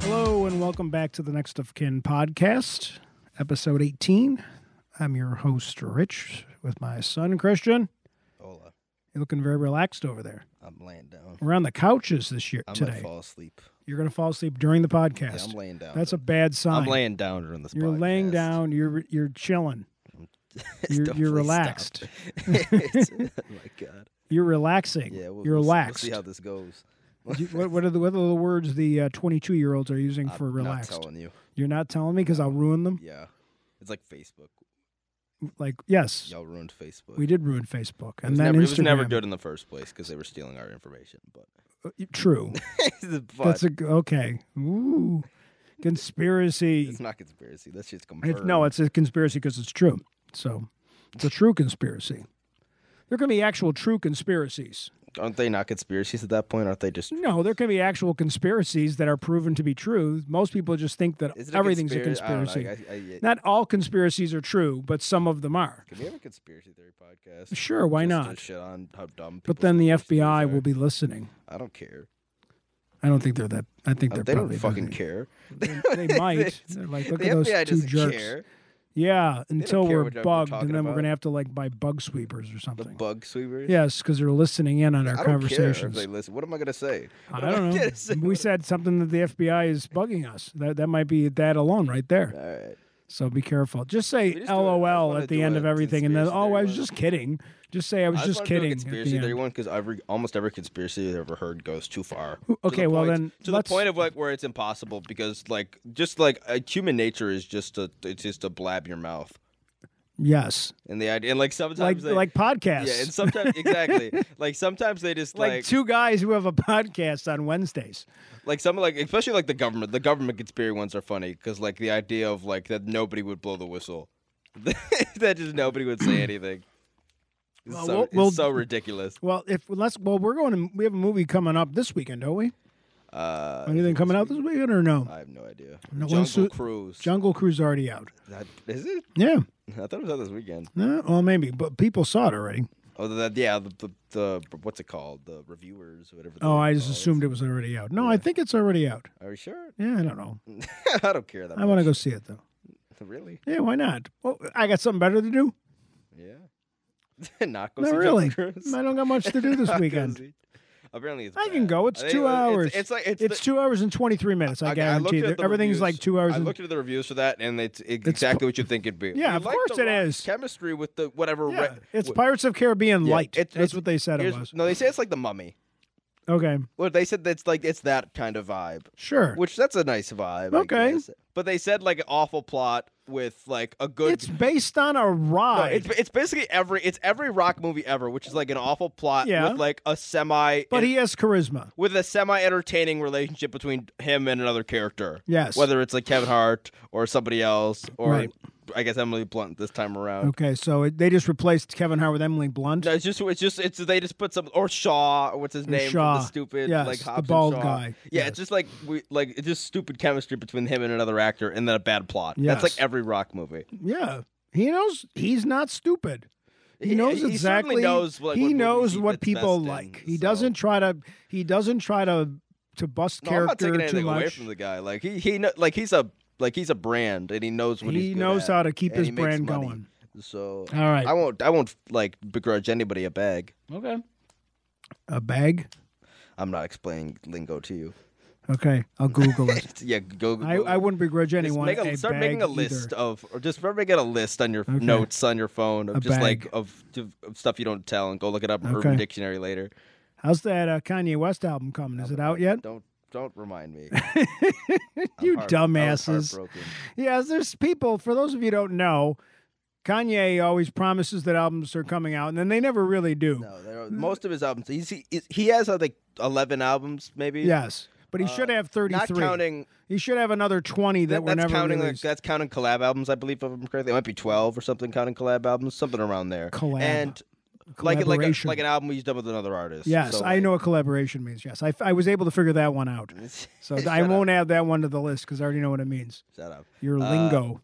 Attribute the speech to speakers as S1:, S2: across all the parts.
S1: Hello and welcome back to the Next of Kin podcast, episode 18. I'm your host, Rich, with my son, Christian.
S2: Hola.
S1: You're looking very relaxed over there.
S2: I'm laying down.
S1: We're on the couches this year
S2: I might
S1: today.
S2: fall asleep.
S1: You're going to fall asleep during the
S2: Yeah,
S1: podcast.
S2: I'm laying down.
S1: That's a bad sign.
S2: I'm laying down during this.
S1: you're laying
S2: podcast.
S1: down, you're you're chilling.
S2: Don't
S1: You're,
S2: please
S1: you're
S2: stop.
S1: relaxed.
S2: It's- oh my god.
S1: You're relaxing.
S2: Yeah, we'll,
S1: you're
S2: we'll see-
S1: relaxed.
S2: We'll see how this goes.
S1: You- what, what are the what are the words the 22 year olds are using
S2: I'm
S1: for relaxed?
S2: Not telling you.
S1: You're not telling me because I'll ruin them.
S2: Yeah, it's like Facebook.
S1: Like yes,
S2: Y'all ruined Facebook.
S1: we did ruin Facebook
S2: It
S1: and
S2: was
S1: then Instagram.
S2: never, It was never good in the first place because they were stealing our information. But,
S1: Uh, True.
S2: but
S1: That's a g- okay. Ooh, conspiracy.
S2: it's not conspiracy. That's just confirmed.
S1: It's, no, it's a conspiracy because it's true. So it's a true conspiracy. There can be actual true conspiracies.
S2: aren't they not conspiracies at that point? Aren't they just?
S1: No, there can be actual conspiracies that are proven to be true. Most people just think that
S2: Is it
S1: everything's
S2: a, conspira-
S1: a conspiracy.
S2: I don't know, I, I, I,
S1: Not all conspiracies are true, but some of them are.
S2: Could we have a conspiracy theory podcast?
S1: Sure, why
S2: Just to
S1: not?
S2: shit on how dumb.
S1: But
S2: people's
S1: then the
S2: conspiracy theories
S1: FBI
S2: are.
S1: will be listening.
S2: I don't care.
S1: I don't think they're that. I think
S2: Uh,
S1: they're
S2: they don't
S1: probably
S2: fucking
S1: listening.
S2: care.
S1: They might. They're like, look
S2: the
S1: at those
S2: FBI
S1: two
S2: doesn't
S1: jerks.
S2: care.
S1: Yeah, until
S2: care
S1: we're
S2: what we're
S1: bugged,
S2: talking
S1: and then we're
S2: about.
S1: gonna have to like buy bug sweepers or
S2: The
S1: something.
S2: bug sweepers.
S1: Yes, because they're listening in on
S2: I
S1: our
S2: don't Care if
S1: conversations.
S2: they listen. What am I gonna say?
S1: I
S2: What am
S1: don't know.
S2: gonna say?
S1: We said something that the FBI is bugging us. That that might be that alone right there.
S2: All right.
S1: So be careful. Just say
S2: We just do a- I
S1: LOL
S2: wanna
S1: at the
S2: do
S1: end
S2: a
S1: of everything, and then
S2: conspiracy
S1: oh, I
S2: theory
S1: was
S2: one.
S1: just kidding. Just say I was
S2: I
S1: just
S2: wanna
S1: kidding.
S2: Do
S1: at
S2: a
S1: the
S2: conspiracy
S1: end.
S2: theory one because every almost every conspiracy I've ever heard goes too far.
S1: okay,
S2: to the
S1: well
S2: point,
S1: then
S2: to
S1: let's-
S2: the point of like where it's impossible because like just like uh, human nature is just to it's just to blab your mouth
S1: Yes,
S2: and the idea and like sometimes
S1: like
S2: they,
S1: like podcasts.
S2: yeah and sometimes exactly like sometimes they just
S1: like,
S2: like
S1: two guys who have a podcast on Wednesdays.
S2: like some like especially like the government the government conspiracy ones are funny because like the idea of like that nobody would blow the whistle that just nobody would say anything it's,
S1: Well,
S2: so,
S1: we'll- we'll-
S2: it's so ridiculous
S1: Well, if let's well, we're going. To, we have a movie coming up this weekend, don't we?
S2: uh
S1: Anything coming out this weekend or no?
S2: i have no idea
S1: No,
S2: jungle
S1: when's the-
S2: cruise
S1: Jungle Cruise already out.
S2: That- is it
S1: Yeah.
S2: i thought it was out this weekend
S1: No, well, maybe, but people saw it already.
S2: oh the, the- yeah the, the the what's it called the reviewers whatever
S1: Oh, I just assumed it was already out. No, I think it's already out.
S2: are you sure
S1: Yeah, I don't know.
S2: i don't care that
S1: I want to
S2: much.
S1: go see it though.
S2: really
S1: Yeah, why not? Well, I got something better to do.
S2: yeah not go see
S1: Not
S2: Jungle
S1: really.
S2: Cruise.
S1: I don't got much to do this
S2: Not gonna
S1: weekend.
S2: see- Apparently, it's
S1: I can
S2: bad.
S1: go. It's
S2: I think
S1: two
S2: it was-
S1: hours.
S2: It's, it's like it's,
S1: It's
S2: the-
S1: two hours and twenty three minutes. I
S2: okay, I looked
S1: guarantee.
S2: at
S1: that
S2: the
S1: everything's
S2: reviews.
S1: like two hours.
S2: I
S1: and,
S2: looked at the reviews for that, and it's exactly what you think it'd be.
S1: Yeah,
S2: We
S1: of
S2: like
S1: course
S2: the
S1: it
S2: rock
S1: is.
S2: Chemistry with the whatever.
S1: yeah,
S2: re-
S1: it's
S2: wh-
S1: Pirates of Caribbean
S2: yeah,
S1: light.
S2: it-
S1: That's
S2: it's-
S1: what they said it
S2: here's-
S1: was.
S2: No, they say it's like the Mummy.
S1: Okay,
S2: Well, they said that's like it's that kind of vibe,
S1: sure.
S2: which that's a nice vibe. I
S1: Okay.
S2: guess. but they said like an awful plot with like a good.
S1: It's based on a
S2: No,
S1: ride.
S2: it's, it's basically every it's every rock movie ever, which is like an awful plot
S1: Yeah.
S2: with like a semi.
S1: but he has charisma.
S2: with a semi entertaining relationship between him and another character.
S1: Yes.
S2: Whether it's like Kevin Hart or somebody else or
S1: Right.
S2: I guess Emily Blunt this time around.
S1: Okay, so it, they just replaced Kevin Hart with Emily Blunt.
S2: No, it's just it's just it's they just put some or Shaw or what's his name from
S1: Shaw.
S2: the stupid
S1: Yes,
S2: like
S1: the
S2: Hobson
S1: bald
S2: Shaw.
S1: guy.
S2: Yeah,
S1: Yes.
S2: it's just like we like it's just stupid chemistry between him and another actor and then a bad plot.
S1: Yes.
S2: That's like every rock movie.
S1: Yeah, he knows he's not stupid. He knows
S2: he
S1: exactly.
S2: certainly knows like,
S1: he
S2: what
S1: knows
S2: movies he
S1: what
S2: fits
S1: people
S2: best in,
S1: like. he
S2: so-
S1: doesn't try to. He doesn't try to to bust
S2: No, I'm not
S1: character
S2: taking
S1: too
S2: anything
S1: much.
S2: away from the guy. Like he he kn- like he's a like he's a brand and he knows what he's
S1: he
S2: good
S1: knows
S2: at,
S1: how to keep
S2: and
S1: his
S2: he makes
S1: brand
S2: money.
S1: going.
S2: So
S1: All right.
S2: I won't. I won't like begrudge anybody a bag.
S1: Okay. A bag.
S2: I'm not explaining lingo to you.
S1: Okay, I'll Google it.
S2: It's- yeah, go.
S1: I,
S2: go-
S1: I wouldn't begrudge
S2: just
S1: anyone.
S2: make a,
S1: a
S2: start
S1: bag
S2: making a
S1: either.
S2: list of, or just start making a list on your
S1: Okay.
S2: notes on your phone of
S1: A
S2: just like
S1: bag.
S2: of, of stuff you don't tell, and go look it up in Urban
S1: Okay.
S2: Dictionary later.
S1: How's that uh, Kanye West album coming? Is it out yet?
S2: Don't Don't remind me. I'm
S1: You
S2: heart- I was
S1: dumbasses.
S2: heartbroken.
S1: Yes, there's people, for those of you who don't know, Kanye always promises that albums are coming out, and then they never really do.
S2: No, there are, most of his albums. He's, he he has uh, like eleven albums, maybe.
S1: Yes. But he
S2: Uh,
S1: should have 33.
S2: Not counting
S1: he should have another 20 that,
S2: that,
S1: were
S2: that's
S1: never
S2: counting like,
S1: released.
S2: that's counting collab albums, I believe, if I'm correct. It might be twelve or something counting collab albums, something around there.
S1: Collab.
S2: and like like a,
S1: Collaboration.
S2: like an album he's done with another artist.
S1: Yes,
S2: So,
S1: I
S2: like,
S1: know what collaboration means. Yes, I, f- I was able to figure that one out. So I
S2: Shut up.
S1: won't add that one to the list because I already know what it means.
S2: Shut up.
S1: Your
S2: Uh,
S1: lingo.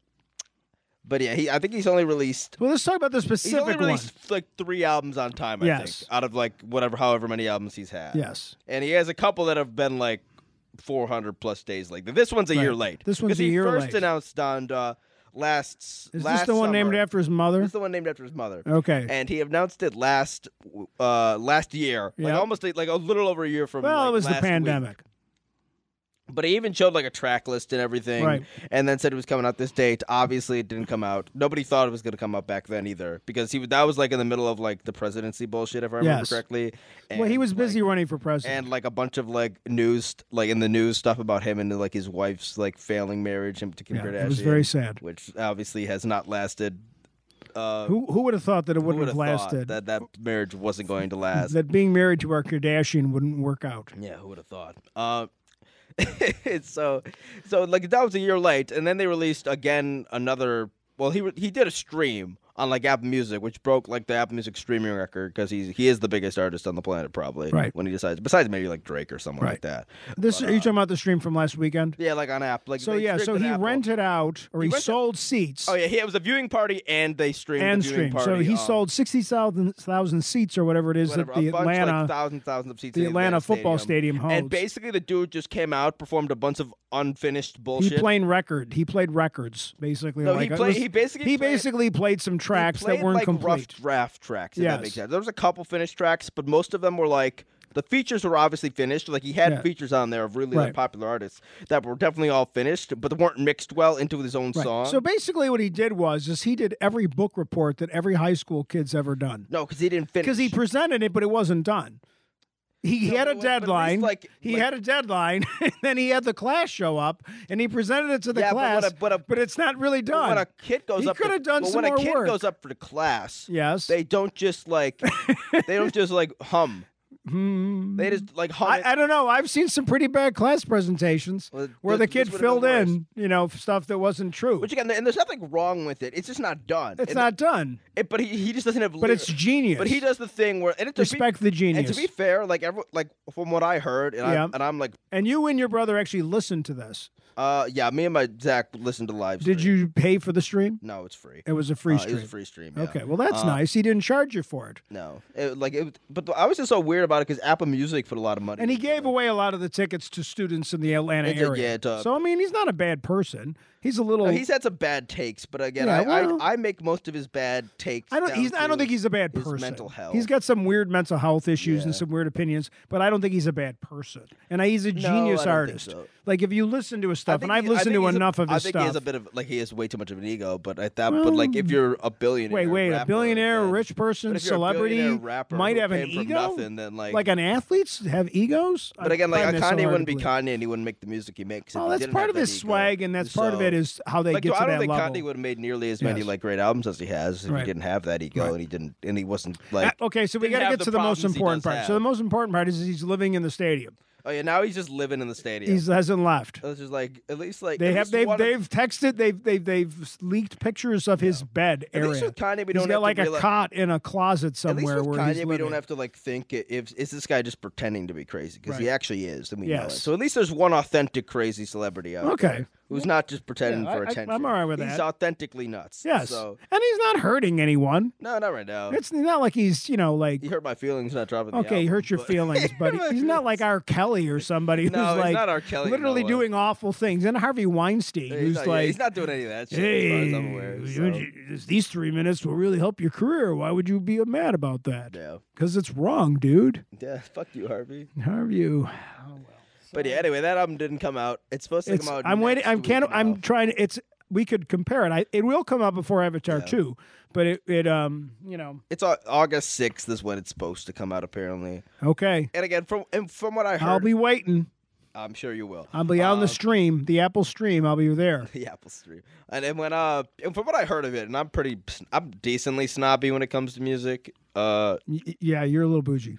S2: But yeah, he I think he's only released
S1: Well, let's talk about the
S2: he's only
S1: specific one.
S2: released like three albums on time. I
S1: Yes.
S2: think out of like whatever however many albums he's had.
S1: Yes.
S2: and he has a couple that have been like 400 plus days late. This one's a
S1: Right.
S2: year late.
S1: This one's
S2: 'Cause
S1: a
S2: he
S1: year
S2: first
S1: late.
S2: announced on uh, last.
S1: Is
S2: last
S1: this the one named
S2: summer.
S1: after his
S2: This
S1: mother?
S2: is the one named after his mother.
S1: Okay.
S2: And he announced it last, uh, last year, like
S1: Yeah.
S2: almost like a little over a year from.
S1: well,
S2: like,
S1: it was the
S2: last week.
S1: pandemic.
S2: But he even showed like a track list and everything,
S1: Right.
S2: and then said it was coming out this date. Obviously, it didn't come out. Nobody thought it was going to come out back then either, because he was that was like in the middle of like the presidency bullshit, if I remember
S1: Yes.
S2: correctly.
S1: well, he
S2: And,
S1: was
S2: like,
S1: busy running for president.
S2: and like a bunch of like news, like in the news stuff about him and like his wife's like failing marriage and to Kim
S1: Yeah,
S2: Kardashian,
S1: it was very sad.
S2: which obviously has not lasted. Uh,
S1: Who who would have thought that it
S2: would
S1: wouldn't have lasted? That,
S2: that that marriage wasn't going to last?
S1: being married to our Kardashian wouldn't work out.
S2: yeah, who would have thought? Uh, so, so like that was a year late, and then they released again another. Well, he re- he did a stream on like Apple Music, which broke like the Apple Music streaming record because he's he is the biggest artist on the planet probably.
S1: Right.
S2: When he decides, besides maybe like Drake or someone
S1: Right.
S2: like that.
S1: This are you talking about the stream from last weekend?
S2: uh, Yeah, like on app. Like
S1: So
S2: they
S1: yeah, so
S2: streamed
S1: he
S2: on Apple.
S1: rented out or
S2: He
S1: he,
S2: rented-
S1: sold seats
S2: Oh yeah, he, it was a viewing party, and they streamed
S1: and
S2: the viewing
S1: stream.
S2: party.
S1: So he
S2: um,
S1: sold sixty thousand thousand seats or whatever it is
S2: whatever,
S1: that the
S2: a bunch,
S1: Atlanta
S2: like, thousands, thousands of seats.
S1: the
S2: in
S1: Atlanta football stadium,
S2: And
S1: holds.
S2: basically, the dude just came out, performed a bunch of unfinished
S1: he
S2: bullshit.
S1: played record. He played records basically.
S2: no,
S1: like
S2: he
S1: it
S2: played.
S1: was-
S2: he basically
S1: he
S2: played,
S1: basically played some
S2: he
S1: tracks
S2: played,
S1: that weren't
S2: like rough
S1: complete.
S2: draft tracks. If that
S1: Yes.
S2: makes sense. There was a couple finished tracks, but most of them were like the features were obviously finished. Like he had
S1: Yeah.
S2: features on there of really
S1: Right.
S2: like, popular artists that were definitely all finished, but they weren't mixed well into his own
S1: Right.
S2: song.
S1: So basically, what he did was is he did every book report that every high school kid's ever done
S2: no, because he didn't finish.
S1: because he presented it, but it wasn't done. He, he
S2: No,
S1: had a
S2: but like- but at least,
S1: deadline.
S2: like-
S1: he
S2: like-
S1: had a deadline, and then he had the class show up, and he presented it to the
S2: Yeah, but
S1: class.
S2: what a- what a-
S1: it's not really
S2: But
S1: done.
S2: When a kid goes
S1: He
S2: up,
S1: could
S2: to-
S1: have done
S2: but
S1: some
S2: when
S1: more
S2: a kid
S1: work.
S2: goes up for the class,
S1: yes.
S2: they don't just like they don't just like hum.
S1: Hmm.
S2: They just like hum. it.
S1: I, I don't know. I've seen some pretty bad class presentations
S2: Well,
S1: where
S2: this-
S1: the kid
S2: this would've been
S1: filled
S2: worse.
S1: in, you know, stuff that wasn't true.
S2: Which again, and there's nothing wrong with it. It's just not done.
S1: it's
S2: And-
S1: not done,
S2: it- but he, he just doesn't have.
S1: but it's
S2: lyrics.
S1: genius.
S2: But he does the thing where and it, to be-
S1: respect the
S2: And
S1: genius.
S2: to be fair, like every like from what I heard, and
S1: Yeah.
S2: I'm and I'm like,
S1: And you and your brother actually listened to this.
S2: uh, yeah, me and my Zach listened to live.
S1: Did
S2: stream.
S1: you pay for the stream?
S2: No, it's free.
S1: It was a free
S2: Uh,
S1: stream.
S2: It was a free stream. yeah.
S1: Okay, well that's
S2: Uh,
S1: nice. He didn't charge you for it,
S2: No, it, like it, but I was just so weird about it because Apple Music put a lot of money.
S1: and he
S2: into
S1: gave
S2: it.
S1: away a lot of the tickets to students in the Atlanta
S2: It did,
S1: area.
S2: yeah, it, uh,
S1: so I mean, he's not a bad person. He's a little.
S2: No, he's had some bad takes, but again,
S1: Yeah,
S2: I,
S1: well-
S2: I I make most of his bad takes.
S1: I don't.
S2: down
S1: He's. I
S2: to-
S1: don't think he's a bad
S2: his
S1: person.
S2: mental health.
S1: He's got some weird mental health issues and
S2: Yeah.
S1: some weird opinions, but I don't think he's a bad person. And I, he's a
S2: No,
S1: genius
S2: I don't think
S1: artist.
S2: so.
S1: Like if you listen to his
S2: I
S1: stuff, and
S2: think
S1: I've
S2: he- I
S1: listened
S2: think
S1: to
S2: he's a-
S1: enough of his
S2: I think he
S1: stuff.
S2: has a bit of like he has way too much of an ego, but I thought, but like
S1: Well,
S2: if
S1: mm.
S2: you're a billionaire,
S1: wait, wait. A
S2: rapper,
S1: billionaire,
S2: then-
S1: rich
S2: but
S1: person,
S2: if you're a
S1: celebrity
S2: billionaire rapper
S1: might
S2: who
S1: have an
S2: came from
S1: ego.
S2: Nothing, then like,
S1: Like an athletes have egos.
S2: but again, like
S1: find
S2: a
S1: that so
S2: Kanye
S1: hard
S2: wouldn't
S1: to
S2: be
S1: believe.
S2: Kanye and he wouldn't make the music he makes. if
S1: Oh,
S2: he
S1: that's
S2: didn't
S1: part
S2: have
S1: of
S2: that
S1: his
S2: ego.
S1: swag, and that's part of it
S2: So,
S1: is how they
S2: like,
S1: get to
S2: dude, I don't
S1: that
S2: think
S1: level.
S2: Kanye would have made nearly as many
S1: Yes.
S2: like great albums as he has if
S1: Right.
S2: he didn't have that ego
S1: Right.
S2: and he didn't and he wasn't like.
S1: Uh, okay, so we
S2: didn't
S1: got to
S2: have
S1: get
S2: the
S1: to the most
S2: problems he
S1: important
S2: does
S1: part.
S2: have.
S1: So the most important part is he's living in the stadium.
S2: oh yeah, now he's just living in the stadium.
S1: He's hasn't left.
S2: I was just like, at least like
S1: They
S2: at
S1: have
S2: least
S1: they've
S2: one of-
S1: they've texted they've they've they've leaked pictures of his bed
S2: At least
S1: area.
S2: with Kanye, we
S1: He's
S2: don't
S1: got
S2: have
S1: like
S2: to
S1: a
S2: realize-
S1: cot in a closet
S2: At least
S1: somewhere
S2: with
S1: where he's
S2: Kanye, we
S1: living.
S2: don't have to like think i- if is this guy just pretending to be crazy because he
S1: Right.
S2: actually is. Then we know it.
S1: Yes.
S2: So at least there's one authentic crazy celebrity out
S1: Okay.
S2: there who's not just pretending
S1: Yeah, I-
S2: for
S1: I- I'm
S2: attention.
S1: all right with
S2: He's
S1: that.
S2: authentically nuts.
S1: Yes,
S2: So
S1: and he's not hurting anyone.
S2: no, not right now.
S1: It's not like he's you know like
S2: you hurt my feelings not dropping. the
S1: okay, he
S2: album,
S1: hurt your
S2: but-
S1: feelings, but he- he's not like R. Kelly or somebody
S2: No,
S1: who's
S2: he's
S1: like
S2: not R. Kelly in
S1: literally
S2: no way.
S1: doing awful things, and Harvey Weinstein
S2: Yeah,
S1: who's
S2: he's not, yeah,
S1: like
S2: he's not doing any of that shit. as far
S1: Hey,
S2: as I'm aware.
S1: you-
S2: so,
S1: you- these three minutes will really help your career. Why would you be mad about that?
S2: Yeah.
S1: Because it's wrong, dude.
S2: Yeah. Fuck you, Harvey.
S1: How are you?
S2: But yeah, anyway, that album didn't come out. It's supposed to
S1: It's,
S2: come out.
S1: I'm waiting.
S2: next
S1: I'm
S2: week
S1: can
S2: now.
S1: I'm trying. It's we could compare it. I, it will come out before Avatar
S2: Yeah.
S1: two, but it, it um you know
S2: It's au- August 6th is when it's supposed to come out apparently.
S1: okay.
S2: And again, from and from what I heard,
S1: I'll be waiting.
S2: I'm sure you will.
S1: I'll be out on the
S2: Uh,
S1: stream, the Apple stream. I'll be there.
S2: the Apple Stream. And then when uh, and from what I heard of it, and I'm pretty, sn- I'm decently snobby when it comes to music. Uh,
S1: Y- y- yeah, you're a little bougie.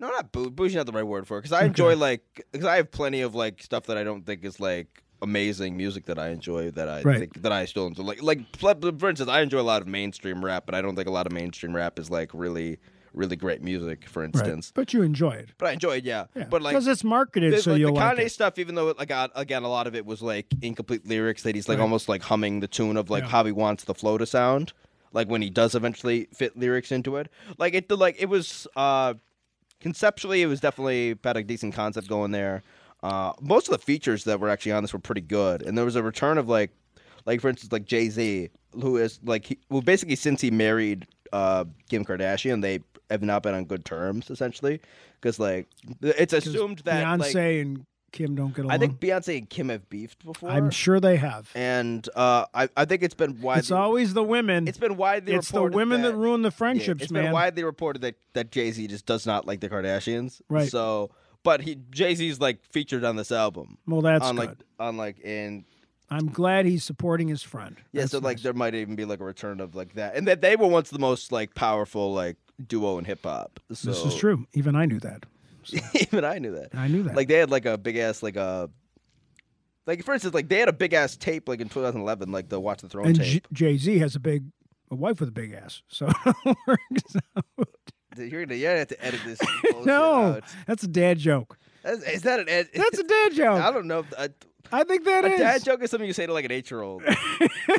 S2: no, not bou- bougie, not the right word for it, because I enjoy like, because I have plenty of like stuff that I don't think is like amazing music that I enjoy that I
S1: Right.
S2: think that I still enjoy. Like, like pl- for instance, I enjoy a lot of mainstream rap, but I don't think a lot of mainstream rap is like really, really great music. For instance.
S1: But you enjoy it.
S2: But I enjoy it, yeah.
S1: Yeah.
S2: But like,
S1: because it's marketed,
S2: There's,
S1: so
S2: like, the
S1: you'll
S2: Kanye
S1: like it.
S2: stuff, even though like uh, again a lot of it was like incomplete lyrics that he's like
S1: Right.
S2: almost like humming the tune of like
S1: Yeah.
S2: how he wants the flow to sound, like when he does eventually fit lyrics into it. Like it, like it was uh conceptually, it was definitely had a decent concept going there. Uh, most of the features that were actually on this were pretty good, and there was a return of like, like for instance, like Jay Z, who is like, he, well, basically since he married uh, Kim Kardashian, they have not been on good terms essentially, because like it's
S1: 'Cause
S2: assumed that
S1: Beyonce
S2: like,
S1: and Kim don't get along.
S2: I think Beyonce and Kim have beefed before.
S1: I'm sure they have.
S2: and uh, I, I think it's been widely
S1: It's always the women.
S2: it's been widely
S1: It's the
S2: reported
S1: women that,
S2: that
S1: ruin the
S2: yeah,
S1: friendships,
S2: it's
S1: man.
S2: been widely reported that that Jay Z just does not like the Kardashians.
S1: Right.
S2: So, but he Jay Z's like featured on this album.
S1: well, that's
S2: on like
S1: good.
S2: on like and
S1: I'm glad he's supporting his friend.
S2: yeah,
S1: That's
S2: so like
S1: nice.
S2: there might even be like a return of like that, and that they were once the most like powerful like duo in hip hop. So
S1: this is true. Even I knew that.
S2: even I knew that.
S1: I knew that.
S2: Like they had like a big ass like a. Like for instance, like they had a big ass tape like in 2011, like the Watch the Throne
S1: and
S2: tape.
S1: Jay Z has a big a wife with a big ass, so it works out.
S2: Dude, You're gonna, you're gonna have to edit this. bullshit
S1: no,
S2: out.
S1: that's a dad joke.
S2: That's- is that an? Ed-
S1: That's a dad
S2: I
S1: joke.
S2: don't know. if- uh, A,
S1: I think that
S2: a
S1: is.
S2: dad joke is something you say to like an eight year old.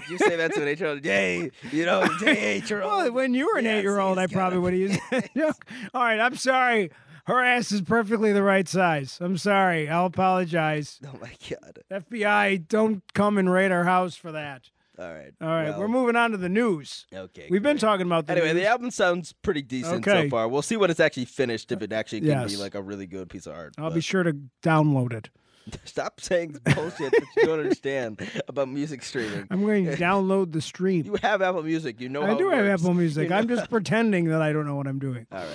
S2: you say that to an eight year old. Yay, you know, yay, eight year
S1: Well,
S2: old.
S1: when you were an
S2: Yes,
S1: eight-year-old, I
S2: he's
S1: probably
S2: got
S1: would have used that joke. All right, I'm sorry. Her ass is perfectly the right size. I'm sorry. I'll apologize.
S2: Oh my god.
S1: FBI, don't come and raid our house for that.
S2: All right.
S1: All right,
S2: well,
S1: we're moving on to the news.
S2: Okay.
S1: We've been
S2: great.
S1: talking about the
S2: Anyway,
S1: news.
S2: the album sounds pretty decent
S1: Okay.
S2: so far. We'll see when it's actually finished. If it actually can be
S1: Yes.
S2: like a really good piece of art.
S1: I'll
S2: but-
S1: be sure to download it.
S2: Stop saying bullshit that you don't understand about music streaming.
S1: I'm going to download the stream.
S2: You have Apple Music. You know.
S1: I
S2: how it
S1: do have
S2: works.
S1: Apple
S2: You
S1: Music.
S2: know-
S1: I'm just pretending that I don't know what I'm doing.
S2: All right.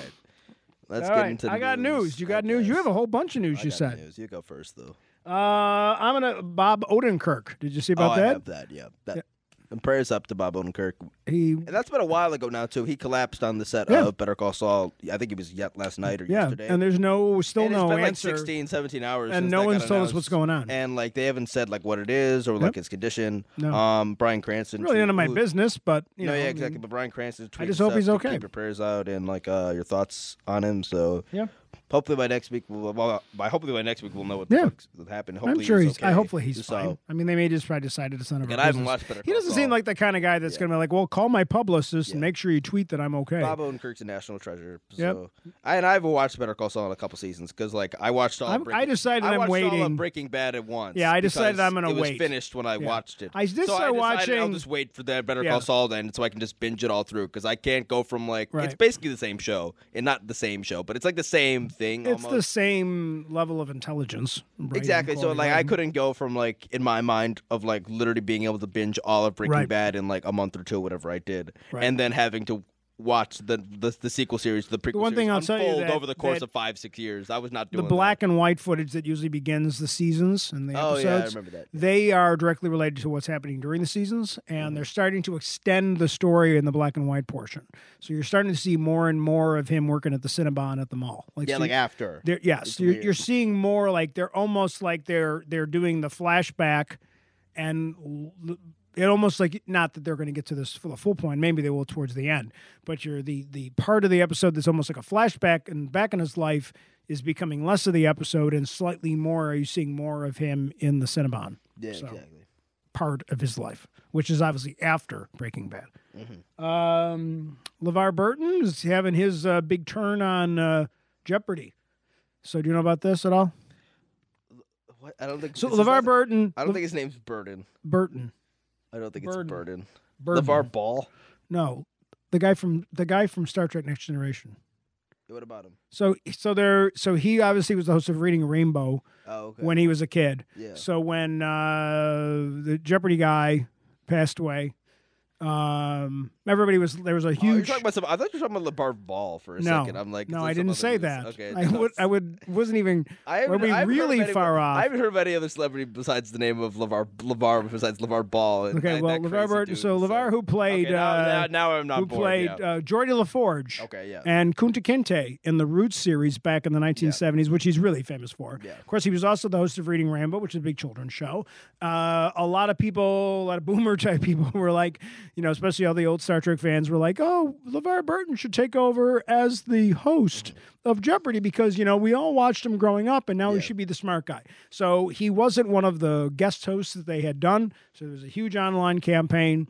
S2: Let's
S1: All
S2: get
S1: right,
S2: into. The
S1: I got news. You got news. You
S2: guess.
S1: have a whole bunch of news.
S2: I
S1: you
S2: got
S1: said.
S2: news. You go first, though.
S1: Uh, I'm gonna Bob Odenkirk. Did you see about
S2: oh, I
S1: that?
S2: have that. Yeah. That. And prayers up to Bob Odenkirk.
S1: He
S2: And that's been a while ago now too. He collapsed on the set
S1: Yeah.
S2: of Better Call Saul. I think it was yet last night or
S1: yeah,
S2: yesterday.
S1: and there's no still
S2: And it's
S1: no
S2: been
S1: answer,
S2: like 16, 17 hours,
S1: and
S2: since
S1: no
S2: that
S1: one's
S2: got
S1: told us what's
S2: announced.
S1: going on.
S2: And like they haven't said like what it is or like his condition.
S1: No.
S2: Um, Brian Cranston.
S1: really none of my
S2: tweeted-
S1: business, but you
S2: no,
S1: know,
S2: yeah,
S1: I mean,
S2: exactly. But Brian Cranston. tweeted
S1: just hope
S2: stuff
S1: he's
S2: to
S1: okay.
S2: Keep your prayers out and like uh, your thoughts on him. So
S1: Yeah.
S2: Hopefully by next week, we'll, well, by hopefully by next week we'll know what
S1: Yeah.
S2: the fuck happened. Hopefully
S1: I'm sure he's. I
S2: okay.
S1: hopefully he's
S2: so,
S1: fine. I mean, they may just probably decide it's none of our
S2: And I haven't
S1: business.
S2: watched Better
S1: He
S2: Call
S1: doesn't seem
S2: Saul.
S1: like the kind of guy that's gonna be like, well, call my publicist and
S2: Yeah.
S1: make sure you tweet that I'm okay.
S2: Bob Odenkirk's a national treasure. So
S1: Yep.
S2: I and I've watched Better Call Saul in a couple seasons because like I watched all.
S1: I'm-
S2: of Breaking,
S1: I decided
S2: I
S1: I'm
S2: watched all
S1: waiting.
S2: of Breaking Bad at once.
S1: Yeah, I decided
S2: because
S1: I'm gonna
S2: it was
S1: wait.
S2: finished when I
S1: Yeah.
S2: watched it.
S1: I did
S2: so
S1: start
S2: I decided I'll
S1: watching-
S2: just wait for that Better
S1: Yeah.
S2: Call Saul then, so I can just binge it all through because I can't go from like it's
S1: Right.
S2: basically the same show and not the same show, but it's like the same thing.
S1: it's the
S2: almost.
S1: same level of intelligence. writing,
S2: Exactly. So
S1: quality
S2: like I
S1: writing.
S2: couldn't go from like in my mind of like literally being able to binge all of Breaking
S1: Right.
S2: Bad in like a month or two, whatever I did,
S1: Right.
S2: and then having to watch the the, the sequel series, the prequel
S1: one thing
S2: series
S1: I'll tell you
S2: unfold
S1: that-
S2: over the course
S1: that-
S2: of five six years. I was not
S1: the
S2: doing
S1: black and white footage that usually begins the seasons and the
S2: That. Oh
S1: episodes.
S2: yeah, I remember that.
S1: They are directly related to what's happening during the seasons, and
S2: Mm-hmm.
S1: they're starting to extend the story in the black and white portion. So you're starting to see more and more of him working at the Cinnabon at the mall. Like,
S2: Yeah,
S1: so
S2: like
S1: you-
S2: after.
S1: they're- yes,
S2: It's
S1: you're,
S2: weird.
S1: you're seeing more like they're almost like they're they're doing the flashback, and l- it almost like not that they're going to get to this full, full point. Maybe they will towards the end, but you're the the part of the episode that's almost like a flashback and back in his life is becoming less of the episode and slightly more. Are you seeing more of him in the Cinnabon
S2: Yeah,
S1: so.
S2: exactly.
S1: part of his life, which is obviously after Breaking Bad?
S2: Mm-hmm.
S1: Um, LeVar Burton is having his uh, big turn on uh, Jeopardy. So, do you know about this at all?
S2: What? I don't think
S1: So,
S2: is his
S1: LeVar
S2: last-
S1: Burton,
S2: I don't think his name's Burden.
S1: Burton,
S2: I don't think
S1: Burden.
S2: it's Burden.
S1: Burton,
S2: LeVar Ball.
S1: no, the guy from the guy from Star Trek: Next Generation.
S2: What about him?
S1: So, so there, so he obviously was the host of Reading Rainbow
S2: Oh, okay.
S1: when he was a kid.
S2: yeah.
S1: So when uh, the Jeopardy guy passed away, Um, everybody was there was a
S2: Oh, you're
S1: huge.
S2: talking about some. I thought you were talking about LeVar Ball for a
S1: No.
S2: second. I'm like,
S1: no,
S2: is
S1: I
S2: this some
S1: didn't
S2: other
S1: say
S2: news?
S1: that.
S2: Okay,
S1: I would, I would, wasn't even.
S2: I
S1: were
S2: haven't-
S1: we
S2: I haven't heard of
S1: really
S2: anyone-
S1: far off?
S2: I haven't heard of any other celebrity besides the name of LeVar LeVar besides LeVar Ball. and
S1: Okay,
S2: that-
S1: well,
S2: that crazy
S1: LeVar, Burton-
S2: dude,
S1: so LeVar who
S2: Okay,
S1: played,
S2: now, now,
S1: uh,
S2: now I'm not
S1: who
S2: bored.
S1: played
S2: yeah.
S1: uh, Jordy LaForge
S2: okay, yeah.
S1: and Kunta Kinte in the Roots series back in the 1970s, which he's really famous for.
S2: Yeah.
S1: Of course, he was also the host of Reading Rainbow, which is a big children's show. Uh, a lot of people, a lot of boomer type people were like, you know, especially all the old Star Trek fans were like, oh, LeVar Burton should take over as the host of Jeopardy because, you know, we all watched him growing up and now he should be the smart guy. So he wasn't one of the guest hosts that they had done. So there was a huge online campaign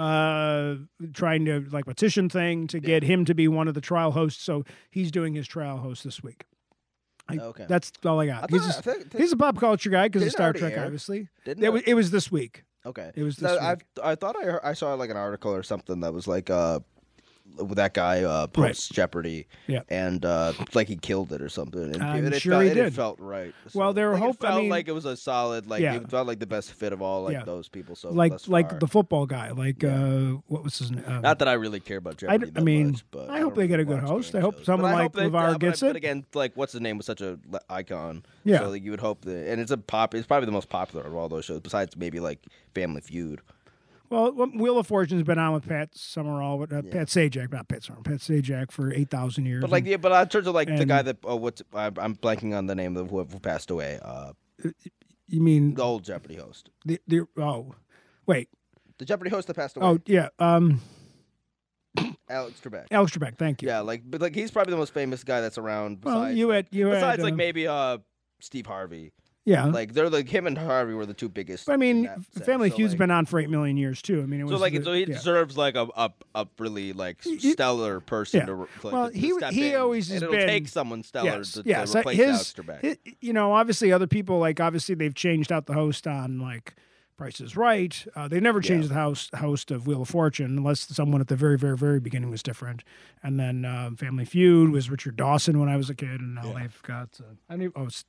S1: uh trying to like petition thing to get him to be one of the trial hosts so he's doing his trial host this week I-
S2: Okay.
S1: that's all i got
S2: I
S1: he's,
S2: thought-
S1: just-
S2: I think-
S1: he's a pop culture guy because of
S2: Didn't it
S1: star
S2: already
S1: trek
S2: air?
S1: obviously
S2: didn't
S1: it was, it was this week
S2: Okay.
S1: It was
S2: No,
S1: this
S2: I I thought I heard, I saw like an article or something that was like uh with that guy uh post
S1: Right.
S2: Jeopardy.
S1: Yeah.
S2: And uh like he killed it or something. And
S1: I'm
S2: it, it
S1: sure
S2: felt,
S1: he
S2: it-
S1: did.
S2: It felt right.
S1: Well, they were
S2: like,
S1: hope-
S2: It
S1: I
S2: felt
S1: mean-
S2: like it was a solid like
S1: Yeah.
S2: it felt like the best fit of all like
S1: Yeah.
S2: those people. So
S1: like
S2: Oh, thus
S1: like
S2: far.
S1: the football guy like uh what was his name um,
S2: Not that I really care about Jeopardy.
S1: I
S2: that
S1: mean,
S2: much, but
S1: I
S2: I
S1: hope
S2: don't
S1: they get
S2: really
S1: a good
S2: watch
S1: host.
S2: game
S1: I hope
S2: shows.
S1: someone
S2: But
S1: like
S2: I hope they-
S1: LeVar
S2: uh, but-
S1: gets
S2: but
S1: it.
S2: again, like what's the name was such a le- icon.
S1: Yeah.
S2: So like, you would hope that, and it's a pop. It's probably the most popular of all those shows, besides maybe like Family Feud.
S1: well um, wheel of fortune's been on with pat summerall with uh, pat sajak not pat summerall pat sajak for 8000 years
S2: But like, yeah, but in terms of like the guy
S1: Mm-hmm. and-
S2: that oh, what's I, I'm blanking on the name of who, who passed away. Uh,
S1: you mean
S2: the old Jeopardy host,
S1: the, the oh wait
S2: the Jeopardy host that passed away,
S1: oh yeah um
S2: Alex Trebek.
S1: alex trebek thank you
S2: Yeah, like, but like he's probably the most famous guy that's around. Besides,
S1: well you had you
S2: besides
S1: had,
S2: like
S1: uh,
S2: maybe uh Steve Harvey.
S1: yeah
S2: Like they're like him and Harvey were the two biggest.
S1: But I mean,
S2: that
S1: F-
S2: sense.
S1: Family
S2: So,
S1: Feud's
S2: like-
S1: been on for eight million years too. I mean, it was
S2: So like,
S1: the-
S2: so he
S1: yeah.
S2: deserves like a a, a really like
S1: He- he-
S2: stellar person
S1: yeah.
S2: to. re- to, Like,
S1: Well,
S2: to
S1: he-
S2: step
S1: he
S2: in,
S1: always
S2: and
S1: has
S2: it'll
S1: been-
S2: take someone stellar
S1: yes,
S2: to,
S1: yes. uh,
S2: to replace
S1: his,
S2: Alex Trebek.
S1: hi- you know, obviously other people like obviously they've changed out the host on like Price is Right. Uh, they've never changed the house host of Wheel of Fortune unless someone at the very, very, very beginning was different. And then um, Family Feud was Richard Dawson when I was a kid, and now they've got uh, I don't even, oh S-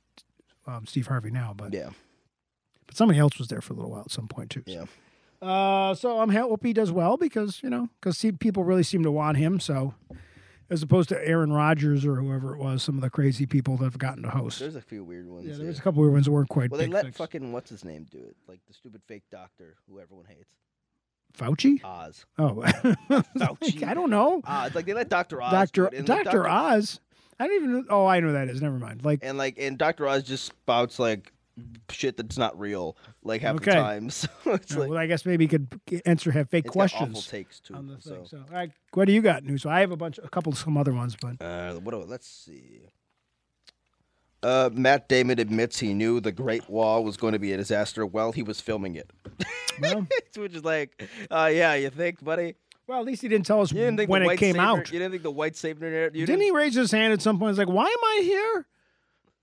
S1: um, Steve Harvey now, but
S2: yeah,
S1: but somebody else was there for a little while at some point too.
S2: yeah.
S1: Uh, so I'm ha- hope he does well because you know because people really seem to want him. So as opposed to Aaron Rodgers or whoever it was, some of the crazy people that have gotten to host.
S2: There's a few weird ones.
S1: yeah,
S2: yeah.
S1: there was a couple weird ones that weren't quite.
S2: Well, they
S1: big
S2: let
S1: things.
S2: fucking what's his name do it, like the stupid fake doctor who everyone hates,
S1: Fauci.
S2: Oz.
S1: Oh, Fauci. I don't know,
S2: Oz, like they let Doctor Oz.
S1: Doctor
S2: do it, and, like,
S1: Doctor Oz. I don't even. know- Oh, I know who that is. Never mind. Like
S2: and like and Doctor Oz just spouts like shit that's not real, like half
S1: Okay.
S2: the time. So it's like
S1: well, I guess maybe he could g- answer have fake
S2: it's got awful
S1: questions
S2: takes too.
S1: on the thing.
S2: so.
S1: So. all right, what do you got, news? So I have a bunch, a couple, some other ones, but
S2: Uh, what? do- Let's see. Uh, Matt Damon admits he knew the Great Wall was going to be a disaster while he was filming it,
S1: well,
S2: which is like, uh, yeah, you think, buddy?
S1: well, at least he didn't tell us
S2: You didn't think
S1: when
S2: the
S1: it
S2: white
S1: came
S2: savior,
S1: out.
S2: You didn't think the white savior narrative? You
S1: Didn't he raise his hand at some point? He's like, "Why am I here?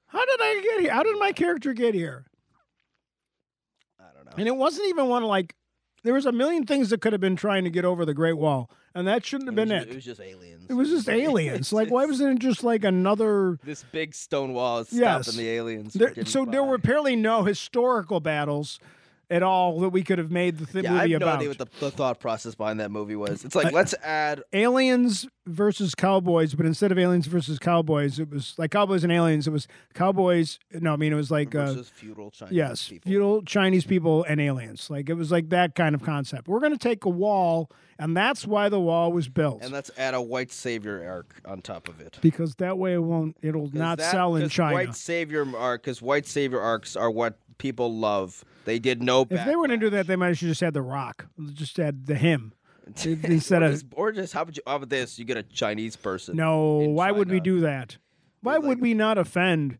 S1: How did I get here? How did my character get here?"
S2: I don't know.
S1: And it wasn't even one like there was a million things that could have been trying to get over the Great Wall, and that shouldn't have been
S2: was,
S1: it.
S2: It was just aliens.
S1: It was just aliens.
S2: It's
S1: Like, why
S2: just-
S1: wasn't it just like another?
S2: this big stone wall is
S1: Yes.
S2: stopping the aliens? from
S1: There,
S2: getting
S1: so there
S2: by.
S1: were apparently no historical battles at all that we could have made the th-
S2: Yeah, I
S1: movie
S2: have no
S1: about.
S2: idea what the, the thought process behind that movie was. It's like let's add
S1: aliens versus cowboys, but instead of aliens versus cowboys, it was like cowboys and aliens. It was cowboys. No, I mean it was like uh,
S2: versus feudal Chinese
S1: Yes,
S2: people.
S1: feudal Chinese people and aliens. Like it was like that kind of concept. We're going to take a wall, and that's why the wall was built.
S2: and let's add a white savior arc on top of it.
S1: because that way it won't. It'll
S2: 'Cause
S1: not
S2: that-
S1: sell in
S2: 'cause
S1: China.
S2: White savior arc, because white savior arcs are what people love. They did no.
S1: if they were going to do
S2: backlash.
S1: that, they might have just had the Rock, just had the him
S2: or
S1: instead of
S2: just, or just how about you? How about this? You get a Chinese person.
S1: no.
S2: in
S1: Why would we
S2: China.
S1: do that? Why
S2: Like-
S1: would we not offend?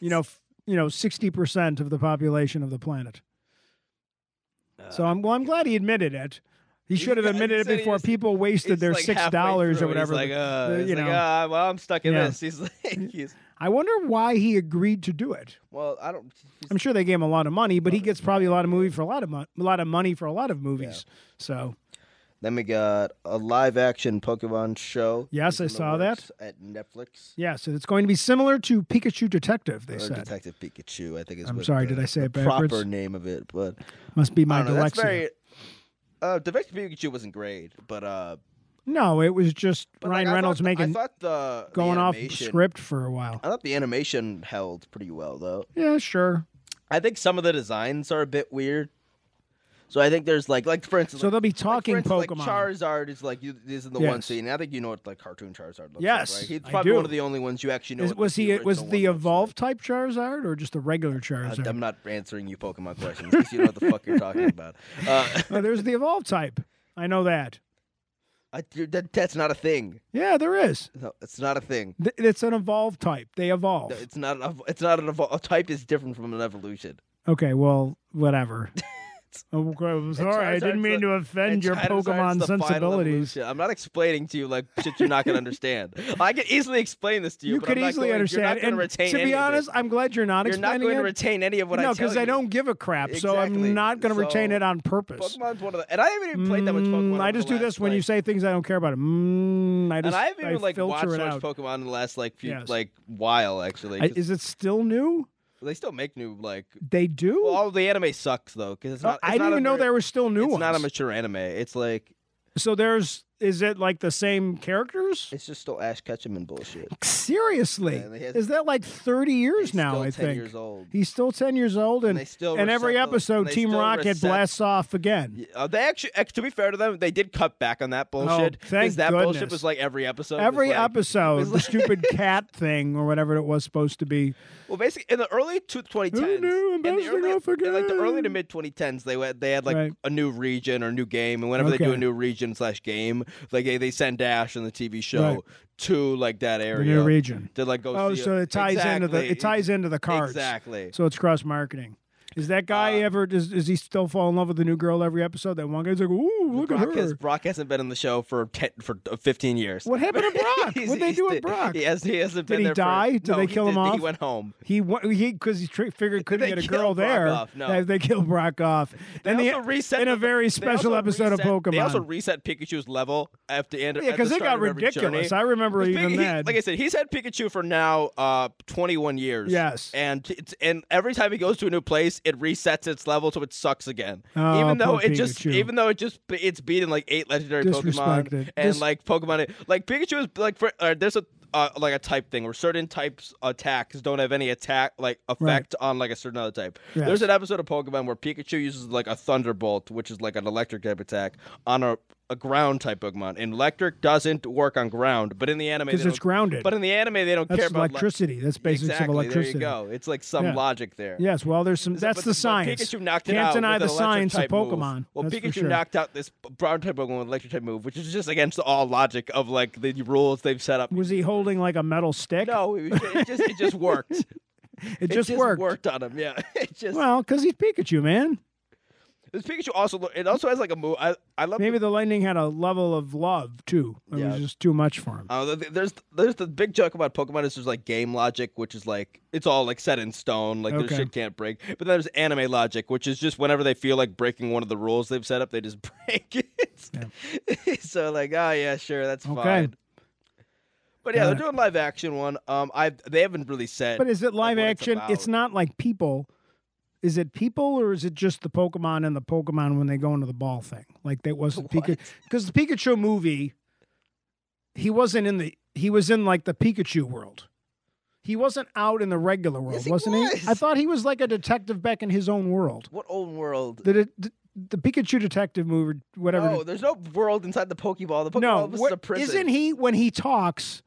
S1: You know, f- you know, sixty percent of the population of the planet.
S2: Uh,
S1: so I'm well. I'm glad he admitted it. He should have
S2: yeah, he
S1: admitted
S2: said
S1: it
S2: he
S1: before
S2: just-
S1: people wasted
S2: He's
S1: their
S2: like
S1: six
S2: halfway
S1: dollars
S2: through,
S1: or whatever.
S2: He's like, uh,
S1: the-
S2: he's
S1: you
S2: like,
S1: know.
S2: uh, well, I'm stuck in
S1: Yeah.
S2: this. He's like, he's,
S1: I wonder why he agreed to do it.
S2: well, I don't.
S1: I'm sure they gave him a lot of money, but he gets probably a lot of movie for a lot of mon- a lot of money for a lot of movies. So
S2: Then we got a live action Pokemon show.
S1: Yes,
S2: is
S1: I
S2: in the
S1: saw that.
S2: works At Netflix.
S1: yeah, so it's going to be similar to Pikachu Detective. They
S2: Or
S1: said
S2: Detective Pikachu, I think is
S1: I'm
S2: what
S1: sorry,
S2: the-
S1: did I say
S2: the
S1: it backwards?
S2: proper name of it, but
S1: must be
S2: I
S1: my
S2: don't know,
S1: dyslexia.
S2: that's very Uh, Detective Pikachu wasn't great, but uh,
S1: No, it was just
S2: but,
S1: Ryan
S2: like, I
S1: Reynolds
S2: thought- I
S1: making
S2: thought the the
S1: going off
S2: animation-
S1: script for a while.
S2: I thought the animation held pretty well though.
S1: Yeah, sure.
S2: I think some of the designs are a bit weird. So I think there's like like for instance,
S1: So
S2: like,
S1: they'll be
S2: like, for
S1: talking
S2: instance,
S1: Pokemon.
S2: Like Charizard is like you, this is the one
S1: Yes.
S2: scene. I think you know what like cartoon Charizard looks
S1: Yes,
S2: like. Right? He's
S1: I
S2: probably one
S1: do.
S2: of the only ones you actually know.
S1: Is,
S2: what
S1: was he?
S2: the
S1: Was the
S2: original one looks like.
S1: evolved type Charizard or just the regular
S2: Uh,
S1: Charizard?
S2: I'm not answering you Pokemon questions because you know what the fuck you're talking about. Uh,
S1: Oh, there's the evolved type. I know that.
S2: I, dude, that, that's not a thing.
S1: Yeah, there is.
S2: No, it's not a thing.
S1: Th- It's an evolved type. They evolve.
S2: No, It's not. An, ev- it's not an evol- a type is different from an evolution.
S1: Okay, well, whatever. Okay, I'm sorry, I didn't
S2: Charizard's
S1: mean
S2: the-
S1: to offend
S2: And
S1: your
S2: Charizard's
S1: Pokemon
S2: the final
S1: sensibilities.
S2: evolution. I'm not explaining to you like shit you're not gonna understand. I can easily explain this to you.
S1: You
S2: but
S1: could
S2: I'm not
S1: easily
S2: going, You're
S1: understand.
S2: not gonna
S1: and
S2: retain
S1: to
S2: any
S1: be
S2: of it.
S1: honest, I'm glad you're not
S2: you're not
S1: explaining
S2: going to
S1: it.
S2: retain any of what I
S1: no,
S2: tell
S1: because I
S2: you.
S1: don't give a crap, so
S2: Exactly.
S1: I'm not going to retain
S2: So,
S1: it on purpose.
S2: Pokemon's one of the, and I haven't even played that much
S1: Mm,
S2: Pokemon.
S1: I
S2: over
S1: just
S2: the
S1: do this
S2: last,
S1: when you
S2: like-
S1: say things I don't care about. Mm, I just
S2: And I haven't even
S1: I
S2: like watched
S1: filter
S2: so
S1: it
S2: much
S1: out.
S2: Pokemon in the last like few
S1: Yes.
S2: like while actually.
S1: I-
S2: 'cause
S1: is it still new?
S2: they still make new like.
S1: They do.
S2: Well, all the anime sucks though because it's
S1: Uh,
S2: not.
S1: I
S2: it's not
S1: didn't
S2: a
S1: even know
S2: very-
S1: there were still new
S2: It's
S1: ones.
S2: not a mature anime. It's like
S1: so there's is it like the same characters?
S2: it's just still Ash Ketchum and bullshit.
S1: Seriously,
S2: Yeah, and he has-
S1: is that like 30 years
S2: He's
S1: now?
S2: still
S1: I
S2: 10
S1: think
S2: years old.
S1: he's still 10 years old, and
S2: they still
S1: and every
S2: recycle- and
S1: episode,
S2: they
S1: Team
S2: still
S1: Rocket
S2: recycle-
S1: blasts off again.
S2: Yeah, uh, they actually, ac- to be fair to them, they did cut back on that bullshit.
S1: Oh, thank
S2: that bullshit
S1: goodness.
S2: was like every episode. was
S1: Every
S2: like-
S1: episode,
S2: was
S1: the
S2: like-
S1: stupid cat thing or whatever it was supposed to be.
S2: Well, basically, in the early two- 2010s,
S1: no, I'm
S2: in the
S1: bouncing
S2: early,
S1: off
S2: in like the early to
S1: again.
S2: mid 2010s, they went, they had like
S1: Right.
S2: a new region or new game, and whenever they do
S1: Okay.
S2: a new region slash game, like they, they send Dash in the TV show
S1: Right.
S2: to like that
S1: The
S2: area
S1: new region.
S2: to like go.
S1: Oh,
S2: see
S1: so it ties into the it
S2: Exactly.
S1: ties into the cards.
S2: Exactly.
S1: So it's cross marketing. Is that guy
S2: Uh,
S1: ever? Does is he still fall in love with the new girl every episode? That one guy's like, ooh, look at
S2: Brock,
S1: her.
S2: Has, Brock hasn't been in the show for 10, for 15 years.
S1: What happened to Brock?
S2: He's-
S1: What they
S2: he's
S1: do
S2: di-
S1: with Brock?
S2: He, has, he hasn't
S1: Did
S2: been
S1: he
S2: there for-
S1: die? Did
S2: no,
S1: they
S2: he
S1: kill him
S2: didn't.
S1: off?
S2: He went home.
S1: He wa- he because he tri- figured couldn't
S2: They
S1: get a
S2: kill
S1: girl
S2: Brock
S1: there.
S2: off, no.
S1: They- They killed Brock off.
S2: They
S1: and the-
S2: also reset
S1: in a
S2: the-
S1: very
S2: they
S1: special
S2: also
S1: episode
S2: reset,
S1: of Pokemon.
S2: They also reset Pikachu's level after the end.
S1: yeah,
S2: because
S1: because it got ridiculous. I remember even that.
S2: like I said, he's had Pikachu for now uh, 21 years.
S1: Yes.
S2: and it's, and every time he goes to a new place, it resets its level, so it sucks again.
S1: Oh,
S2: even though
S1: poor
S2: it just,
S1: Pikachu.
S2: even though it just, it's beaten like eight legendary Pokemon
S1: Disrespected.
S2: and
S1: Dis-
S2: like Pokemon, like Pikachu is like for uh, there's a. Uh, like a type thing where certain types attacks don't have any attack like effect on like a certain other type.
S1: Yes.
S2: There's an episode of Pokemon where Pikachu uses like a thunderbolt, which is like an electric type attack, on a, a ground type Pokemon. And electric doesn't work on ground, but in the anime,
S1: because
S2: they
S1: it's
S2: don't-
S1: grounded.
S2: But in the anime, they don't care
S1: that's
S2: about le-
S1: electricity. That's basics
S2: exactly.
S1: of electricity.
S2: There you go. It's like some
S1: Yeah.
S2: logic there.
S1: Yes, well, there's some. That's
S2: But-
S1: the
S2: but
S1: science.
S2: Pikachu knocked it
S1: Can't
S2: out
S1: deny
S2: with an
S1: the science of
S2: electric type move.
S1: Pokemon.
S2: Well,
S1: that's for
S2: Pikachu
S1: sure.
S2: knocked out this brown type Pokemon with electric type move, which is just against all logic of like the rules they've set up.
S1: Was he holding like a metal stick?
S2: No, it, was- it just it just worked. it,
S1: it
S2: just
S1: just, worked.
S2: on him. Yeah, it just
S1: Well, because he's Pikachu, man.
S2: This Pikachu also lo- it also has like a move. I I love
S1: Maybe the lightning had a level of love too. It
S2: Yeah.
S1: was just too much for him.
S2: Uh, th- there's there's the big joke about Pokemon is there's like game logic, which is like it's all like set in stone, like
S1: Okay.
S2: their shit can't break. But then there's anime logic, which is just whenever they feel like breaking one of the rules they've set up, they just break it. so like, oh yeah, sure, that's
S1: Okay.
S2: fine. But yeah,
S1: Got
S2: they're
S1: it.
S2: doing live action one. Um, I they haven't really said.
S1: But is it
S2: like,
S1: live
S2: what it's
S1: action? It's,
S2: about.
S1: not like people. Is it people or is it just the Pokemon and the Pokemon when they go into the ball thing? Like that wasn't Pikachu because the Pikachu movie. He wasn't in the. He was in like the Pikachu world. He wasn't out in the regular world,
S2: Yes, he
S1: wasn't
S2: was.
S1: he? I thought he was like a detective back in his own world.
S2: what old world?
S1: The the, the Pikachu detective movie, or whatever.
S2: No, there's no world inside the Pokeball. Oh, The
S1: the-
S2: Pokeball
S1: no,
S2: is
S1: where-
S2: a prison.
S1: isn't he when he talks?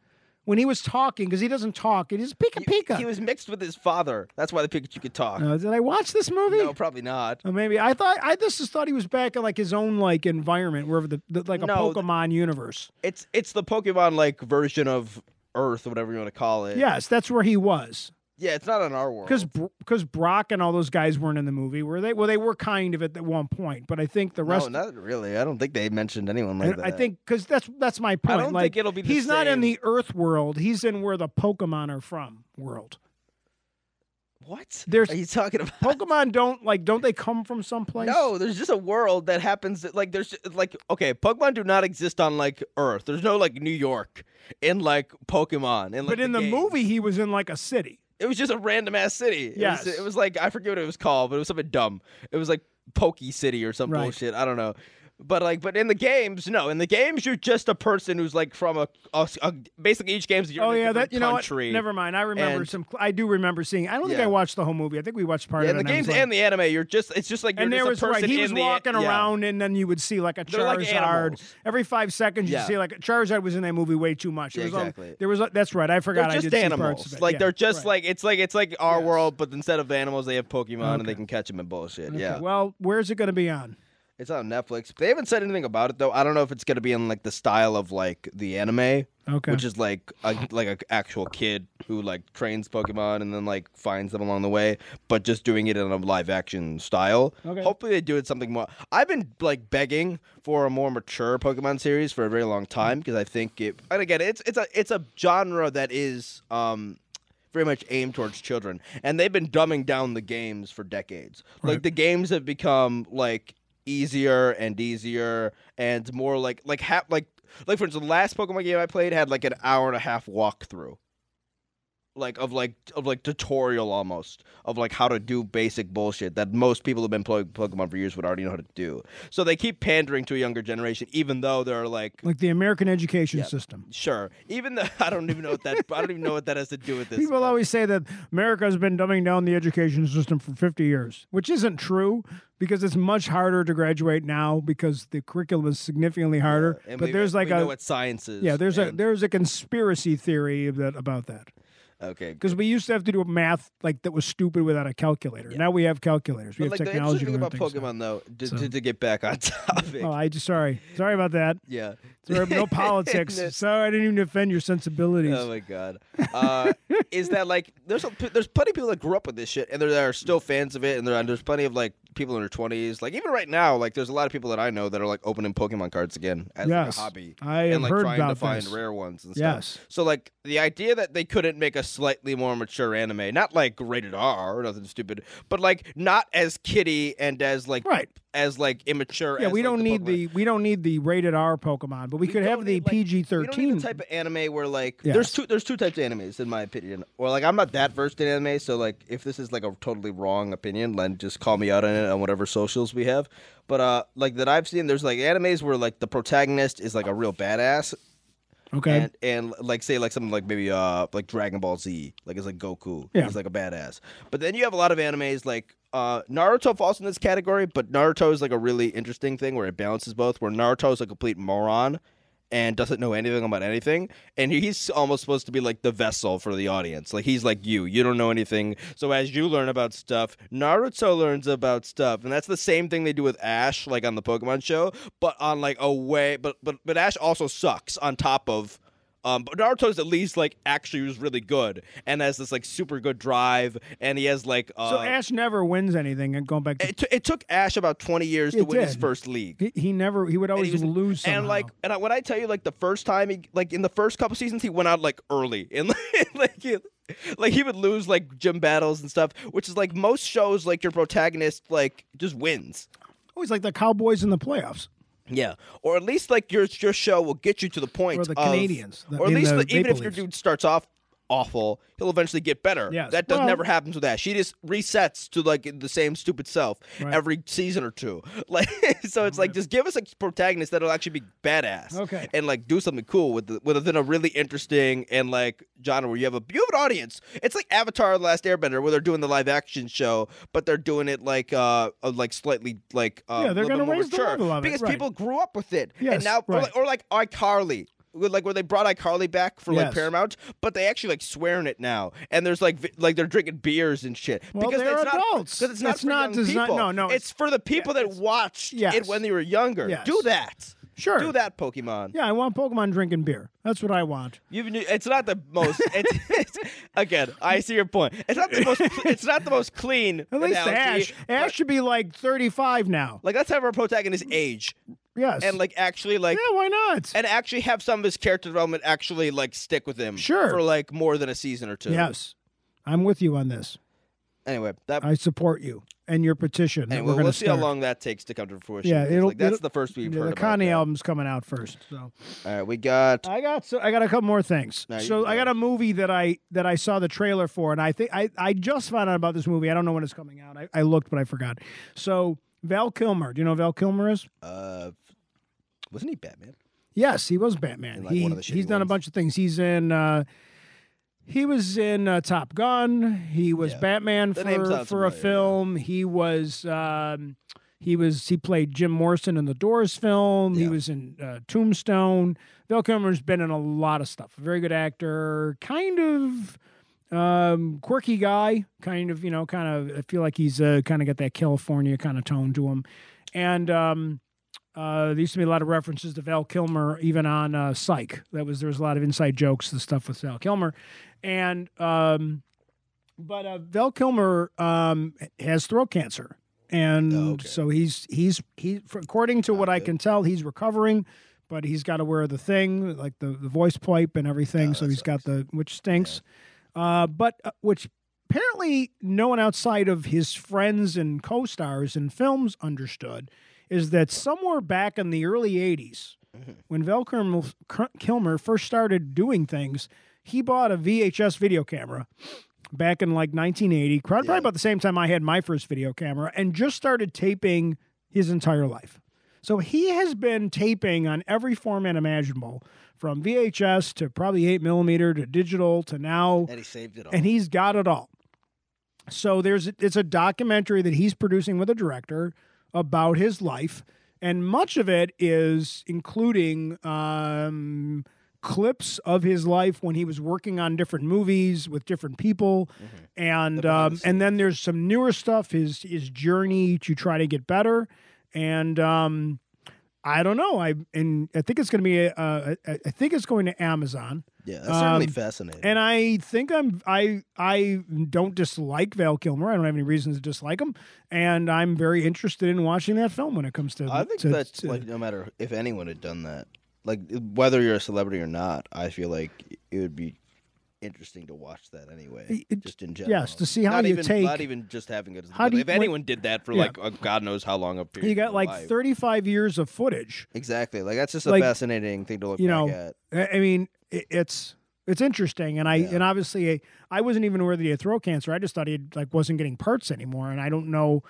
S1: When he was talking, because he doesn't talk, it is Pika
S2: He-
S1: Pika.
S2: He was mixed with his father. That's why the Pikachu could talk.
S1: Uh, did I watch this movie?
S2: no, probably not.
S1: Or Oh, maybe I thought I just thought he was back in like his own like environment, wherever the, the like a
S2: No, th-
S1: Pokemon universe.
S2: It's it's the Pokemon like version of Earth, whatever you want to call it.
S1: Yes, that's where he was.
S2: yeah. It's not on our world.
S1: Because because Brock and all those guys weren't in the movie, were they? Well, they were kind of at that one point, but I think the rest.
S2: no, not really. I don't think they mentioned anyone like
S1: and
S2: that.
S1: I think because that's that's my
S2: I
S1: point.
S2: don't
S1: like
S2: think it'll be. The
S1: he's not in
S2: same-
S1: the Earth world; he's in where the Pokemon are from world.
S2: what?
S1: There's-
S2: Are you talking about?
S1: Pokemon don't like don't they come from someplace?
S2: No, there's just a world that happens. That, like there's like okay, Pokemon do not exist on like Earth. There's no like New York in like Pokemon. And, like,
S1: but in the,
S2: game.
S1: movie, he was in like a city.
S2: it was just a random ass city. It
S1: Yes.
S2: was, it was like I forget what it was called, but it was something dumb. It was like Pokey City or some
S1: Right.
S2: bullshit. I don't know. But like, but in the games, no. In the games, you're just a person who's like from a, a, a basically each game's you're
S1: Oh
S2: in a
S1: yeah,
S2: different
S1: that you know what?
S2: country.
S1: Never mind. I remember
S2: And-
S1: some. cl- I do remember seeing. I don't think
S2: Yeah.
S1: I watched the whole movie. I think we watched part
S2: Yeah,
S1: of it.
S2: the
S1: and I was
S2: games
S1: like-
S2: and the anime, you're just it's just like you're
S1: and there was
S2: just a person
S1: right. He
S2: in
S1: was
S2: the-
S1: walking
S2: yeah.
S1: around, and then you would see like a
S2: They're like
S1: Charizard.
S2: animals.
S1: Every five seconds, you
S2: Yeah.
S1: would see like a Charizard was in that movie way too much. It
S2: Yeah,
S1: was on-
S2: exactly.
S1: there was a- that's right. I forgot.
S2: They're
S1: I
S2: just
S1: did see parts
S2: animals.
S1: of it.
S2: Like
S1: Yeah,
S2: they're just
S1: right.
S2: like it's like it's like our
S1: Yes.
S2: world, but instead of animals, they have Pokemon and they
S1: Okay.
S2: can catch them and bullshit.
S1: Okay,
S2: Yeah,
S1: Well, where's it going to be on?
S2: it's on Netflix. They haven't said anything about it though. I don't know if it's gonna be in like the style of like the anime,
S1: Okay.
S2: which is like a, like an actual kid who like trains Pokemon and then like finds them along the way, but just doing it in a live action style.
S1: Okay.
S2: Hopefully they do it something more. I've been like begging for a more mature Pokemon series for a very long time because I think it. And again, it's it's a it's a genre that is um very much aimed towards children, and they've been dumbing down the games for decades. Like
S1: Right.
S2: the games have become like easier and easier and more like like ha- like like for instance, the last Pokemon game I played had like an hour and a half walkthrough, like of like of like tutorial almost of like how to do basic bullshit that most people who've been playing Pokemon for years would already know how to do. So they keep pandering to a younger generation, even though they're like.
S1: like the American education
S2: Yeah.
S1: system.
S2: Sure. Even though I don't even know what that I don't even know what that has to do with this.
S1: People
S2: but-
S1: always say that America has been dumbing down the education system for 50 years, which isn't true because it's much harder to graduate now because the curriculum is significantly harder.
S2: And
S1: but
S2: we-
S1: there's like
S2: we know
S1: a
S2: what science is.
S1: yeah, there's a
S2: and-
S1: there's a conspiracy theory of that about that
S2: okay.
S1: because we used to have to do math like that was stupid without a calculator. Now we have calculators. We have
S2: But like the
S1: technology
S2: interesting
S1: to
S2: thing
S1: learn
S2: about
S1: things now.
S2: Pokemon though, to,
S1: So-
S2: to, to get back on topic.
S1: Oh, I just sorry, sorry about that.
S2: yeah.
S1: Sorry, no politics.
S2: No.
S1: Sorry, I didn't even offend your sensibilities.
S2: Oh my god. Uh, is that like there's a, there's plenty of people that grew up with this shit and there that are still fans of it and there there's plenty of like people in their 20s like even right now like there's a lot of people that I know that are like opening Pokemon cards again as
S1: Yes.
S2: like a hobby
S1: I have
S2: and like
S1: heard
S2: trying to
S1: about
S2: find
S1: this.
S2: rare ones and stuff.
S1: yes.
S2: So like the idea that they couldn't make a slightly more mature anime, not like rated R or nothing stupid, but like not as kiddie and as like
S1: Right.
S2: as like immature.
S1: Yeah,
S2: as,
S1: we
S2: like,
S1: don't
S2: the
S1: need
S2: Pokemon.
S1: the we don't need the rated R Pokemon, but we, could
S2: don't
S1: have the
S2: need, like-
S1: PG
S2: We don't need
S1: thirteen.
S2: the type of anime where like there's
S1: Yes.
S2: two there's two types of animes in my opinion. Or like I'm not that versed in anime, so like if this is like a totally wrong opinion, then just call me out on it on whatever socials we have. But uh like that I've seen, there's like animes where like the protagonist is like a real badass,
S1: Okay,
S2: and, and like say like something like maybe uh like Dragon Ball Z, like it's like Goku,
S1: Yeah.
S2: he's like a badass. But then you have a lot of animes like uh Naruto falls in this category, but Naruto is like a really interesting thing where it balances both. Where Naruto is a complete moron and doesn't know anything about anything, and he- he's almost supposed to be like the vessel for the audience. Like he's like you, you don't know anything. So as you learn about stuff, Naruto learns about stuff, and that's the same thing they do with Ash, like on the Pokemon show, but on like a way, but but but Ash also sucks on top of um, but Naruto's at least like actually was really good and has this like super good drive and he has like uh,
S1: so eh, Ash never wins anything. And going back to
S2: it, t- it took Ash about twenty years to
S1: It
S2: win his
S1: did.
S2: first league.
S1: he, he never he would
S2: And
S1: always
S2: he was-
S1: lose. Somehow.
S2: And like, and I, when I tell you, like the first time, he like in the first couple seasons, he went out like early, and like, like, he, like he would lose like gym battles and stuff, which is like most shows, like your protagonist like just wins.
S1: always like the Cowboys in the playoffs.
S2: Yeah, or at least like your your show will get you to the point.
S1: Or the
S2: of-
S1: Canadians, the-
S2: or at
S1: in
S2: least
S1: the
S2: the- even
S1: Maple
S2: if your
S1: Leafs.
S2: dude starts off awful, he'll eventually get better.
S1: Yes.
S2: that does
S1: Well-
S2: never happens with that. She just resets to like the same stupid self
S1: Right.
S2: every season or two. Like so, it's like just give us a protagonist that'll actually be badass.
S1: Okay.
S2: and like do something cool with the, within a really interesting and like genre where you have a you have an audience. It's like Avatar: The Last Airbender, where they're doing the live action show, but they're doing it like uh uh, like slightly like uh,
S1: Yeah, they're gonna
S2: little bit more
S1: raise the
S2: mature
S1: level of it,
S2: because
S1: right.
S2: people grew up with it. and
S1: Yes,
S2: now or
S1: right.
S2: like, or like iCarly. with, Like where they brought iCarly back for like
S1: Yes.
S2: Paramount, but they actually like swear in it now, and there's like vi- like they're drinking beers and shit
S1: Well,
S2: because
S1: they're
S2: it's not-
S1: adults.
S2: 'cause it's not
S1: It's
S2: for
S1: not
S2: young
S1: desi-
S2: people.
S1: no, no,
S2: it's, for the people that watched it
S1: yes.
S2: when they were younger.
S1: Yes.
S2: Do that,
S1: Sure.
S2: Do that, Pokemon.
S1: Yeah, I want Pokemon drinking beer. That's what I want.
S2: You've, knew- it's not the most. It's, it's, again, I see your point. It's not the most. It's not the most clean.
S1: At least
S2: analogy,
S1: Ash. Ash should be like thirty five now.
S2: Like let's have our protagonist age
S1: Yes.
S2: and like actually like
S1: yeah, why not?
S2: and actually have some of his character development actually like stick with him.
S1: Sure.
S2: For like more than a season or two.
S1: yes, I'm with you on this.
S2: Anyway, that.
S1: I support you and your petition. that
S2: anyway,
S1: we're
S2: we'll,
S1: gonna
S2: see how
S1: start.
S2: long that takes to come to fruition.
S1: Yeah,
S2: It's
S1: it'll-
S2: like, that's
S1: it'll-
S2: the first we've
S1: Yeah,
S2: heard
S1: the
S2: about
S1: Kanye
S2: that.
S1: album's coming out first, so.
S2: All right, we got.
S1: I got so I got a couple more things.
S2: No, you
S1: so
S2: go.
S1: I got a movie that I that I saw the trailer for, and I think I I just found out about this movie. I don't know when it's coming out. I, I looked, but I forgot. So Val Kilmer. Do you know who Val Kilmer is?
S2: Uh, wasn't he Batman?
S1: Yes, he was Batman.
S2: In, like,
S1: he,
S2: one of the
S1: he's
S2: shitty
S1: done a
S2: ones.
S1: bunch of things. He's in. Uh, he was in uh, Top Gun. He was
S2: Yeah.
S1: Batman
S2: The name
S1: for
S2: sounds
S1: for a
S2: familiar, yeah.
S1: film. He was. Um, he was. He played Jim Morrison in the Doors film. He
S2: Yeah.
S1: was in uh, Tombstone. Val Kilmer's been in a lot of stuff. Very good actor. Kind of. Um, quirky guy, kind of, you know, kind of. I feel like he's uh, kind of got that California kind of tone to him, and um, uh, there used to be a lot of references to Val Kilmer, even on uh, Psych. That was there was a lot of inside jokes, the stuff with Val Kilmer, and um, but uh, Val Kilmer um, has throat cancer, and
S2: Oh, okay.
S1: so he's he's he. for- According to what I
S2: good.
S1: can tell, he's recovering, but he's got to wear the thing like the, the voice pipe and everything.
S2: Oh,
S1: so
S2: that
S1: he's got the which stinks, uh, but uh, which apparently no one outside of his friends and co-stars in films understood is that somewhere back in the early 80s when val kilmer, kilmer first started doing things he bought a vhs video camera back in like 1980 probably
S2: Yeah.
S1: about the same time i had my first video camera and just started taping his entire life so he has been taping on every format imaginable from vhs to probably 8 millimeter to digital to now
S2: And he saved it all.
S1: Oh. and he's got it all. So there's it's a documentary that he's producing with a director about his life, and much of it is including um, clips of his life when he was working on different movies with different people, and
S2: The behind
S1: um,
S2: the
S1: and then there's some newer stuff his his journey to try to get better, and um, I don't know I and I think it's going to be a, a, a, I think it's going to Amazon.
S2: yeah, that's certainly
S1: um,
S2: fascinating.
S1: And I think I'm I I don't dislike Val Kilmer. I don't have any reason to dislike him, and I'm very interested in watching that film when it comes to.
S2: I think
S1: to-
S2: that's
S1: to-
S2: like no matter if anyone had done that, like whether you're a celebrity or not, I feel like it would be interesting to watch that anyway.
S1: It- it-
S2: just in general.
S1: yes to see how
S2: not
S1: you
S2: even,
S1: take.
S2: Not even just having it. As
S1: How
S2: how
S1: do you-
S2: if anyone did that for
S1: Yeah.
S2: like a God knows how long a period.
S1: you
S2: of
S1: got
S2: their
S1: like
S2: life.
S1: 35 years of footage.
S2: Exactly. Like that's just a
S1: like,
S2: fascinating thing to look
S1: you
S2: back
S1: know,
S2: at.
S1: I I mean, i- it's it's interesting, and I
S2: Yeah.
S1: and obviously I wasn't even aware that he had throat cancer. I just thought he had, like wasn't getting parts anymore, and I don't know,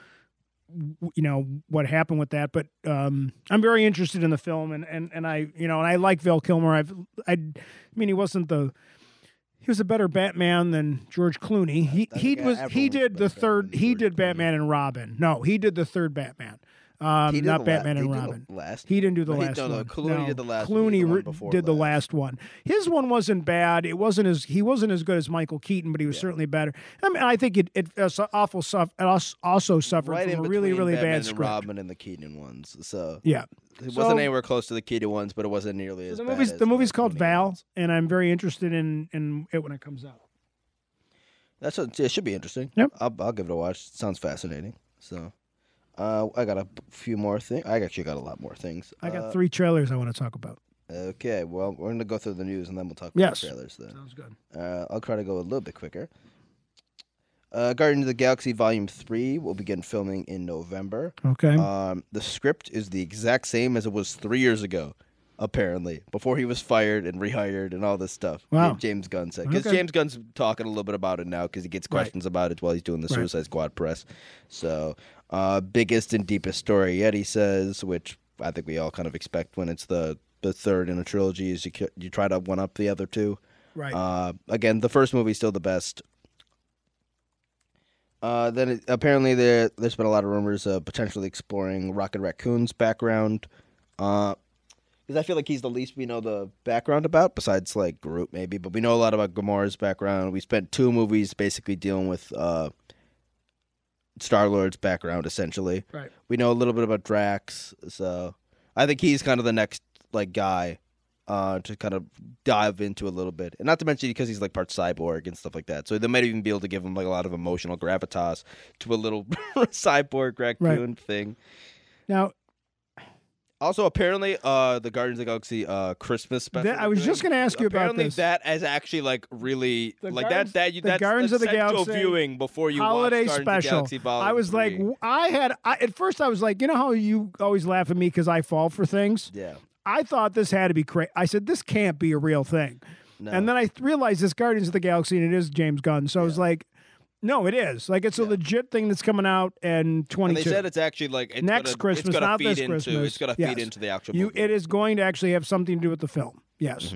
S1: w- you know, what happened with that. But um, I'm very interested in the film, and and and I you know, and I like Val Kilmer. I've I, I mean, he wasn't the he was a better Batman than George Clooney. He
S2: I
S1: he
S2: think
S1: was
S2: everyone
S1: he
S2: was
S1: did the
S2: better Batman
S1: third
S2: than
S1: he
S2: George
S1: did
S2: Clooney.
S1: Batman and Robin. No, he did the third Batman. Um,
S2: He did
S1: not
S2: the la-
S1: Batman and
S2: he did the
S1: Robin.
S2: last
S1: He didn't do the
S2: No, he-
S1: last
S2: no, no,
S1: one.
S2: Clooney did the last one.
S1: Clooney
S2: He did the one
S1: re-
S2: before
S1: did the
S2: last.
S1: last one. His one wasn't bad. It wasn't as he wasn't as good as Michael Keaton, but he was certainly better. I mean, I think it it it's awful stuff. It als- also suffered
S2: Right in
S1: from a really
S2: between
S1: really
S2: Batman
S1: bad
S2: and
S1: script.
S2: Robin and the Keaton ones. So
S1: Yeah.
S2: it
S1: So-
S2: wasn't anywhere close to the Keaton ones, but it wasn't nearly as
S1: The
S2: bad
S1: movie's
S2: as
S1: the movie's
S2: Clooney
S1: called Val,
S2: ones.
S1: and I'm very interested in in it when it comes out.
S2: That's what, it should be interesting.
S1: Yep.
S2: I'll, I'll give it a watch. sounds fascinating. So, uh, I got a b- few more things. I actually got a lot more things.
S1: I got
S2: Uh,
S1: three trailers I want to talk about.
S2: Okay, well, we're gonna go through the news and then we'll talk about
S1: Yes.
S2: the trailers. Then
S1: Sounds good.
S2: uh, I'll try to go a little bit quicker. Uh, Guardians of the Galaxy Volume Three will begin filming in November.
S1: Okay.
S2: Um, the script is the exact same as it was three years ago, apparently, before he was fired and rehired and all this stuff.
S1: Wow.
S2: James Gunn said. Because
S1: Okay.
S2: James Gunn's talking a little bit about it now because he gets
S1: Right.
S2: questions about it while he's doing the
S1: Right.
S2: Suicide Squad press. So, uh, biggest and deepest story yet, he says, which I think we all kind of expect when it's the, the third in a trilogy, is you, ki- you try to one up the other two.
S1: right.
S2: Uh, again, the first movie's still the best. Uh, then it, apparently there there's been a lot of rumors of potentially exploring Rocket Raccoon's background, because I feel like he's the least we know the background about, besides like Groot maybe. But we know a lot about Gamora's background. We spent two movies basically dealing with uh, Star Lord's background essentially.
S1: right.
S2: We know a little bit about Drax, so I think he's kind of the next like guy uh, to kind of dive into a little bit, and not to mention because he's like part cyborg and stuff like that, so they might even be able to give him like a lot of emotional gravitas to a little cyborg raccoon thing.
S1: Now,
S2: Also, apparently, uh, the Guardians of the Galaxy uh, Christmas special.
S1: That- I
S2: they're
S1: was
S2: doing,
S1: just gonna ask you about
S2: apparently
S1: this.
S2: that is actually like really
S1: The
S2: like
S1: Guardians-
S2: that that you
S1: the
S2: that's
S1: Guardians of the
S2: essential
S1: Galaxy
S2: viewing before you
S1: holiday
S2: watch Guardians
S1: special.
S2: Of the Galaxy Volume
S1: I was like,
S2: three.
S1: w- I had I, at first I was like, you know how you always laugh at me because I fall for things.
S2: yeah,
S1: I thought this had to be crazy. I said this can't be a real thing,
S2: no.
S1: and then I th- realized this Guardians of the Galaxy and it is James Gunn. So I was like, No, it is. Like it's a legit thing that's coming out in
S2: And
S1: 22.
S2: they said it's actually like it's
S1: Next
S2: gonna, it's
S1: Christmas,
S2: gonna
S1: not
S2: feed
S1: this
S2: into,
S1: Christmas.
S2: It's gonna feed
S1: Yes.
S2: into the actual.
S1: you
S2: movie. Mm-hmm.
S1: it is going to actually have something to do with the film. Yes.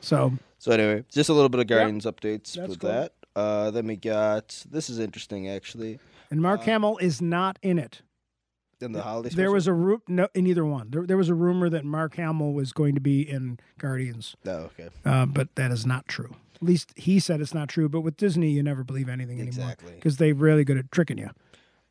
S1: So,
S2: So anyway, just a little bit of Guardians updates
S1: That's
S2: with
S1: cool.
S2: that. Uh, then we got this is interesting actually.
S1: and Mark Hamill is not in it.
S2: In the holiday
S1: There
S2: Uh, special.
S1: was a ru- no in either one. There, there was a rumor that Mark Hamill was going to be in Guardians,
S2: oh, okay
S1: uh, but that is not true. At least he said it's not true. But with Disney, you never believe anything anymore
S2: Exactly.
S1: because they're really good at tricking you,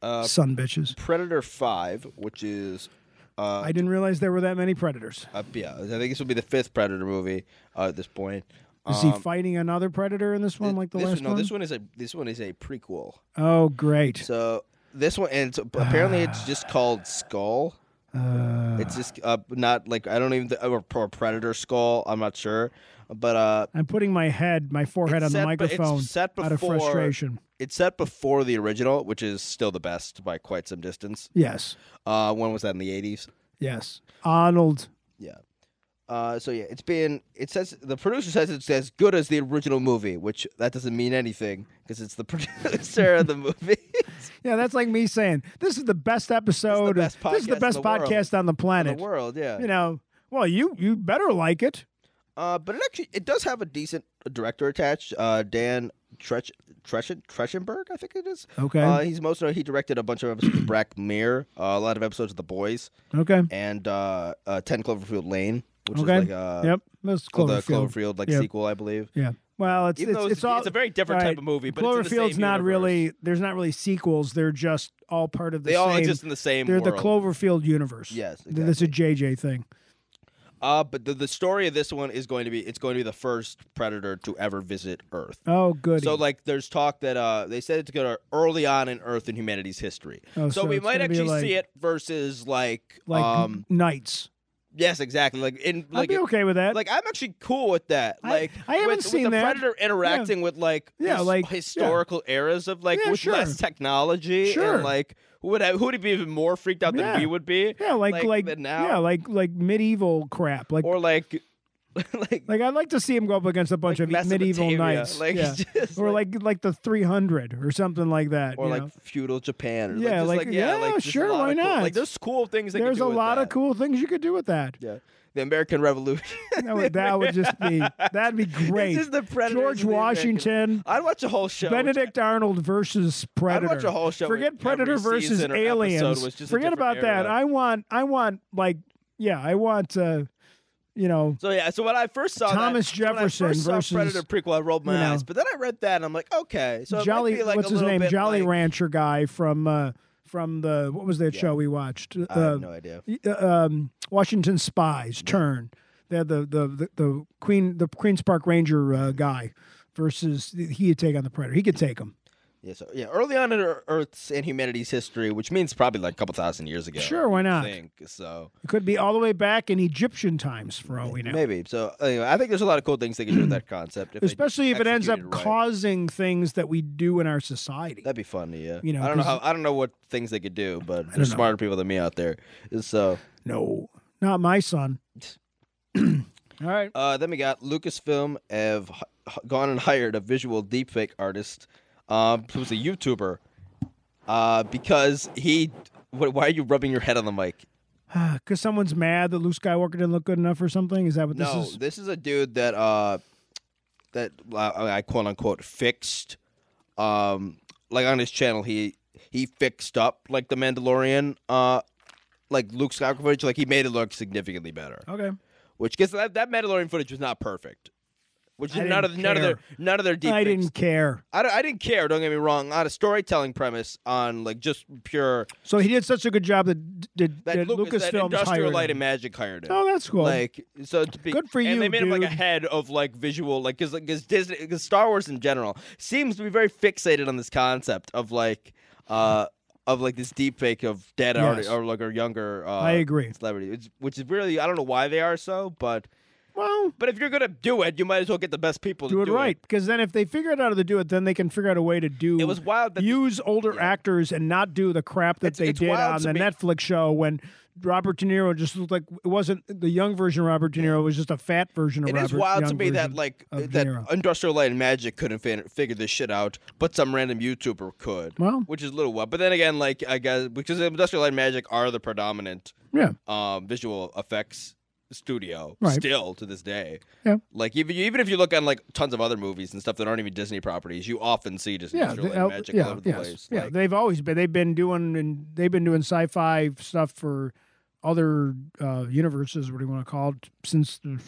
S2: Uh,
S1: son bitches.
S2: Predator Five, which is uh,
S1: I didn't realize there were that many predators.
S2: uh, yeah, I think this will be the fifth Predator movie uh, at this point.
S1: Is he fighting another predator in this one, like the
S2: this
S1: last
S2: no,
S1: one?
S2: this one Um, is a this one is a prequel.
S1: Oh, great!
S2: So this one, and it's, apparently it's just called Skull.
S1: Uh,
S2: It's just uh, not like I don't even or, or Predator Skull. I'm not sure, but uh,
S1: I'm putting my head, my forehead
S2: It's
S1: on the
S2: set- but it's
S1: microphone
S2: set
S1: out of
S2: before-
S1: frustration.
S2: it's set before the original, which is still the best by quite some distance.
S1: Yes,
S2: Uh, when was that in the 80s?
S1: yes. Arnold.
S2: Yeah. Uh, so yeah, it's been. It says the producer says it's as good as the original movie, which that doesn't mean anything because it's the producer of the movie.
S1: Yeah, that's like me saying this is the best episode.
S2: best
S1: this is the
S2: podcast
S1: best
S2: in the world.
S1: podcast on the
S2: the
S1: planet.
S2: world, yeah.
S1: you know, well, you you better like it.
S2: Uh, but it actually it does have a decent director attached. Uh, Dan Trech Treschen Treschenberg, I think it is.
S1: Okay.
S2: Uh, he's most known. He directed a bunch of episodes of Brack Mirror, uh, a lot of episodes of The Boys,
S1: Okay.
S2: and uh, uh, Ten Cloverfield Lane, which
S1: Okay.
S2: is like uh,
S1: yep. That's
S2: the
S1: Cloverfield.
S2: Cloverfield like
S1: Yeah.
S2: sequel, I believe.
S1: Yeah. Well, it's
S2: Even
S1: it's,
S2: though
S1: it's all
S2: a very different
S1: all right,
S2: type of movie, but
S1: Cloverfield's
S2: it's in the same
S1: not
S2: universe.
S1: really. There's not really sequels. They're just all part of the
S2: They
S1: same.
S2: all exist in the same
S1: they're
S2: world.
S1: the Cloverfield universe.
S2: Yes,
S1: Th- That's a JJ thing.
S2: uh, but the, the story of this one is going to be it's going to be the first predator to ever visit Earth.
S1: Oh, good.
S2: So like, there's talk that uh, they said it's gonna early on in Earth and humanity's history.
S1: Oh,
S2: so,
S1: so
S2: we
S1: it's
S2: might
S1: gonna be
S2: actually
S1: like-
S2: see it versus like,
S1: like
S2: um,
S1: knights.
S2: yes, exactly. Like in
S1: I'd
S2: like,
S1: be okay with that.
S2: like I'm actually cool with that.
S1: I-
S2: Like
S1: I haven't
S2: with, with
S1: seen
S2: the
S1: that.
S2: predator interacting with like
S1: Yeah,
S2: his-
S1: like-
S2: historical eras of like
S1: Yeah,
S2: with
S1: sure.
S2: less technology
S1: Sure.
S2: and like who would who would be even more freaked out
S1: Yeah.
S2: than we would be.
S1: yeah, like like,
S2: than now
S1: yeah, like like medieval crap. Like
S2: or like like
S1: like I'd like to see him go up against a bunch
S2: like
S1: of e, medieval
S2: Mesopotamia,
S1: knights.
S2: like
S1: yeah.
S2: just,
S1: or like like the 300 or something like that.
S2: or
S1: you
S2: like
S1: know?
S2: feudal Japan. Or
S1: Yeah,
S2: like, just
S1: like-
S2: like yeah,
S1: yeah,
S2: like just a
S1: sure,
S2: lot
S1: why
S2: of cool-
S1: not?
S2: like there's cool things. They
S1: there's
S2: could do
S1: a
S2: with
S1: lot of
S2: that.
S1: cool things you could do with that.
S2: Yeah, the American Revolution.
S1: That would, that would just be that'd be great.
S2: This is the Predators of
S1: George
S2: the American-
S1: Washington,
S2: I'd watch a whole show.
S1: Benedict Arnold versus
S2: I'd
S1: Predator.
S2: watch a whole show. where
S1: Forget
S2: every
S1: Predator versus
S2: season or episode
S1: aliens.
S2: was just a
S1: Forget
S2: different
S1: about that.
S2: era.
S1: I want I want like yeah, I want uh you know
S2: so yeah, so when I first saw that-
S1: Thomas
S2: when I first
S1: Jefferson
S2: saw
S1: versus,
S2: Predator prequel, I rolled my
S1: you know,
S2: eyes. But then I read that and I'm like, okay, so it might
S1: Jolly
S2: be like
S1: what's
S2: a
S1: his
S2: little
S1: name?
S2: bit
S1: Jolly
S2: like,
S1: Rancher guy from uh from the what was that show we watched?
S2: I
S1: Uh,
S2: have no idea.
S1: uh, um, Washington Spies turn. They had the the the, the Queen the Queens Park Ranger uh, guy versus he would take on the Predator. He could take him.
S2: Yeah, so yeah, early on in Ear- Earth's and humanity's history, which means probably like a couple thousand years ago.
S1: Sure, why
S2: I
S1: not?
S2: Think so.
S1: It could be all the way back in Egyptian times for all we know.
S2: Maybe. So anyway, I think there's a lot of cool things they can do with that concept. If they
S1: Especially if it ends up
S2: execute right.
S1: causing things that we do in our society.
S2: That'd be fun, yeah.
S1: You know,
S2: I don't know
S1: 'cause-
S2: how I don't know what things they could do, but there's
S1: know.
S2: smarter people than me out there. So
S1: No, not my son. all right.
S2: uh, then we got Lucasfilm have h- h- gone and hired a visual deepfake artist, um, who's a YouTuber, uh, because he. Wh- why are you rubbing your head on the mic?
S1: Because someone's mad that Luke Skywalker didn't look good enough or something. Is that what
S2: no,
S1: this is?
S2: this is a dude that uh that uh, I quote unquote fixed um like on his channel he he fixed up like the Mandalorian uh like Luke Skywalker footage like he made it look significantly better.
S1: Okay.
S2: Which guess that that Mandalorian footage was not perfect. Which
S1: I
S2: none of
S1: didn't
S2: none of their none of their deep
S1: I didn't care.
S2: I, don't- I didn't care, don't get me wrong, on a storytelling premise on like just pure
S1: So he did such a good job that, d- did
S2: that,
S1: that
S2: Lucas, that
S1: Lucasfilm
S2: Industrial
S1: hired
S2: Light
S1: him.
S2: and Magic hired him.
S1: Oh, that's cool.
S2: Like so, to be,
S1: Good for
S2: And
S1: you,
S2: they made him like
S1: dude.
S2: a head of like visual, like because Disney, because Star Wars in general seems to be very fixated on this concept of like, uh, of like this deep fake of dead
S1: Yes.
S2: arti- or like or younger. Uh,
S1: I agree.
S2: Celebrity, it's, which is really I don't know why they are so, but
S1: Well,
S2: But if you're gonna do it, you might as well get the best people
S1: do
S2: to
S1: it right because then if they figure out how to do it, then they can figure out a way to do.
S2: It was wild that
S1: use older actors and not do the crap that
S2: It's-
S1: they
S2: it's
S1: did
S2: wild
S1: on
S2: to
S1: the
S2: me.
S1: Netflix show when Robert De Niro just looked like it wasn't the young version of Robert De Niro it was just a fat version of
S2: It
S1: Robert.
S2: is wild to
S1: young
S2: me that
S1: version
S2: like
S1: of De
S2: that
S1: Niro.
S2: Industrial Light and Magic couldn't fin- figure this shit out, but some random YouTuber could.
S1: Well.
S2: which is a little wild. But then again, like I guess because Industrial Light and Magic are the predominant
S1: yeah,
S2: um, visual effects studio
S1: Right.
S2: still to this day.
S1: Yeah.
S2: Like even even if you look on like tons of other movies and stuff that aren't even Disney properties, you often see just
S1: yeah,
S2: Industrial
S1: the-
S2: Light and
S1: uh,
S2: Magic all
S1: yeah,
S2: over the
S1: yes,
S2: place.
S1: yeah.
S2: Like,
S1: they've always been they've been doing and they've been doing sci-fi stuff for other uh, universes. What do you want to call it? Since the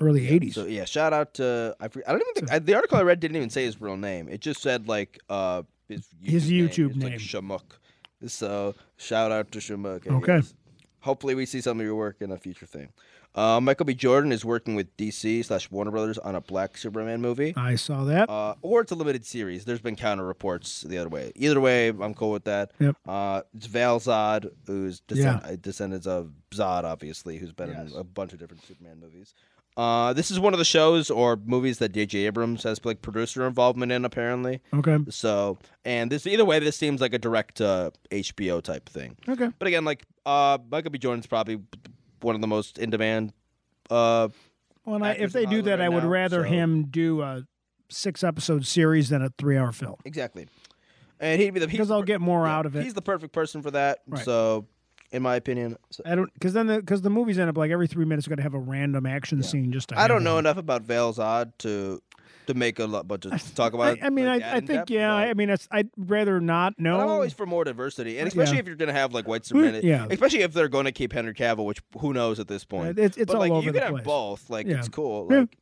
S1: early '80s.
S2: So yeah, shout out to I, forget- I don't even think I, the article I read didn't even say his real name. It just said like uh his YouTube
S1: His YouTube
S2: name.
S1: name.
S2: It's like Shamuk. So shout out to Shamuk. I
S1: Okay.
S2: guess. Hopefully we see some of your work in a future thing. Uh, Michael B. Jordan is working with DC slash Warner Brothers on a Black Superman movie.
S1: I saw that.
S2: Uh, or it's a limited series. There's been counter reports the other way. Either way, I'm cool with that.
S1: Yep.
S2: Uh, it's Val Zod, who's descend- uh, descendants of Zod, obviously, who's been
S1: Yes.
S2: in a bunch of different Superman movies. Uh, this is one of the shows or movies that J.J. Abrams has like producer involvement in, apparently.
S1: okay.
S2: So, and this either way, this seems like a direct uh, HBO type thing.
S1: Okay.
S2: But again, like uh, Michael B. Jordan's probably one of the most in demand uh,
S1: Well, and I,
S2: actors
S1: if
S2: in
S1: they do
S2: Hollywood
S1: that,
S2: right
S1: I would
S2: now,
S1: rather
S2: so-
S1: him do a six episode series than a three hour film
S2: Exactly. And he'd be the he's
S1: because
S2: the
S1: I'll
S2: per-
S1: get more
S2: yeah,
S1: out of
S2: He's
S1: it.
S2: the perfect person for that.
S1: Right.
S2: So, in my opinion, so-
S1: I don't because then because the, movies end up like every three minutes going to have a random action scene. Just to
S2: I
S1: have
S2: don't know
S1: one.
S2: enough about Vale's odd to to make a lot, but to talk about.
S1: I, I mean,
S2: like, that
S1: I, I
S2: in
S1: think
S2: depth,
S1: yeah.
S2: but-
S1: I mean, it's, I'd rather not know.
S2: but I'm always for more diversity, and especially if you're gonna have like white
S1: Who-
S2: supremacy,
S1: yeah.
S2: especially if they're gonna keep Henry Cavill, which who knows at this
S1: Uh,
S2: point.
S1: it's it's
S2: but
S1: all
S2: like
S1: over
S2: you
S1: the
S2: can
S1: place.
S2: have both, like
S1: Yeah.
S2: it's cool.
S1: Yeah.
S2: Like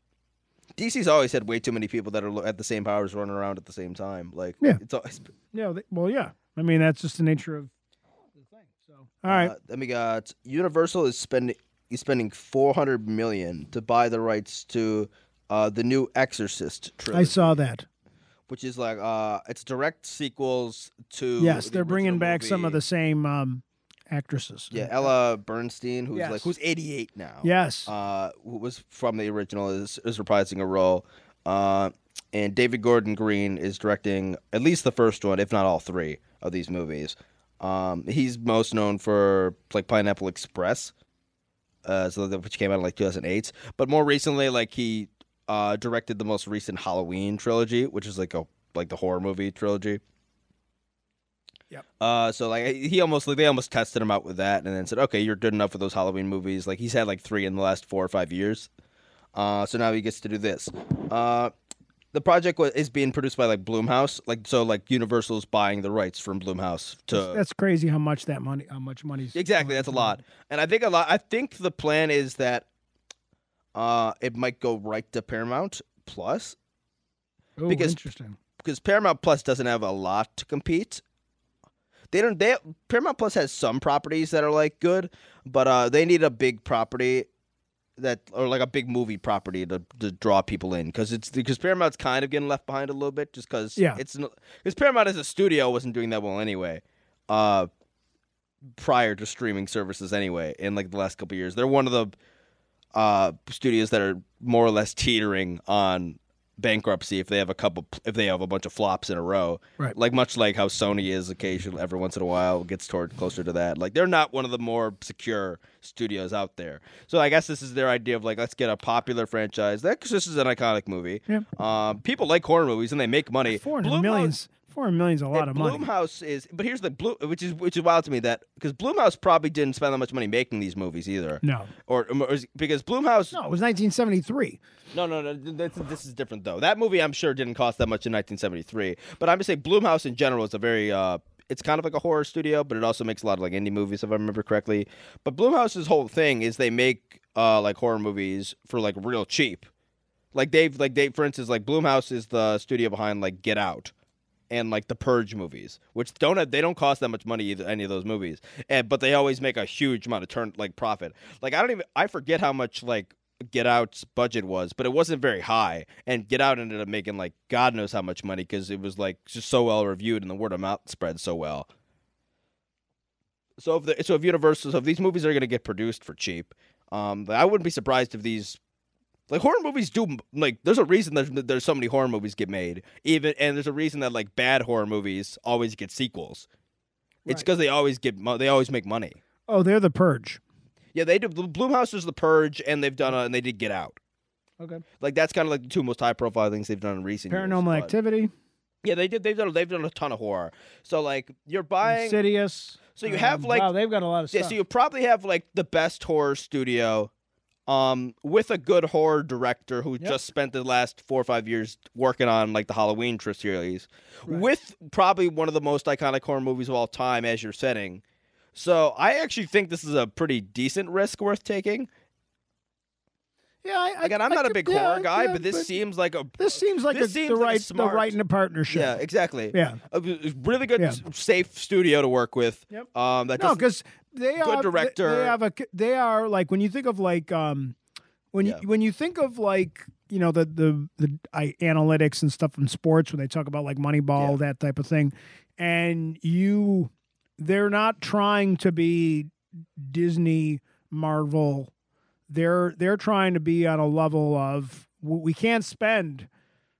S2: DC's always had way too many people that are lo- at the same powers running around at the same time. Like
S1: Yeah.
S2: it's always
S1: Yeah. They, well, yeah. I mean, that's just the nature of the thing. So all right.
S2: Uh, then we got Universal is spending is spending 400 million to buy the rights to uh, the new Exorcist
S1: I
S2: trilogy,
S1: saw that.
S2: which is like uh, it's direct sequels to
S1: Yes,
S2: the
S1: they're bringing
S2: original
S1: back some of the
S2: movie.
S1: same um, actresses.
S2: yeah Ella Bernstein who's
S1: Yes.
S2: like who's 88 now
S1: Yes.
S2: uh, who was from the original is is reprising a role uh, and David Gordon Green is directing at least the first one if not all three of these movies um, he's most known for like Pineapple Express uh, so that, which came out in like 2008. But more recently, like he uh, directed the most recent Halloween trilogy, which is like a like the horror movie trilogy.
S1: Yep.
S2: Uh, so like he almost like they almost tested him out with that, and then said, okay, you're good enough with those Halloween movies. Like he's had like three in the last four or five years. Uh, so now he gets to do this. Uh, the project was, is being produced by like Bloomhouse, like so like Universal's buying the rights from Bloomhouse to
S1: that's crazy how much that money, how much money's
S2: Exactly,
S1: going
S2: that's a
S1: into
S2: lot. And I think a lot. I think the plan is that uh, it might go right to Paramount Plus
S1: that. Ooh,
S2: because-
S1: interesting.
S2: because Paramount Plus doesn't have a lot to compete. They don't. They Paramount Plus has some properties that are like good, but uh, they need a big property that or like a big movie property to, to draw people in because it's because Paramount's kind of getting left behind a little bit just because
S1: Yeah.
S2: it's because Paramount as a studio wasn't doing that well anyway. Uh, prior to streaming services anyway in like the last couple of years they're one of the uh studios that are more or less teetering on bankruptcy if they have a couple if they have a bunch of flops in a row
S1: Right.
S2: like much like how sony is occasionally every once in a while gets toward closer to that like they're not one of the more secure studios out there so i guess this is their idea of like let's get a popular franchise that because this is an iconic movie
S1: Yeah.
S2: um people like horror movies and they make money
S1: Four hundred
S2: Blumhouse-
S1: millions. Four hundred million's a lot
S2: and
S1: of money.
S2: Blumhouse is, but here's the blue, which is which is wild to me that because Blumhouse probably didn't spend that much money making these movies either,
S1: No,
S2: or, or is- because Blumhouse.
S1: no, it was nineteen seventy three.
S2: No, no, no. th- This, this is different though. That movie I'm sure didn't cost that much in 1973, but I'm just saying Blumhouse in general is a very. Uh, it's kind of like a horror studio, but it also makes a lot of like indie movies, if I remember correctly. But Blumhouse's whole thing is they make uh, like horror movies for like real cheap. Like they've like they for instance like Bloomhouse is the studio behind like Get Out and like the Purge movies, which don't have, they don't cost that much money either any of those movies, and but they always make a huge amount of turn like profit. Like I don't even I forget how much like Get Out's budget was, but it wasn't very high, and Get Out ended up making like God knows how much money because it was like just so well reviewed and the word of mouth spread so well. So if the, so if Universal so if these movies are going to get produced for cheap, Um, but I wouldn't be surprised if these like horror movies do like there's a reason that there's so many horror movies get made even and there's a reason that like bad horror movies always get sequels. It's
S1: Right.
S2: because they always get mo- they always make money.
S1: Oh, they're the purge.
S2: Yeah, they do. Bloomhouse is The Purge, and they've done a, and they did Get Out.
S1: Okay.
S2: Like that's kind of like the two most high profile things they've done in recent years,
S1: Paranormal
S2: but-
S1: activity.
S2: Yeah, they did. They've done. They've done a ton of horror. So like you're buying.
S1: Insidious.
S2: So you have, like-
S1: wow, they've got a lot of
S2: Yeah,
S1: stuff.
S2: so you probably have like the best horror studio, um, with a good horror director who
S1: Yep.
S2: just spent the last four or five years working on like the Halloween tr- series,
S1: Right.
S2: with probably one of the most iconic horror movies of all time as your setting. So I actually think this is a pretty decent risk worth taking.
S1: yeah, I, I,
S2: Again, I'm
S1: I
S2: not a
S1: could-
S2: big
S1: yeah,
S2: horror guy,
S1: yeah,
S2: but this seems like a
S1: this seems like
S2: this
S1: a,
S2: seems
S1: the
S2: like a
S1: right,
S2: smart-
S1: the right in a partnership.
S2: yeah, exactly.
S1: yeah.
S2: A a really good,
S1: Yeah.
S2: s- safe studio to work with.
S1: Yep.
S2: Um, that
S1: No,
S2: just,
S1: because they
S2: good
S1: are they-
S2: director.
S1: They have a they are like when you think of like um when
S2: Yeah.
S1: you when you think of like you know the the the I, analytics and stuff from sports when they talk about like Moneyball
S2: Yeah.
S1: that type of thing, and you they're not trying to be Disney Marvel. They're they're trying to be on a level of w- we can't spend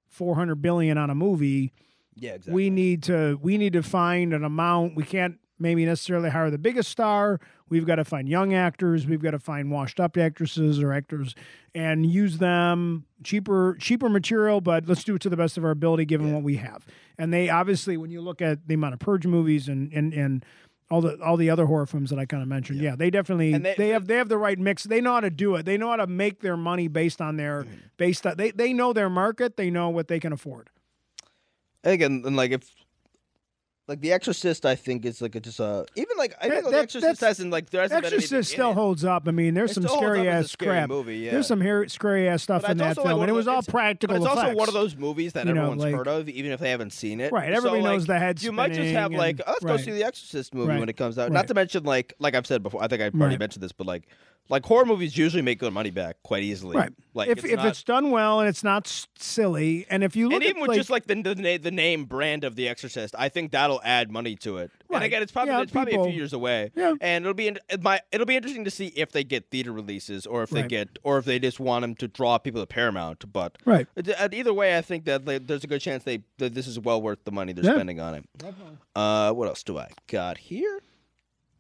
S1: 400 billion on a movie
S2: yeah, exactly.
S1: we need to we need to find an amount we can't maybe necessarily hire the biggest star we've got to find young actors we've got to find washed up actresses or actors and use them cheaper cheaper material but let's do it to the best of our ability given
S2: Yeah.
S1: what we have and they obviously when you look at the amount of purge movies and and and all the all the other horror films that I kind of mentioned, yeah, they definitely
S2: And they-
S1: they, have they have the right mix. They know how to do it. They know how to make their money based on their
S2: Mm-hmm.
S1: based on they they know their market. They know what they can afford.
S2: And again, and like if like The Exorcist, I think is like a, just a even like I
S1: That-
S2: think The
S1: that-
S2: Exorcist
S1: that's-
S2: hasn't like there hasn't been anything
S1: Exorcist
S2: in
S1: still
S2: it.
S1: holds up. I mean, there's
S2: It
S1: some
S2: still holds up
S1: scary
S2: as a
S1: ass
S2: scary
S1: crap.
S2: movie, yeah.
S1: There's some hairy- scary ass stuff
S2: But
S1: in
S2: it's
S1: that
S2: also, like,
S1: film,
S2: one
S1: and it
S2: of
S1: was
S2: the-
S1: all
S2: it's-
S1: practical
S2: But it's
S1: effects.
S2: also one of those movies that
S1: You know,
S2: everyone's
S1: like-
S2: heard of, even if they haven't seen it.
S1: Right,
S2: So,
S1: everybody knows
S2: like,
S1: the head
S2: You might just
S1: spinning
S2: have like,
S1: and-
S2: oh, let's go
S1: right.
S2: see the Exorcist movie
S1: Right.
S2: when it comes out. Not
S1: Right.
S2: to mention like, like I've said before, I think I've already
S1: Right.
S2: mentioned this, but like, like horror movies usually make their money back quite easily.
S1: Right.
S2: Like
S1: if
S2: it's
S1: if
S2: not-
S1: it's done well and it's not s- silly, and if you look
S2: and even
S1: at
S2: with
S1: like,
S2: just like the, the na- the name brand of The Exorcist, I think that'll add money to it. And
S1: Right.
S2: again, it's probably
S1: Yeah,
S2: it's probably a
S1: people-
S2: few years away.
S1: Yeah.
S2: And it'll be in, it my it'll be interesting to see if they get theater releases or if they
S1: Right.
S2: get or if they just want them to draw people to Paramount. But
S1: right,
S2: it- uh, either way, I think that they, there's a good chance they that this is well worth the money they're
S1: Yeah.
S2: spending on it. Uh, what else do I got here?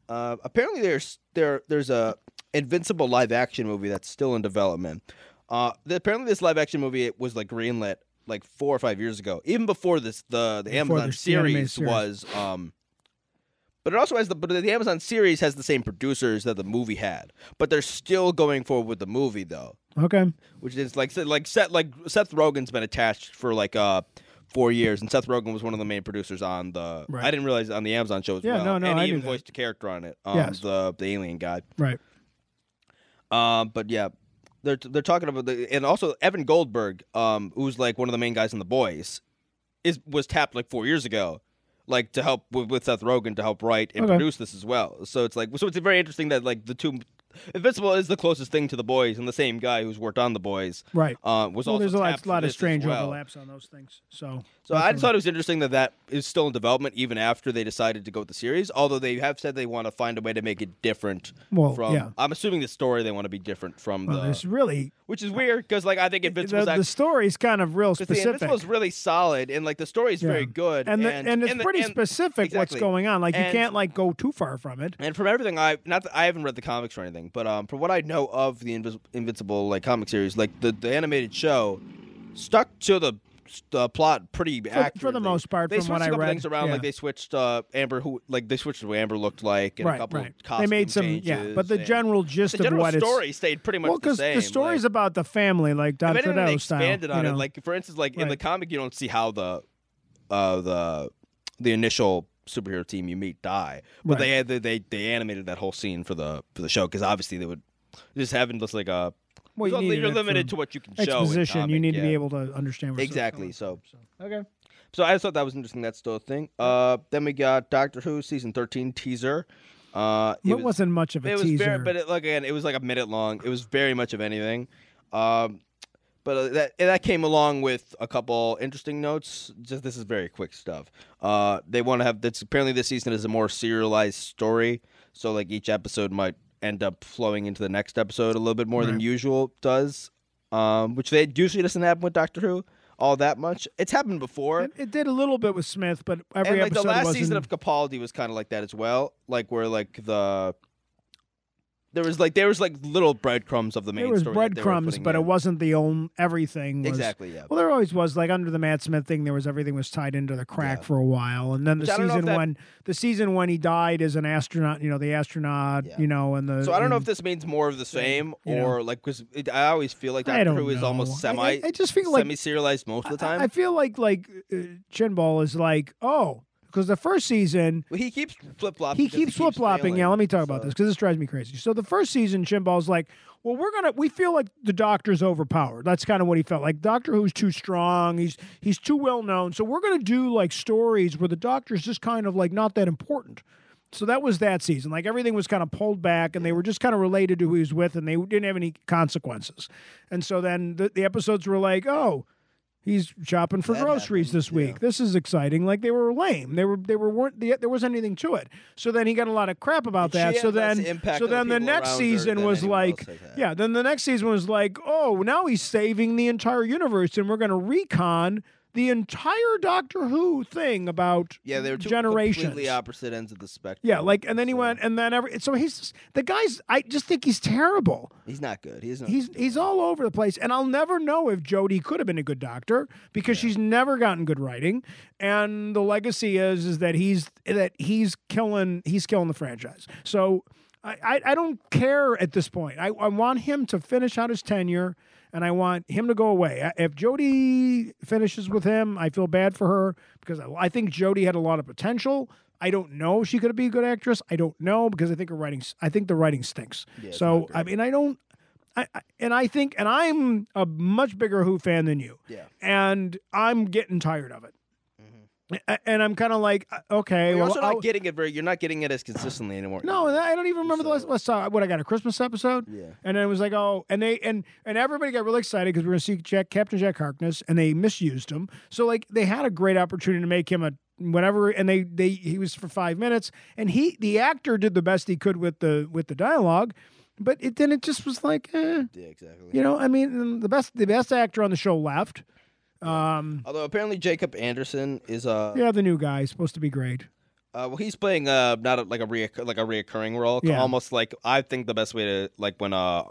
S2: Uh, apparently there's there there's a Invincible live action movie that's still in development. Uh, the, apparently this live action movie it was like greenlit like four or five years ago, even before this the the
S1: Before
S2: Amazon
S1: this- the animated
S2: series
S1: series.
S2: was. Um, but it also has the but the Amazon series has the same producers that the movie had, but they're still going forward with the movie though
S1: okay,
S2: which is like like Seth like Seth Rogen's been attached for like uh four years, and Seth Rogen was one of the main producers on the.
S1: Right.
S2: I didn't realize on the Amazon show as
S1: Yeah,
S2: well,
S1: no, no,
S2: and
S1: I
S2: he
S1: knew
S2: even
S1: that.
S2: voiced a character on it, um,
S1: Yes.
S2: the the alien guy.
S1: right,
S2: Um, but yeah, they're they're talking about the and also Evan Goldberg, um, who's like one of the main guys in the Boys, is was tapped like four years ago. Like to help with, with Seth Rogen to help write and
S1: Okay.
S2: produce this as well. So it's like so it's very interesting that like the two, Invincible is the closest thing to the boys and the same guy who's worked on the boys
S1: right.
S2: uh, was
S1: well,
S2: also
S1: there's a
S2: tapped
S1: lot,
S2: for
S1: lot of
S2: this as
S1: strange
S2: well.
S1: overlaps on those things. So,
S2: So I just thought it was interesting that that is still in development even after they decided to go with the series. Although they have said they want to find a way to make it different.
S1: Well,
S2: from
S1: yeah.
S2: I'm assuming the story they want to be different from
S1: well,
S2: the,
S1: there's really
S2: which is weird because like I think
S1: the,
S2: Invincible's
S1: the
S2: actually
S1: story's kind of real
S2: because the
S1: specific.
S2: Invincible's really solid and like the story is
S1: Yeah.
S2: very good
S1: and the,
S2: and
S1: it's
S2: the-
S1: pretty
S2: and-
S1: specific what's
S2: exactly.
S1: going on. Like
S2: And-
S1: you can't like go too far from it.
S2: And from everything I not that I haven't read the comics or anything, but um, from what I know of the Invis- Invincible like comic series, like the, the animated show, stuck to the, the plot pretty accurately.
S1: for the most part,
S2: They
S1: from
S2: switched
S1: what
S2: a
S1: I
S2: couple
S1: read,
S2: things around, like
S1: yeah.
S2: they switched uh, Amber who like they switched what Amber looked like and a
S1: Right,
S2: couple
S1: right.
S2: of costume
S1: They made some,
S2: changes.
S1: yeah, but the
S2: and-
S1: general gist
S2: the
S1: of
S2: general
S1: what it's
S2: story stayed pretty much
S1: well,
S2: the
S1: because
S2: same.
S1: the story's
S2: like,
S1: about the family, like Don
S2: if anything, they
S1: Fidello style.
S2: expanded
S1: you
S2: on it.
S1: know.
S2: Like for instance, like in the
S1: Right.
S2: comic, you don't see how the uh, the the initial superhero team you meet die, but
S1: Right.
S2: they had they, they they animated that whole scene for the for the show because obviously they would just having just like a
S1: Well, you
S2: you're
S1: needed it
S2: limited
S1: for
S2: to what you can show. in
S1: exposition.
S2: comic,
S1: You need to
S2: yeah.
S1: be able to understand what's
S2: exactly. So
S1: Okay.
S2: so I just thought that was interesting. That still a thing. Uh, then we got Doctor Who season thirteen teaser. Uh, it
S1: It, was, not much of a
S2: it was
S1: teaser.
S2: very, but it, like again, it was like a minute long. It was very much of anything, um, but uh, that and that came along with a couple interesting notes. Just this is very quick stuff. Uh, they want to have that's apparently this season is a more serialized story, so like each episode might end up flowing into the next episode a little bit more than
S1: Right.
S2: usual does, um, which they usually doesn't happen with Doctor Who all that much. It's happened before.
S1: It, it did a little bit with Smith, but every
S2: and like the
S1: episode
S2: last
S1: wasn't.
S2: season of Capaldi was kind of like that as well, like where like the there was like there was like little breadcrumbs of the main
S1: there was
S2: story. that they were
S1: breadcrumbs,
S2: putting
S1: but
S2: in.
S1: it wasn't the only everything. Was,
S2: exactly yeah.
S1: Well, there always was. Like under the Matt Smith thing, there was everything was tied into the crack
S2: Yeah.
S1: for a while, and then the
S2: Which I don't know if
S1: season
S2: that-
S1: when the season when he died as an astronaut, you know, the astronaut,
S2: Yeah.
S1: you know, and the.
S2: So I don't know if
S1: and-
S2: this means more of the same
S1: you know.
S2: or like because I always feel like
S1: I
S2: Doctor
S1: don't
S2: Who is
S1: know.
S2: almost
S1: I-
S2: semi
S1: I, I just feel like
S2: semi serialized most of the
S1: I-
S2: time.
S1: I feel like like uh, Chinball is like oh because the first season
S2: Well, he keeps flip flopping.
S1: he keeps flip flopping. Yeah, let me talk about this because this drives me crazy. So the first season, Chinball's like, well, we're gonna we feel like the Doctor's overpowered. That's kind of what he felt like. Doctor Who's too strong. He's he's too well known. So we're gonna do like stories where the Doctor's just kind of like not that important. So that was that season. Like everything was kind of pulled back, and they were just kind of related to who he was with, and they didn't have any consequences. And so then the, the episodes were like, oh, he's shopping for
S2: That
S1: groceries
S2: happened,
S1: this week.
S2: yeah.
S1: This is exciting. Like they were lame. They were they were weren't the, there wasn't anything to it. So then he got a lot of crap about that. So then so then the next season was like
S2: uh,
S1: yeah, then the next season was like, oh, now he's saving the entire universe, and we're going to recon the entire Doctor Who thing about
S2: yeah, they were two
S1: generations.
S2: completely opposite ends of the spectrum.
S1: Yeah, like, and then he
S2: So,
S1: went, and then every. So he's just- the guy's. I just think he's terrible.
S2: He's not good. He's not.
S1: He's he's all over the place, and I'll never know if Jodie could have been a good doctor because she's never gotten good writing. And the legacy is is that he's that he's killing he's killing the franchise. So I I, I don't care at this point. I, I want him to finish out his tenure, and I want him to go away. I- If Jodie finishes with him, I feel bad for her because I, I think Jodie had a lot of potential. I don't know if she could be a good actress. I don't know because I think her writing. I think the writing stinks.
S2: Yeah, it's
S1: so
S2: not great.
S1: I mean, I don't. I, I- and I think, and I'm a much bigger Who fan than you,
S2: yeah.
S1: and I'm getting tired of it.
S2: Mm-hmm.
S1: A- And I'm kind of like, uh, okay,
S2: You're
S1: well,
S2: also
S1: I'll-
S2: not getting it very. You're not getting it as consistently anymore.
S1: no, and I don't even remember the last,
S2: So-
S1: last time. What I got a Christmas episode,
S2: Yeah.
S1: and then it was like, oh, and they and and everybody got really excited because we were going to see Jack, Captain Jack Harkness, and they misused him. So like they had a great opportunity to make him a whatever, and they they he was for five minutes, and he the actor did the best he could with the with the dialogue, but it then it just was like, eh.
S2: Yeah. Exactly.
S1: You know, I mean, and the best the best actor on the show left. Um,
S2: Although apparently Jacob Anderson is uh,
S1: yeah, the new guy is supposed to be great.
S2: uh well he's playing uh not a, like a reoc- like a reoccurring role
S1: Yeah.
S2: almost like I think the best way to like when uh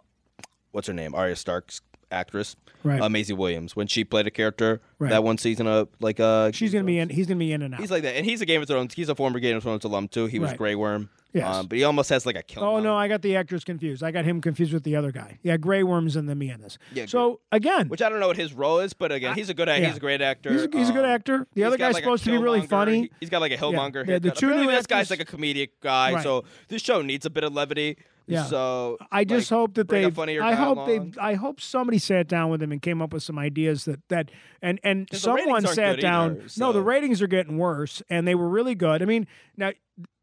S2: what's her name Arya Stark's actress
S1: Right.
S2: uh, Maisie Williams when she played a character
S1: Right.
S2: that one season of like uh
S1: She's gonna be in. He's gonna be in and out.
S2: He's like that, and he's a Game of Thrones. He's a former Game of Thrones alum too. He was
S1: Right.
S2: Grey Worm.
S1: Yes.
S2: Um, but he almost has like a kill.
S1: Oh no, I got the actors confused. I got him confused with the other guy. Yeah, Grey Worm's in the me in this.
S2: Yeah,
S1: so again,
S2: which I don't know what his role is, but again, he's a good. act.
S1: yeah.
S2: He's a great actor.
S1: he's, a- he's a good
S2: Um,
S1: actor. The
S2: he's
S1: other
S2: got,
S1: guy's
S2: like, a
S1: supposed to be really
S2: Killmonger.
S1: funny.
S2: He- He's got like a Hillmonger.
S1: Yeah,
S2: Yeah,
S1: the
S2: the
S1: two new
S2: this guy's
S1: actors-
S2: like a comedic guy,
S1: Right.
S2: so this show needs a bit of levity.
S1: Yeah.
S2: So
S1: I just
S2: like,
S1: hope that
S2: bring
S1: they.
S2: a funnier
S1: I hope they.
S2: dialogue.
S1: I hope somebody sat down with him and came up with some ideas that that and and
S2: 'Cause the ratings
S1: someone
S2: aren't
S1: sat
S2: good
S1: down.
S2: either,
S1: No, the
S2: so-
S1: ratings are getting worse, and they were really good. I mean, now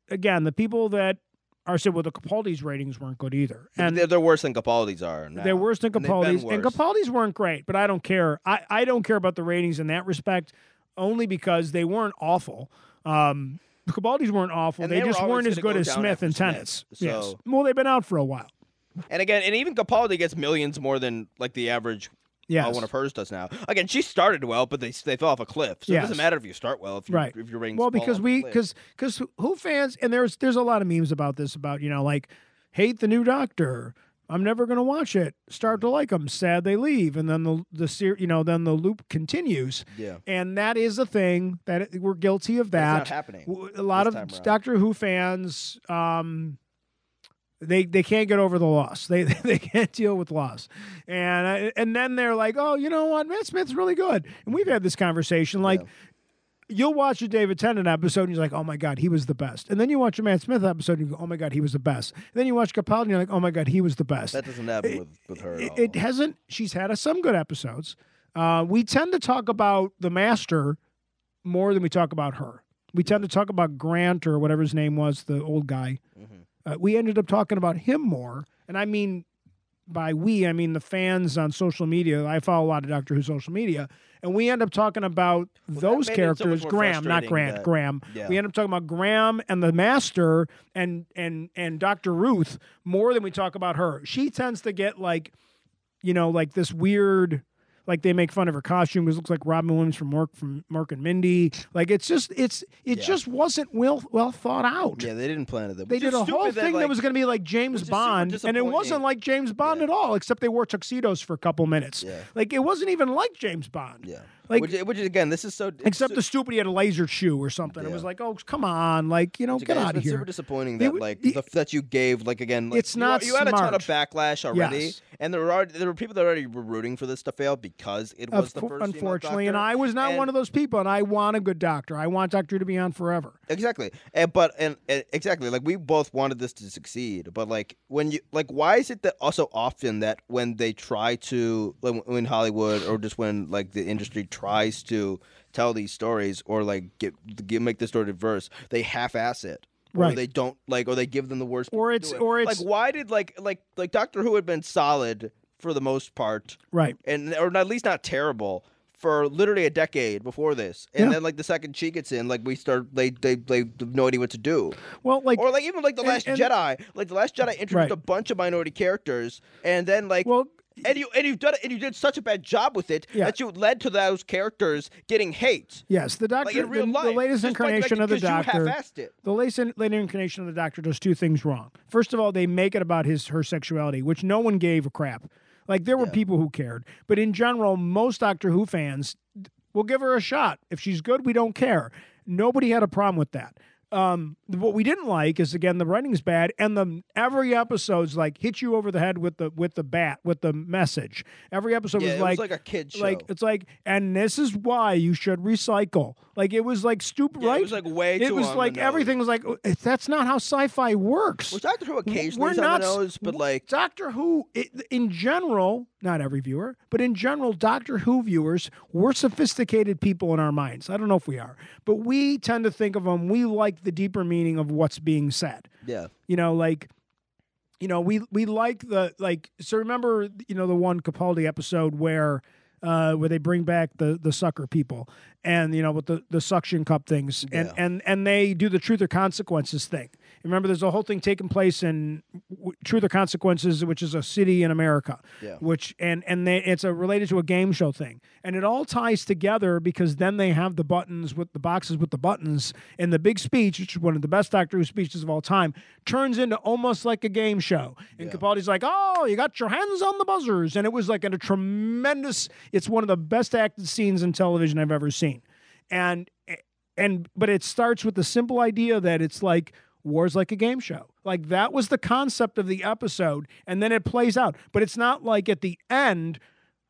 S1: again, the people that are said, well, the Capaldi's ratings weren't good either, and
S2: they're, they're worse than Capaldi's are. Now.
S1: They're worse than
S2: And they've been
S1: Capaldi's, and
S2: worse.
S1: Capaldi's weren't great, but I don't care. I, I don't care about the ratings in that respect, only because they weren't awful. Um, the Capaldi's weren't awful.
S2: And
S1: they,
S2: they were
S1: just
S2: always
S1: weren't as good
S2: gonna go
S1: as
S2: down
S1: Smith
S2: after
S1: and
S2: Smith,
S1: Tennant. Yes.
S2: so-
S1: Well, they've been out for a while.
S2: And again, and even Capaldi gets millions more than like the average.
S1: Yes.
S2: Uh, one of hers does now. Again, she started well, but they they fell off a cliff. So
S1: Yes.
S2: it doesn't matter if you start well if you
S1: Right.
S2: if your ratings
S1: well
S2: fall
S1: because
S2: off a
S1: we
S2: cliff.
S1: because because who fans and there's there's a lot of memes about this about you know like hate the new doctor i'm never going to watch it start to like them sad they leave and then the the ser- you know then the loop continues
S2: yeah,
S1: and that is a thing that it- we're guilty of
S2: that's
S1: that
S2: not happening.
S1: W- a lot of
S2: this time around.
S1: Doctor Who fans, um, they they can't get over the loss. They they can't deal with loss, and I, and then they're like, oh, you know what, Matt Smith's really good. And we've had this conversation. Like,
S2: Yeah.
S1: you'll watch a David Tennant episode, and you're like, oh my god, he was the best. And then you watch a Matt Smith episode, and you go, oh my god, he was the best. And then you watch Capaldi, and you're like, oh my god, he was the best.
S2: That doesn't happen
S1: it-
S2: with, with her.
S1: it,
S2: at
S1: it
S2: all.
S1: hasn't. She's had us some good episodes. Uh, we tend to talk about the master more than we talk about her. We tend to talk about Grant or whatever his name was, the old guy.
S2: Mhm.
S1: Uh, we ended up talking about him more, and I mean by we, I mean the fans on social media. I follow a lot of Doctor Who social media, and we end up talking about
S2: that
S1: those
S2: made it so much
S1: characters.
S2: more
S1: Graham, not
S2: frustrating
S1: Grant.
S2: that-
S1: Graham.
S2: Yeah.
S1: We end up talking about Graham and the Master and and and Doctor Ruth more than we talk about her. She tends to get like, you know, like this weird. Like they make fun of her costume because it looks like Robin Williams from Mark from Mark and Mindy. Like it's just it's it
S2: Yeah.
S1: just wasn't well well thought out.
S2: Yeah, they didn't plan it. That
S1: They did a whole thing that was going to be like James
S2: is super
S1: Bond, and it wasn't
S2: disappointing.
S1: like James Bond
S2: Yeah.
S1: at all, except they wore tuxedos for a couple minutes.
S2: Yeah.
S1: Like it wasn't even like James Bond,
S2: Yeah.
S1: like-
S2: which, which is again, this is so. it's
S1: except
S2: su-
S1: the stupid he had a laser shoe or something. It was
S2: Yeah.
S1: like, oh come on, like you know,
S2: it's
S1: get
S2: again, it's
S1: out of
S2: been
S1: here.
S2: Super disappointing
S1: They
S2: that
S1: would-
S2: like
S1: it-
S2: the, that you gave like again. Like,
S1: It's
S2: you are-
S1: not
S2: You had a ton of backlash already,
S1: Yes.
S2: and there are there were people that already were rooting for this to fail because it was
S1: Of
S2: the
S1: cour-
S2: first. female
S1: unfortunately, and
S2: Doctor.
S1: I was not one
S2: and-
S1: of those people, and I want a good doctor. I want Doctor Who to be on forever.
S2: Exactly, and, but and, and exactly like we both wanted this to succeed, but like when you like, why is it that also often that when they try to like, when Hollywood or just when like the industry tries to tell these stories or like get, get make the story diverse, they half-ass it. Or
S1: Right.
S2: they don't like, or they give them the worst.
S1: Or
S2: people to
S1: it's-
S2: do it.
S1: or it's-
S2: like, why did like like like Doctor Who had been solid for the most part,
S1: Right.
S2: and or at least not terrible for literally a decade before this. And
S1: Yeah.
S2: then like the second she gets in, like we start they they they have no idea what to do.
S1: Well, like
S2: Or like even like the
S1: And-
S2: Last
S1: and-
S2: Jedi, like the Last Jedi introduced
S1: Right.
S2: a bunch of minority characters, and then like
S1: well,
S2: and you and you've done it and you did such a bad job with it
S1: Yeah.
S2: that you led to those characters getting hate.
S1: yes, the
S2: Like
S1: doctor,
S2: in real
S1: the,
S2: life,
S1: the latest
S2: just by- like,
S1: incarnation of the
S2: 'cause you
S1: doctor.
S2: half-assed it.
S1: The latest, later incarnation of the Doctor does two things wrong. First of all, they make it about his her sexuality, which no one gave a crap. Like there were people who cared, but in general, most Doctor Who fans will give her a shot. If she's good, we don't care. Nobody had a problem with that. Um, what we didn't like is again the writing's bad, and the every episode's like hit you over the head with the with the bat with the message. Every episode
S2: Yeah,
S1: was
S2: it
S1: like
S2: was like a kid show.
S1: like it's like, and this is why you should recycle. Like it was like stupid,
S2: Yeah,
S1: right?
S2: It was like way
S1: it
S2: too
S1: was
S2: on the
S1: like
S2: nose.
S1: everything was like "Oh, it's- that's not how sci-fi works.
S2: Which Doctor Who occasionally
S1: We're
S2: is on
S1: not
S2: the
S1: s-
S2: nose, but like
S1: Doctor Who, i in general, not every viewer, but in general, Doctor Who viewers we're sophisticated people in our minds. I don't know if we are, but we tend to think of them. We like the deeper meaning of what's being said.
S2: yeah,
S1: You know, like. You know, we we like the like. So remember, you know, the one Capaldi episode where, uh, where they bring back the the sucker people, and you know, with the the suction cup things, and
S2: Yeah.
S1: and and they do the truth or consequences thing. Remember, there's a whole thing taking place in w- Truth or Consequences, which is a city in America,
S2: Yeah.
S1: which and and they, it's a related to a game show thing, and it all ties together because then they have the buttons with the boxes with the buttons, and the big speech, which is one of the best Doctor Who speeches of all time, turns into almost like a game show. And Capaldi's like, "Oh, you got your hands on the buzzers," and it was like a tremendous. It's one of the best acted scenes in television I've ever seen and and but it starts with the simple idea that it's like war's like a game show like that was the concept of the episode and then it plays out but it's not like at the end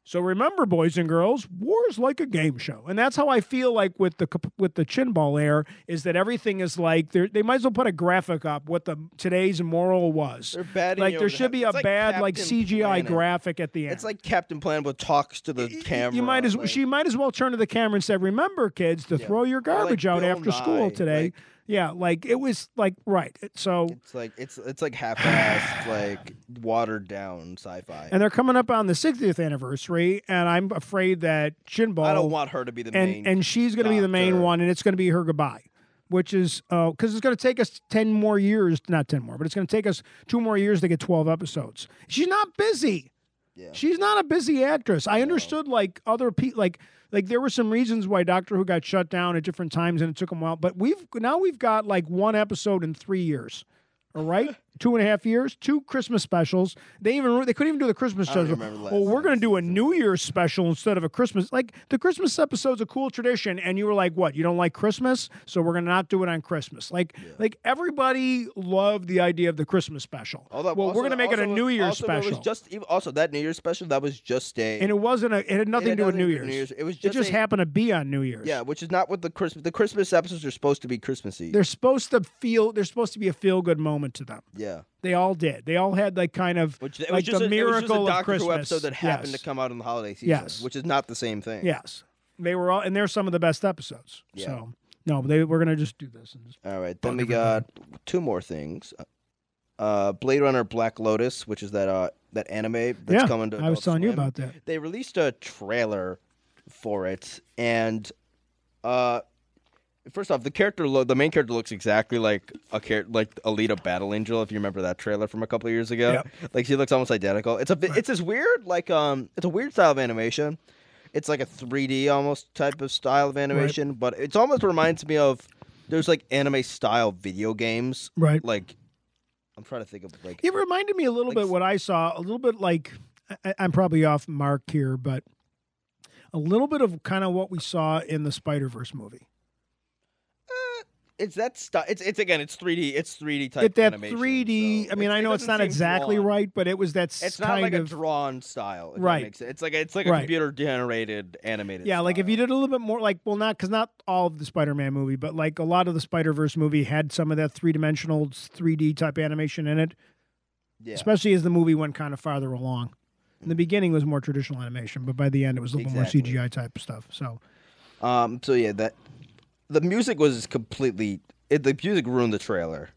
S1: so remember boys and girls war's like a game show and that's how i feel like with the cap- with the chin ball air is that everything is like they're- they might as well put a graphic up what the today's moral was
S2: they're bad. in
S1: like
S2: your
S1: there
S2: own head.
S1: should be a
S2: It's like
S1: bad like
S2: Captain
S1: cgi
S2: Planet.
S1: graphic at the end
S2: It's like Captain Planet but talks to the
S1: y-
S2: camera.
S1: You might as
S2: like-
S1: she might as well turn to the camera and say, "Remember, kids, to throw your
S2: like
S1: garbage out
S2: Bill
S1: after school
S2: Nye,
S1: today."
S2: like-
S1: yeah, like it was like right. It- So
S2: It's like it's it's like half-assed, like watered down sci-fi.
S1: and they're coming up on the 60th anniversary, and I'm afraid that
S2: I don't
S1: Shinball
S2: want her to be the main.
S1: and and she's going to be the main
S2: doctor.
S1: one, and it's going to be her goodbye. Which is because it's going to take us ten more years, not ten more, but it's going to take us two more years to get twelve episodes. She's not busy.
S2: yeah.
S1: She's not a busy actress. I understood like other people like like there were some reasons why Doctor Who got shut down at different times and it took them a while. But we've now we've got like one episode in three years. All right, two and a half years, two Christmas specials. They even they couldn't even do the Christmas
S2: I don't
S1: special.
S2: remember the
S1: Well,
S2: last
S1: we're gonna
S2: time
S1: do a
S2: season
S1: New Year's special instead of a Christmas. Like the Christmas episode's a cool tradition, and you were like, "What? You don't like Christmas? So we're gonna not do it on Christmas." Like, like everybody loved the idea of the Christmas special.
S2: Although,
S1: well,
S2: also-
S1: we're gonna make it a
S2: also-
S1: New Year's
S2: also,
S1: special.
S2: It was just even- also that New Year's special that was just a.
S1: and it wasn't a. It had nothing
S2: had
S1: to do with New
S2: nothing
S1: Year's.
S2: It was
S1: it
S2: just,
S1: just
S2: a-
S1: happened to be on New Year's.
S2: Yeah, which is not what the Christmas. The Christmas episodes are supposed to be Christmassy.
S1: they're supposed to feel. They're supposed to be a feel good moment to them.
S2: yeah,
S1: They all did. They all had like kind of
S2: which it
S1: like
S2: was just
S1: the
S2: a, it was just
S1: miracle
S2: a
S1: of
S2: Doctor
S1: Christmas
S2: Who episode that happened
S1: Yes.
S2: to come out in the holiday season.
S1: Yes.
S2: which is not the same thing.
S1: Yes, they were all, and they're some of the best episodes.
S2: Yeah.
S1: So no, they we're gonna just do this. And just,
S2: All right, then we
S1: Everybody.
S2: got two more things. uh, Blade Runner Black Lotus, which is that uh, that anime that's
S1: yeah,
S2: coming to
S1: I was
S2: Adult
S1: telling you
S2: Swim.
S1: about that.
S2: They released a trailer for it, and uh, first off, the character, lo- the main character, looks exactly like a char- like Alita Battle Angel. If you remember that trailer from a couple of years ago, like she looks almost identical. It's a bit- it's this weird like um it's a weird style of animation. It's like a 3D almost type of style of animation, but it's almost reminds me of there's like anime style video games
S1: Right.
S2: like I'm trying to think of like
S1: It reminded me a little
S2: Like
S1: bit
S2: s-
S1: what I saw, a little bit like I, I'm probably off mark here, but a little bit of kind of what we saw in the Spider Verse movie.
S2: it's that stuff. It's it's again it's 3D it's 3D type
S1: It, that
S2: animation,
S1: 3D.
S2: so
S1: I mean, I
S2: it
S1: know it's
S2: doesn't
S1: not
S2: seem
S1: exactly
S2: drawn.
S1: right, but it was that s-
S2: It's not
S1: kind
S2: like
S1: of
S2: a drawn style, if that
S1: Right.
S2: makes sense. It's like a, it's like a
S1: Right.
S2: computer generated animated.
S1: Yeah, like if
S2: style.
S1: you did a little bit more, like well, not because not all of the Spider-Man movie, but like a lot of the Spider-Verse movie had some of that three-dimensional, 3D type animation in it.
S2: yeah.
S1: Especially as the movie went kind of farther along. In the beginning was more traditional animation, but by the end it was a little
S2: Exactly.
S1: more CGI type stuff. So
S2: Um. So yeah, that the music was completely. It, the music ruined the trailer.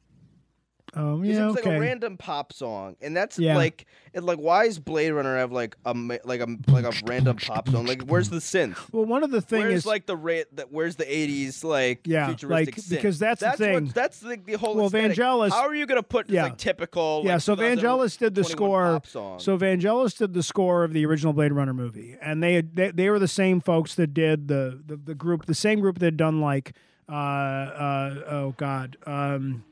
S1: um,
S2: 'Cause
S1: yeah,
S2: it was
S1: okay,
S2: like a random pop song, and that's
S1: Yeah.
S2: like, it, like why is Blade Runner have like a ma- like a like a random pop song? Like where's the synth?
S1: Well, one of the things
S2: where's
S1: is
S2: like the ra- that where's the 80s like
S1: Yeah,
S2: futuristic
S1: like,
S2: synth?
S1: because that's the
S2: that's
S1: thing.
S2: what, that's the, the whole
S1: Well,
S2: aesthetic.
S1: Vangelis-
S2: how are you gonna put
S1: yeah.
S2: like typical
S1: yeah.
S2: like,
S1: So
S2: 2021
S1: Vangelis did the score.
S2: pop song.
S1: So Vangelis did the score of the original Blade Runner movie, and they had- they, they were the same folks that did the, the the group, the same group that had done like, uh, uh oh god, um,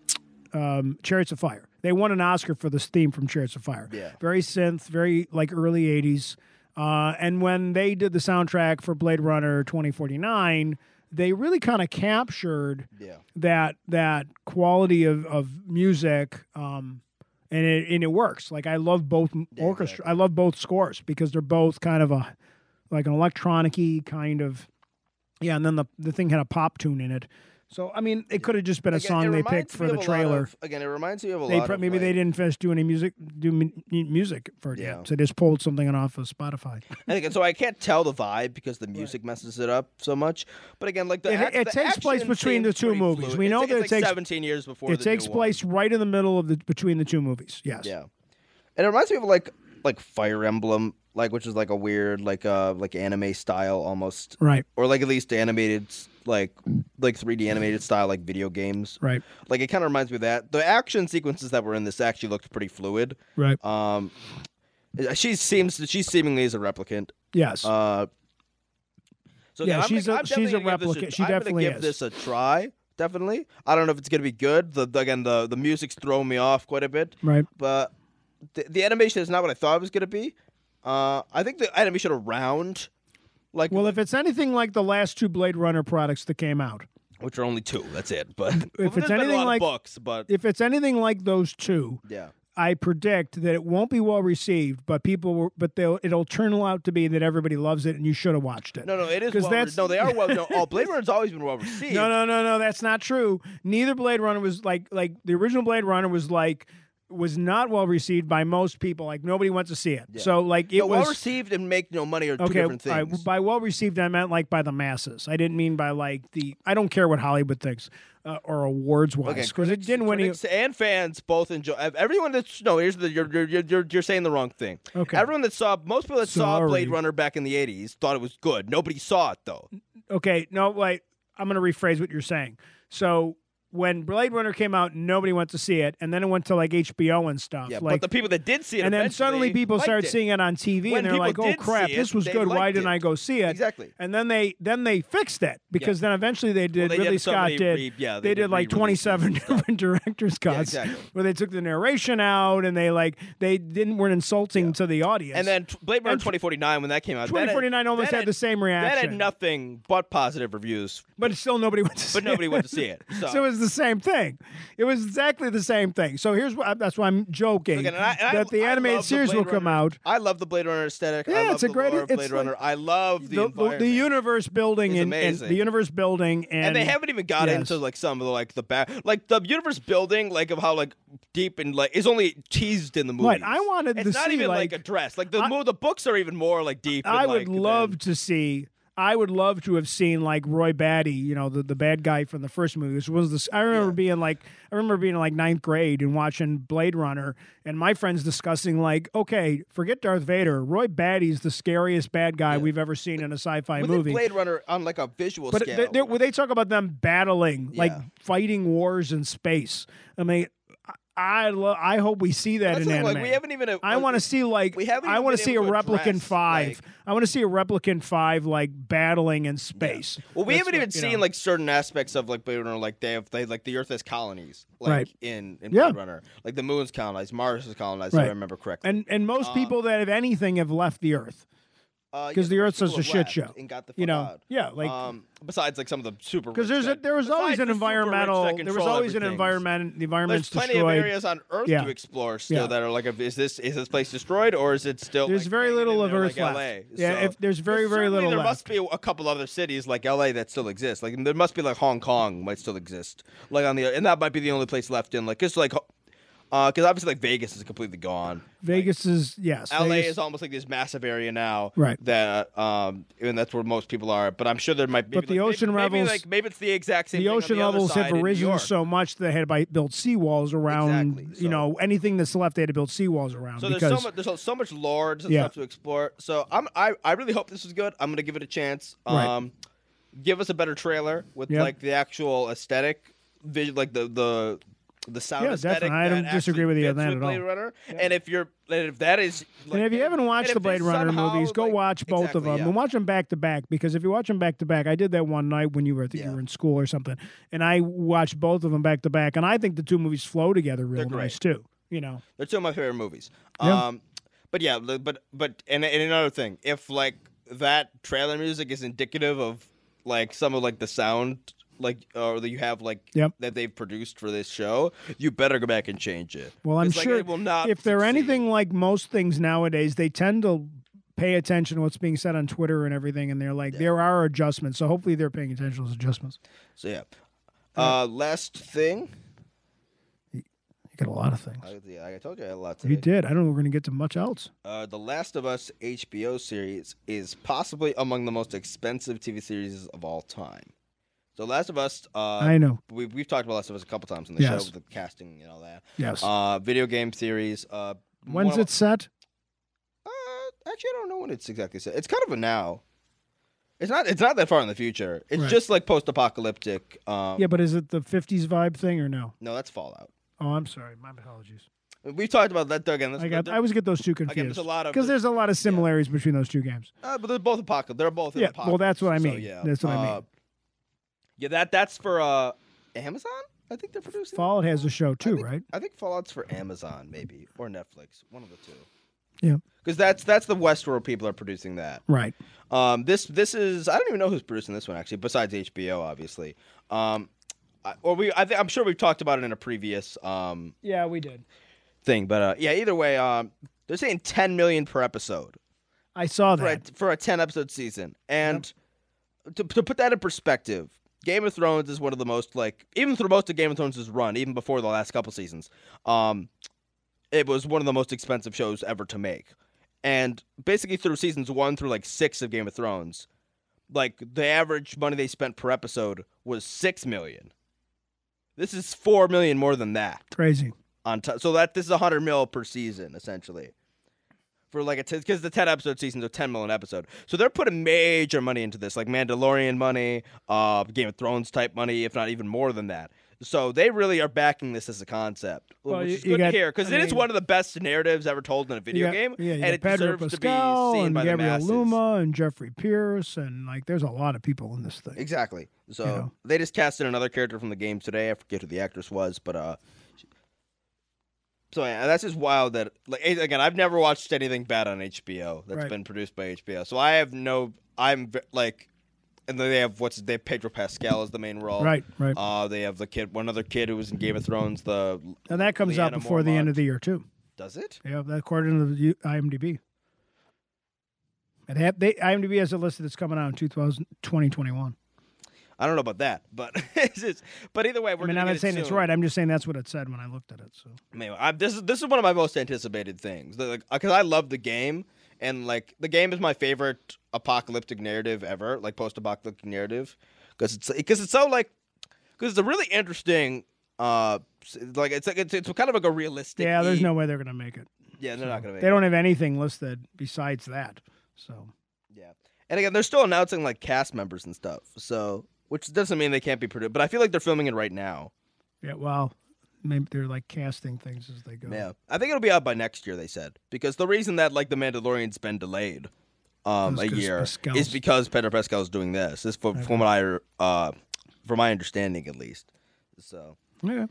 S1: um, Chariots of Fire. They won an Oscar for this theme from Chariots of Fire.
S2: Yeah.
S1: very synth, very like early '80s. Uh, and when they did the soundtrack for Blade Runner 2049, they really kind of captured
S2: yeah
S1: that that quality of of music um and it and it works like i love both orchestra i love both scores because they're both kind of a like an electronic-y kind of yeah and then the the thing had a pop tune in it so i mean it could have just been a
S2: Again, it
S1: song they picked
S2: reminds me
S1: for
S2: of
S1: the
S2: a lot
S1: trailer
S2: of- again it reminds me of a
S1: they
S2: lot
S1: pro-
S2: of,
S1: maybe they
S2: like-
S1: didn't finish do any music do mu- music for it
S2: Yeah.
S1: yet so they just pulled something off of spotify
S2: And again, so I can't tell the vibe because the music messes it up so much. But again, like the
S1: It-
S2: act-
S1: it
S2: the
S1: takes place
S2: action
S1: between the
S2: seems
S1: two
S2: pretty
S1: movies.
S2: fluid.
S1: We
S2: It's
S1: know
S2: like-
S1: that
S2: it's
S1: it
S2: like
S1: takes-
S2: 17 years before
S1: it
S2: the
S1: takes
S2: new
S1: place right in the middle of the between the two movies yes
S2: One. Yeah, and it reminds me of like like Fire Emblem, like which is like a weird like uh like anime style almost,
S1: right
S2: or like at least animated like like 3D animated style like video games.
S1: right
S2: Like it kind of reminds me of that. The action sequences that were in this actually looked pretty fluid.
S1: right
S2: Um, she seems she seemingly is a replicant.
S1: yes
S2: Uh, so
S1: Yeah,
S2: yeah, I'm
S1: she's
S2: like,
S1: a-
S2: I'm
S1: she's a
S2: definitely gonna give this
S1: replicant. She
S2: I'm gonna
S1: definitely
S2: give
S1: is.
S2: this a try. Definitely. I don't know if it's gonna be good. The, the- again, the the music's thrown me off quite a bit,
S1: right
S2: but the, the animation is not what I thought it was gonna be. Uh, I think the animation around, like,
S1: Well, if it's anything like the last two Blade Runner products that came out,
S2: which are only two. That's it. But
S1: it's
S2: there's been a
S1: anything
S2: lot of
S1: like-
S2: books, but
S1: if it's anything like those two,
S2: yeah,
S1: I predict that it won't be well received, but people, will- but they'll, it'll turn out to be that everybody loves it and you should have watched it.
S2: no, no, it is.
S1: 'Cause
S2: Well,
S1: that's-
S2: no, they are well. No, oh, Blade Runner's always been well received.
S1: no, no, no, no, that's not true. Neither Blade Runner was like, like the original Blade Runner was like, was not well received by most people. Like nobody went to see it. So like it
S2: No, well
S1: was.
S2: received and make no money are two
S1: Okay,
S2: different
S1: I-
S2: things.
S1: by well received, I meant like by the masses. I didn't mean by like the. I don't care what Hollywood thinks uh, or awards wise
S2: Okay,
S1: because it didn't win. any-
S2: critics and fans both enjoy. ev- Everyone that's no, here's the you're you're you're, you're saying the wrong thing.
S1: Okay.
S2: Everyone that saw most people that saw Blade
S1: Sorry.
S2: Runner back in the '80s thought it was good. Nobody saw it though.
S1: Okay, no, wait. I'm going to rephrase what you're saying. So when Blade Runner came out, nobody went to see it, and then it went to like HBO and stuff.
S2: Yeah,
S1: like,
S2: but the people that did see it,
S1: and then suddenly
S2: eventually
S1: people
S2: liked
S1: started
S2: it.
S1: seeing it on TV,
S2: When
S1: and they're
S2: people
S1: like, "Oh
S2: did
S1: crap,
S2: see it,
S1: this was
S2: they
S1: good. Why
S2: liked
S1: didn't
S2: it."
S1: I go see it?"
S2: Exactly.
S1: And then they then they fixed it because then eventually they did.
S2: they did
S1: Ridley
S2: so
S1: Scott
S2: many
S1: did.
S2: re- yeah,
S1: they,
S2: they
S1: did,
S2: did
S1: like
S2: re-releases
S1: 27 different directors' cuts
S2: exactly.
S1: where they took the narration out and they like they didn't weren't insulting to the audience.
S2: And then t- Blade Runner
S1: And tw-
S2: 2049 when that came out, that had-
S1: 2049 almost
S2: that
S1: had the same
S2: That had
S1: reaction.
S2: nothing but positive reviews,
S1: but still nobody went to see
S2: but
S1: it.
S2: nobody went to see it. So,
S1: So it was the same thing. It was exactly the same thing. So here's why that's why I'm joking
S2: Again, and I- and I-
S1: that the
S2: I
S1: animated
S2: love the
S1: series
S2: Blade
S1: will come
S2: Runner-
S1: out.
S2: I love the Blade Runner aesthetic. I
S1: Yeah,
S2: love
S1: it's a
S2: the
S1: great-
S2: lore of
S1: it's
S2: Blade
S1: like-
S2: Runner. I love the
S1: The, the,
S2: environment.
S1: the universe building
S2: is
S1: and, and
S2: amazing.
S1: the universe building and,
S2: and they haven't even got
S1: yes.
S2: into like some of the like the back like the universe building like of how like deep and like is only teased in the movie
S1: Right, I wanted
S2: it's
S1: to
S2: not
S1: see,
S2: even like,
S1: like-
S2: addressed like the
S1: I-
S2: mo- the books are even more like deep and,
S1: I would
S2: like,
S1: love
S2: than-
S1: to see I would love to have seen like Roy Batty, you know, the, the bad guy from the first movie, which was this. I remember
S2: Yeah.
S1: being like, I remember being in like ninth grade and watching Blade Runner, and my friends discussing like, okay, forget Darth Vader, Roy Batty's the scariest bad guy we've ever seen in a sci-fi
S2: With
S1: movie.
S2: Blade Runner on like a visual
S1: But
S2: scale.
S1: they, they, when they talk about them battling, like
S2: Yeah.
S1: fighting wars in space. I mean, I I, lo- I hope we see that
S2: That's
S1: in
S2: what I'm
S1: anime.
S2: like, we haven't even.
S1: I want to see like
S2: we haven't
S1: I
S2: even
S1: want to
S2: been
S1: see a
S2: able to
S1: replicant
S2: address,
S1: five.
S2: like-
S1: I want to see a replicant five like battling in space.
S2: Well, we
S1: That's
S2: haven't
S1: what-
S2: even
S1: you
S2: seen
S1: know.
S2: like certain aspects of like Blade Runner, like they have they like the Earth has colonies, like
S1: Right.
S2: in in
S1: Yeah.
S2: Blade Runner, like the Moon's colonized, Mars is colonized, if
S1: Right.
S2: I remember correctly.
S1: and and most
S2: um,
S1: people that have anything have left the Earth.
S2: Uh,
S1: 'cause
S2: yeah,
S1: the
S2: most
S1: Earth's just a
S2: people have
S1: shit
S2: left
S1: show,
S2: and got the fuck
S1: You know,
S2: out.
S1: yeah, like
S2: um, besides like some of the super
S1: because
S2: rich
S1: there's a,
S2: that-
S1: there was
S2: besides
S1: always an
S2: the super rich that
S1: environmental there was
S2: control
S1: always an
S2: everything.
S1: environment the
S2: There's
S1: environment's
S2: plenty
S1: destroyed.
S2: of areas on Earth
S1: Yeah.
S2: to explore still
S1: Yeah.
S2: that are like, a, is this is this place destroyed or is it still?
S1: There's
S2: like,
S1: very
S2: hanging
S1: little
S2: in
S1: of
S2: there,
S1: Earth
S2: like,
S1: left.
S2: LA?
S1: Yeah,
S2: So-
S1: if there's very, very
S2: There's certainly
S1: little
S2: There
S1: left.
S2: must be a couple other cities like LA that still exist. Like there must be like Hong Kong might still exist. Like on the and that might be the only place left in like just like, uh, because obviously like Vegas is completely gone.
S1: Vegas is yes.
S2: LA
S1: Vegas-
S2: is almost like this massive area now,
S1: Right.
S2: That um, and that's where most people are. But I'm sure there might be.
S1: But the ocean
S2: maybe,
S1: levels-
S2: maybe, like maybe it's the exact same.
S1: the
S2: thing on
S1: ocean
S2: the other
S1: levels
S2: side
S1: have
S2: in New
S1: arisen
S2: York.
S1: so much that they had to buy- build seawalls around.
S2: Exactly,
S1: You
S2: so-
S1: know anything that's left, they had to build seawalls around.
S2: So
S1: because,
S2: there's so much there's so much lore and
S1: Yeah.
S2: stuff to explore. So I'm I, I really hope this is good. I'm gonna give it a chance.
S1: Right.
S2: Um, give us a better trailer with
S1: Yep.
S2: like the actual aesthetic, vision, like the the the sound
S1: Yeah,
S2: aesthetic.
S1: definitely. I
S2: that
S1: don't
S2: actually
S1: disagree with you on
S2: fits
S1: that
S2: with
S1: at all.
S2: Blade Runner. And if you're and if that is like,
S1: and if you haven't watched
S2: and
S1: the
S2: if
S1: Blade
S2: it's
S1: Runner
S2: somehow,
S1: movies, go
S2: like-
S1: watch both of
S2: exactly,
S1: them
S2: yeah.
S1: and watch them back to back. Because if you watch them back to back, I did that one night when you were, I think you
S2: Yeah.
S1: were in school or something, and I watched both of them back to back. And I think the two movies flow together real
S2: They're
S1: nice too. You know,
S2: They're two of my favorite movies.
S1: Yeah.
S2: Um, but yeah, li- but but and, and another thing, if like that trailer music is indicative of like some of like the sound like or that you have like
S1: Yep.
S2: that they've produced for this show, you better go back and change it.
S1: well, I'm
S2: 'Cause, like,
S1: sure
S2: it will not
S1: if they're
S2: succeed.
S1: anything like most things nowadays, they tend to pay attention to what's being said on Twitter and everything, and they're like, there are adjustments. So hopefully, they're paying attention to those adjustments.
S2: So yeah. Uh, last thing,
S1: You got a lot of things.
S2: I, yeah, I told you I had a lot
S1: You
S2: today.
S1: did. I don't know. if We're going to get to much else.
S2: Uh, the Last of Us HBO series is possibly among the most expensive TV series of all time. So Last of Us, uh,
S1: I know.
S2: we've, we've talked about Last of Us a couple times on the
S1: Yes.
S2: show, with the casting and all that.
S1: Yes.
S2: Uh, video game series. Uh, one
S1: When's
S2: of-
S1: it set?
S2: Uh, actually, I don't know when it's exactly set. It's kind of a now. It's not. It's not that far in the future. It's
S1: Right.
S2: just like post-apocalyptic. Um,
S1: Yeah, but is it the '50s vibe thing or no?
S2: No, that's Fallout.
S1: Oh, I'm sorry. My apologies.
S2: We've talked about that again. That's,
S1: I got.
S2: they're-
S1: I always get those two
S2: again, there's
S1: confused.
S2: a lot of
S1: Because there's a lot of similarities between those two games.
S2: Uh, but they're both apocalypse. They're both. in
S1: Yeah, well, that's what I
S2: apocalypse,
S1: mean.
S2: So, yeah.
S1: That's what I mean.
S2: Uh, Yeah, that that's for uh, Amazon. I think they're producing. it?
S1: Fallout has a show
S2: I
S1: too,
S2: think-
S1: right?
S2: I think Fallout's for Amazon, maybe or Netflix, one of the two.
S1: Yeah.
S2: because that's that's the Westworld people are producing that.
S1: Right.
S2: Um, this this is I don't even know who's producing this one actually, besides HBO, obviously. Um, I, or we I think I'm sure we've talked about it in a previous um
S1: Yeah, we did.
S2: thing, but uh, yeah, either way, um, they're saying 10 million per episode
S1: I saw
S2: for a,
S1: that.
S2: for a 10 episode season. And to, to put that in perspective, Game of Thrones is one of the most like even through most of Game of Thrones' run, even before the last couple seasons, um, it was one of the most expensive shows ever to make. And basically through seasons one through like six of Game of Thrones, like the average money they spent per episode was six million. This is four million more than that
S1: Crazy.
S2: on top. So that this is a hundred mil per season essentially, for like a because the ten episode seasons are ten mil an episode. So they're putting major money into this, like Mandalorian money, uh, Game of Thrones type money, if not even more than that. So they really are backing this as a concept,
S1: Well,
S2: which
S1: you-
S2: is
S1: you
S2: good
S1: got-
S2: to hear because
S1: I
S2: it is
S1: mean-
S2: one of the best narratives ever told in a
S1: You
S2: video
S1: got-
S2: game,
S1: yeah, you
S2: and
S1: got
S2: it
S1: Pedro
S2: deserves
S1: Pascal
S2: to be seen
S1: and
S2: by
S1: Gabriel
S2: the masses.
S1: Luma and Jeffrey Pierce and like there's a lot of people in this thing.
S2: Exactly. So
S1: know.
S2: they just casted another character from the game today. I forget who the actress was, but uh. she- So yeah, that's just wild. That like eh, again, I've never watched anything bad on HBO that's
S1: Right.
S2: been produced by HBO. So I have no. I'm ve- like, and then they have what's they have Pedro Pascal as the main role.
S1: Right. Right.
S2: Uh, they have the kid, one other kid who was in Game of Thrones. The
S1: and that comes out
S2: Leanna
S1: before the end
S2: Mormont.
S1: of the year too.
S2: Does it?
S1: Yeah, that according to the U- IMDb. And they, have- they IMDb has a list that's coming out in 2000, 2021.
S2: I don't know about that, but it's just, but either way, we're.
S1: I mean,
S2: gonna
S1: I'm
S2: get
S1: not
S2: it
S1: saying it's
S2: soon.
S1: right. I'm just saying that's what it said when I looked at it. So
S2: Anyway, I'm, this is this is one of my most anticipated things because I love the game and like the game is my favorite apocalyptic narrative ever, like post-apocalyptic narrative, because it's because it's so like because it's a really interesting. Uh, s- like it's like it's, it's kind of like a realistic.
S1: Yeah, there's no way they're gonna make it.
S2: Yeah, e- they're not gonna. Make
S1: They don't have anything listed besides that. So
S2: Yeah. And again, they're still announcing like cast members and stuff. So, which doesn't mean they can't be produced, but I feel like they're filming it right now.
S1: yeah, well, maybe they're like casting things as they go.
S2: Yeah. I think it'll be out by next year, they said. Because the reason that like The Mandalorian's been delayed um
S1: Is
S2: a
S1: 'cause
S2: year
S1: Pascal's-
S2: is because Pedro Pascal's doing this. This for, from what I uh from my understanding at least. So,
S1: Yeah.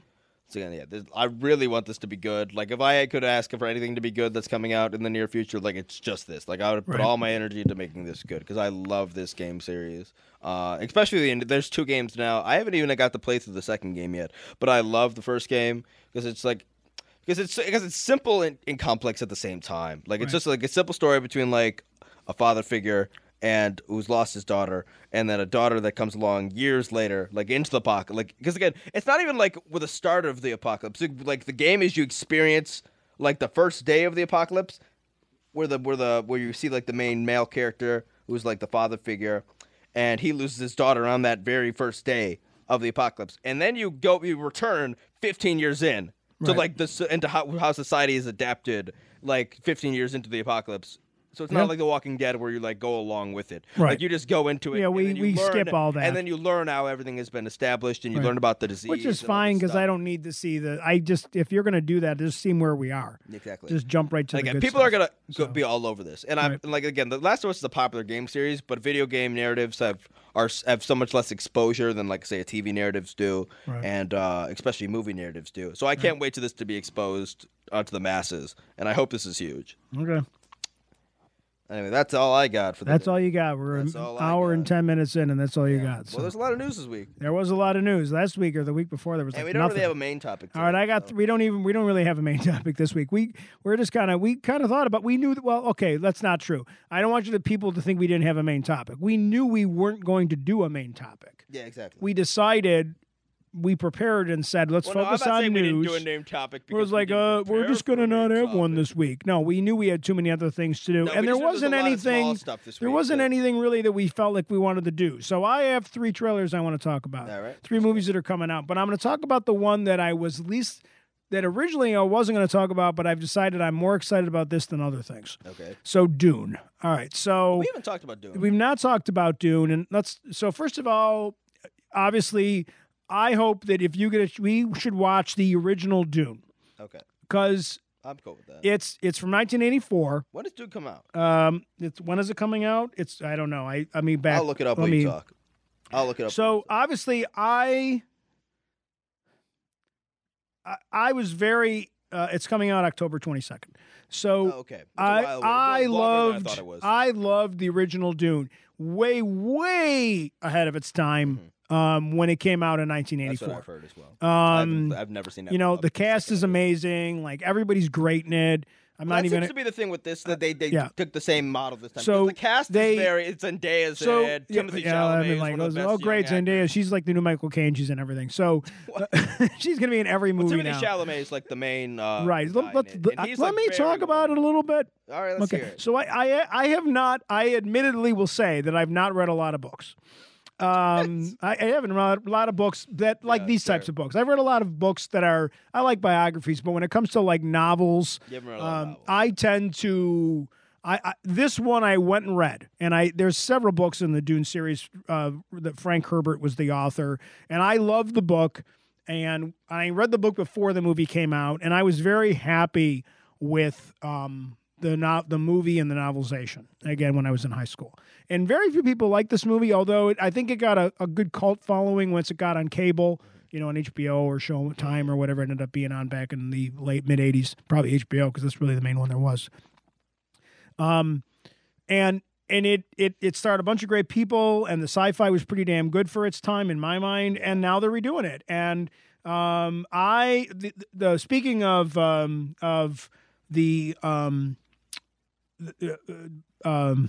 S2: so again, yeah, this, I really want this to be good. Like, if I could ask for anything to be good that's coming out in the near future, like it's just this. Like, I would put
S1: Right.
S2: all my energy into making this good because I love this game series. Uh, especially the end. There's two games now. I haven't even got to play through the second game yet, but I love the first game because it's like because it's because it's simple and, and complex at the same time. Like, it's
S1: Right.
S2: just like a simple story between like a father figure and who's lost his daughter and then a daughter that comes along years later like into the apocalypse like because again it's not even like with the start of the apocalypse like the game is you experience like the first day of the apocalypse where the where the where you see like the main male character who's like the father figure, and he loses his daughter on that very first day of the apocalypse, and then you go you return 15 years in to
S1: Right.
S2: like this into how, how society is adapted like 15 years into the apocalypse. So it's
S1: Yeah.
S2: not like The Walking Dead where you like go along with it. Like
S1: Right.
S2: you just go into it.
S1: Yeah,
S2: and
S1: we-
S2: then you
S1: we
S2: learn-
S1: skip all that.
S2: and then you learn how everything has been established, and you
S1: Right.
S2: learn about the disease,
S1: Which is
S2: and all
S1: fine
S2: this
S1: because
S2: stuff.
S1: I don't need to see the. I just if you're gonna do that, just seem where we are.
S2: exactly
S1: Just jump right to
S2: Like,
S1: the
S2: again,
S1: good
S2: people are
S1: stuff.
S2: gonna go,
S1: So-
S2: be all over this, and I'm
S1: Right.
S2: and, like again, the Last of Us is a popular game series, but video game narratives have are s- have so much less exposure than like say a TV narratives do,
S1: Right.
S2: and uh, especially movie narratives do. So I can't wait to this to be exposed uh, to the masses, and I hope this is huge.
S1: Okay,
S2: Anyway, that's all I got for the
S1: that's
S2: day.
S1: all you got. We're an
S2: That's all I
S1: hour and
S2: got.
S1: ten minutes in, and that's all you got.
S2: Well,
S1: So
S2: there's a lot of news this week,
S1: there was a lot of news last week or the week before. There was
S2: and
S1: like
S2: we don't
S1: nothing.
S2: really have a main topic.
S1: All right,
S2: today,
S1: I got.
S2: so-
S1: We don't even. We don't really have a main topic this week. We we're just kind of. We kind of thought about. We knew. That, well, okay, that's not true. I don't want you to people to think we didn't have a main topic. We knew we weren't going to do a main topic.
S2: yeah, exactly.
S1: We decided. We prepared and said, let's
S2: well, no, I'm
S1: focus
S2: not
S1: on
S2: saying
S1: news.
S2: we didn't do a name topic.
S1: It was
S2: because we
S1: like,
S2: didn't
S1: uh, we're
S2: prepare
S1: just
S2: for a
S1: gonna not
S2: name
S1: have one
S2: topic.
S1: this week. No, we knew we had too many other things to do,
S2: No,
S1: and
S2: we
S1: there
S2: just- was
S1: wasn't
S2: a lot of small
S1: anything.
S2: stuff this
S1: There
S2: week,
S1: wasn't
S2: so-
S1: anything really that we felt like we wanted to do. So I have three trailers I want to talk about.
S2: All right.
S1: Three movies that are coming out, but I'm going to talk about the one that I was least that originally I wasn't going to talk about, but I've decided I'm more excited about this than other things.
S2: Okay,
S1: So Dune. All right. So
S2: we haven't talked about doing.
S1: We've not talked about Dune, and let's. So first of all, obviously, I hope that if you get, a, we should watch the original Dune
S2: okay,
S1: because
S2: I'm cool with that.
S1: it's it's from 1984.
S2: When does Dude come out?
S1: Um, it's when is it coming out? It's I don't know. I I mean back.
S2: I'll look it up
S1: let
S2: while
S1: me-
S2: you talk. I'll look it up.
S1: So obviously, I, I I was very. Uh, it's coming out October 22nd. So
S2: Oh, okay. It's a
S1: I
S2: while away.
S1: I
S2: Well, longer than
S1: loved
S2: I thought it was.
S1: loved the original Dune way way ahead of its time um, when it came out in
S2: Mm-hmm. That's what
S1: 1984.
S2: I've heard as well. I haven't-
S1: Um,
S2: I've never seen that.
S1: you know
S2: up
S1: the
S2: to
S1: cast
S2: second
S1: is
S2: of it.
S1: amazing. Like everybody's great in it. I'm
S2: Well,
S1: not
S2: that
S1: even
S2: seems to be the thing with this that they they
S1: yeah.
S2: took the same model this time. 'Cause
S1: So
S2: the cast
S1: they-
S2: is very it's Zendaya's
S1: so
S2: in it.
S1: yeah,
S2: Timothy
S1: yeah,
S2: Chalamet
S1: I mean,
S2: is
S1: like,
S2: one of
S1: it
S2: the
S1: was,
S2: best
S1: oh great,
S2: young actors.
S1: Zendaya. She's like the new Michael Caine. She's in everything. So
S2: What?
S1: she's gonna be in every
S2: Well,
S1: movie now.
S2: Timothy Chalamet is like the main uh,
S1: right.
S2: guy
S1: Let,
S2: in
S1: let's-
S2: it,
S1: let
S2: and he's, like,
S1: me
S2: very
S1: talk about it a
S2: well-known.
S1: little bit.
S2: All right, let's
S1: okay.
S2: hear it.
S1: So I, I I have not. I admittedly will say that I've not read a lot of books. Um, I, I haven't read a lot of books that like
S2: Yeah,
S1: these
S2: fair.
S1: types of books. I've read a lot of books that are I like biographies, but when it comes to like novels,
S2: You haven't read a lot of
S1: um,
S2: novels.
S1: I tend to. I, I this one I went and read, and I there's several books in the Dune series uh, that Frank Herbert was the author, and I loved the book, and I read the book before the movie came out, and I was very happy with um, the no- the movie and the novelization. Again, when I was in high school, and very few people like this movie, although it, I think it got a, a good cult following once it got on cable you know, on HBO or Showtime or whatever it ended up being on back in the late mid '80s, probably HBO because that's really the main one there was. Um, and and it it it starred a bunch of great people, and the sci-fi was pretty damn good for its time in my mind. And now they're redoing it, and um, I the, the speaking of um of the um. The, uh, um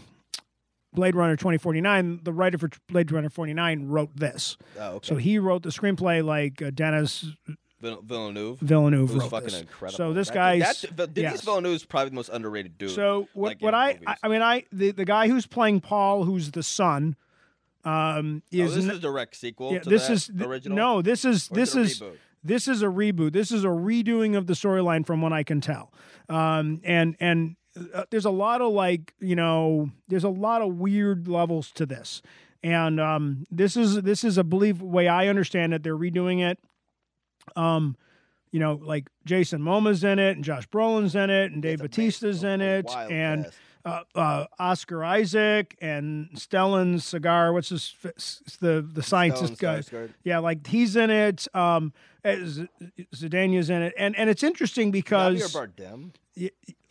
S1: Blade Runner 2049, the writer for Blade Runner 49 wrote this.
S2: Oh, okay.
S1: So he wrote the screenplay like uh, Dennis
S2: Vill- Villeneuve.
S1: Villeneuve
S2: Who's
S1: wrote
S2: fucking
S1: this.
S2: incredible.
S1: So this
S2: That-
S1: guy's
S2: that, that, Denise
S1: yes.
S2: Villeneuve is probably the most underrated dude.
S1: So what?
S2: like, in
S1: what I, I
S2: movies.
S1: I mean I the, the guy who's playing Paul, who's the son, um,
S2: Oh,
S1: is
S2: this
S1: n-
S2: is a direct sequel
S1: yeah,
S2: to
S1: this
S2: that
S1: is th-
S2: original.
S1: no, this is
S2: Or is
S1: this
S2: it a
S1: is
S2: reboot?
S1: this is a reboot. This is a redoing of the storyline from what I can tell. Um, and and uh, there's a lot of like you know there's a lot of weird levels to this. And um, this is this is a belief way I understand it. They're redoing it. Um, you know, like Jason Momoa's in it, and Josh Brolin's in it, and Dave
S2: It's amazing.
S1: Batista's in
S2: A
S1: it,
S2: wild
S1: and
S2: cast.
S1: uh, uh, Oscar Isaac and Stellan Cigar. What's his f- s- the the scientist
S2: Stellan
S1: guy?
S2: Skarsgård.
S1: Yeah, like he's in it. Um, uh, Z- Zidania's in it, and and it's interesting
S2: Javier
S1: because
S2: Bardem.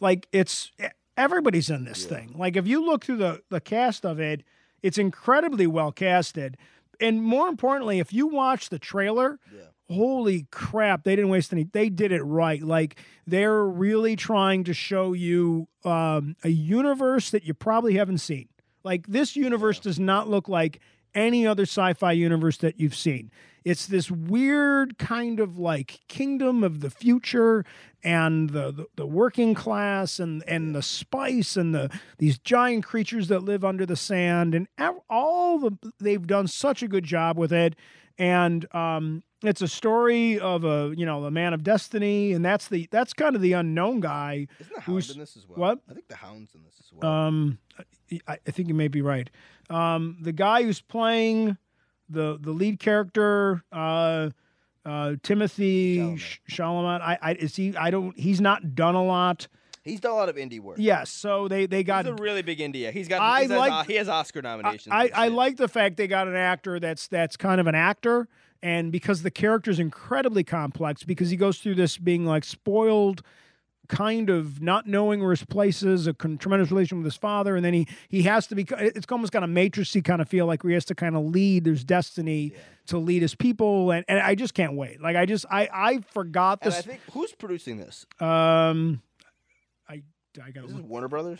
S1: like it's eh, everybody's in this
S2: Yeah.
S1: thing. Like if you look through the the cast of it, it's incredibly well casted, and more importantly, if you watch the trailer,
S2: Yeah.
S1: holy crap they didn't waste any they did it right like they're really trying to show you um, a universe that you probably haven't seen like this universe does not look like any other sci-fi universe that you've seen it's this weird kind of like kingdom of the future and the the, the working class and and the spice and the these giant creatures that live under the sand and ev- all the they've done such a good job with it and um, it's a story of a you know a man of destiny, and that's the that's kind of the unknown guy.
S2: Isn't the
S1: Who's-
S2: hound in this as well?
S1: what?
S2: I think the hound's in this as well.
S1: Um, I, I think you may be right. Um, the guy who's playing the the lead character, uh, uh, Timothy
S2: Chalamet.
S1: Sh- Chalamet. I, I is he? I don't. He's not done a lot.
S2: He's done a lot of indie work.
S1: Yes. So they they got
S2: he's a really big indie. He's got.
S1: I
S2: he's has-
S1: like-
S2: uh, he has Oscar
S1: I,
S2: nominations.
S1: I,
S2: and
S1: I
S2: shit.
S1: like the fact they got an actor that's that's kind of an actor, and because the character's incredibly complex, because he goes through this being like spoiled, kind of not knowing where his place is, a con- tremendous relation with his father, and then he he has to be. It's almost kind of matrixy kind of feel, like where he has to kind of lead. There's destiny
S2: Yeah.
S1: to lead his people, and, and I just can't wait. Like I just I I forgot
S2: And
S1: this.
S2: I think who's producing this?
S1: um, I I got
S2: This is Warner Brothers.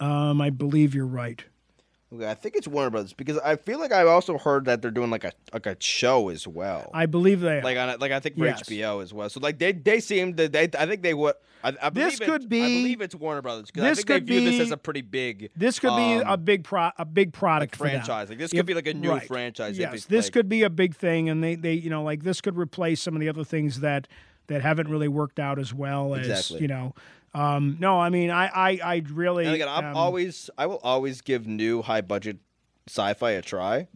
S1: um I believe you're right. Mm.
S2: Okay, I think it's Warner Brothers because I feel like I also heard that they're doing like a like a show as well.
S1: I believe they.
S2: like on a, like I think for
S1: Yes.
S2: HBO as well. So like they they seem that they I think they would. I, I believe
S1: This
S2: it-
S1: could be-
S2: I believe it's Warner Brothers because I
S1: this
S2: think they
S1: could
S2: view
S1: be-
S2: this as a pretty big
S1: this could be a
S2: um,
S1: big pro a big
S2: like,
S1: product for them.
S2: franchise. Like this could
S1: If-
S2: be like a new
S1: right.
S2: franchise. if
S1: Yes,
S2: it's,
S1: this
S2: like-
S1: could be a big thing, and they, they you know like this could replace some of the other things that that haven't really worked out as well as
S2: Exactly.
S1: you know. Um, no, I mean I I I really
S2: And again, I'm
S1: um,
S2: always I will always give new high budget sci-fi a try.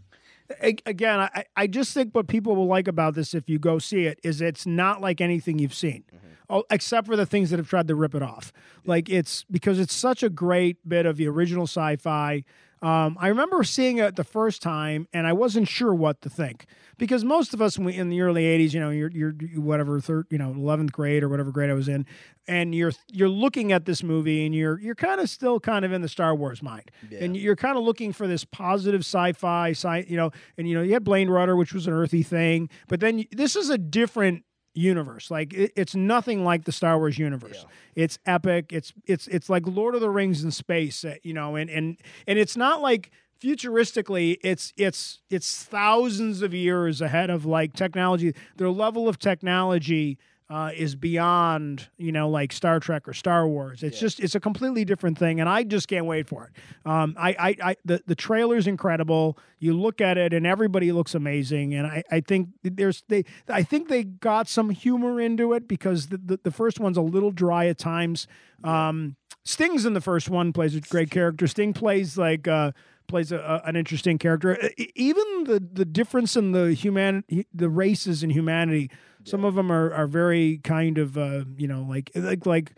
S1: a- again I I just think what people will like about this if you go see it is it's not like anything you've seen, oh, except for the things that have tried to rip it off. Like it's because it's such a great bit of the original sci-fi. Um, I remember seeing it the first time, and I wasn't sure what to think because most of us when we, in the early '80s, you know, you're you're you- whatever third, you know, 11th grade or whatever grade I was in, and you're you're looking at this movie, and you're you're kind of still kind of in the Star Wars mind, and you're kind of looking for this positive sci-fi, sci, you know, and you know, you had Blade Runner, which was an earthy thing, but then you- this is a different universe. Like it, it's nothing like the Star Wars universe. It's epic. It's it's it's like Lord of the Rings in space. uh, You know, and and and it's not like futuristically. It's it's it's thousands of years ahead of like technology. Their level of technology. Uh, is beyond you know like Star Trek or Star Wars. It's just it's a completely different thing, and I just can't wait for it. Um, I, I, I the the trailer's incredible. You look at it, and everybody looks amazing. And I, I think there's they I think they got some humor into it because the the, the first one's a little dry at times. Um, Sting's in the first one plays a great character. Sting plays like. Uh, plays a, a- an interesting character. E- e- Even the the difference in the human the races in humanity. Some of them are are very kind of uh, you know like like like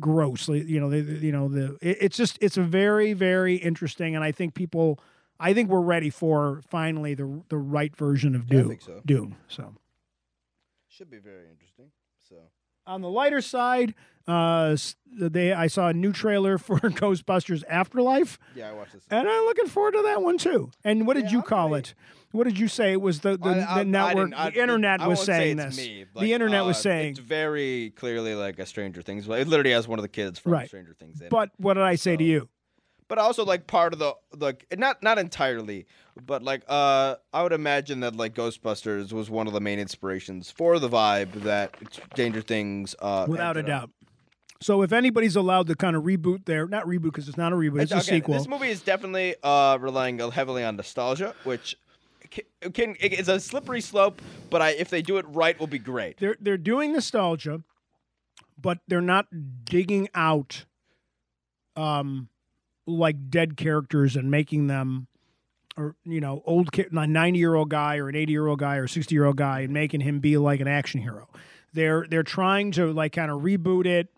S1: gross. Like, you know they they- you know the it, it's just it's a very very interesting and I think people I think we're ready for finally the the right version of
S2: I
S1: Doom.
S2: think so.
S1: Doom. So
S2: Should be very interesting. So
S1: on the lighter side, uh, s- they I saw a new trailer for Ghostbusters Afterlife.
S2: yeah, I watched this.
S1: And I'm looking forward to that one too. And what did
S2: Yeah,
S1: you
S2: I'm
S1: call
S2: pretty-
S1: it? What did you say? It was the the,
S2: I- I- I
S1: the network,
S2: didn't- I-
S1: the internet
S2: I
S1: was
S2: won't
S1: saying
S2: say
S1: this.
S2: it's me,
S1: the
S2: like,
S1: internet was
S2: uh,
S1: saying.
S2: it's very clearly like a Stranger Things. It literally has one of the kids from
S1: Right.
S2: Stranger Things in it.
S1: But what did I say to
S2: so-
S1: you?
S2: but but also like part of the like not not entirely, but like uh, I would imagine that like Ghostbusters was one of the main inspirations for the vibe that Danger Things uh
S1: without a
S2: ended up.
S1: doubt. So if anybody's allowed to kind of reboot their not reboot because it's not a reboot, it's a
S2: Again,
S1: sequel.
S2: This movie is definitely uh, relying heavily on nostalgia, which can, can it's a slippery slope. But I, if they do it right, will be great.
S1: they're they're doing nostalgia, but they're not digging out um like dead characters and making them or you know old ki- a 90 year old guy or an 80 year old guy or 60 year old guy and making him be like an action hero they're they're trying to like kind of reboot it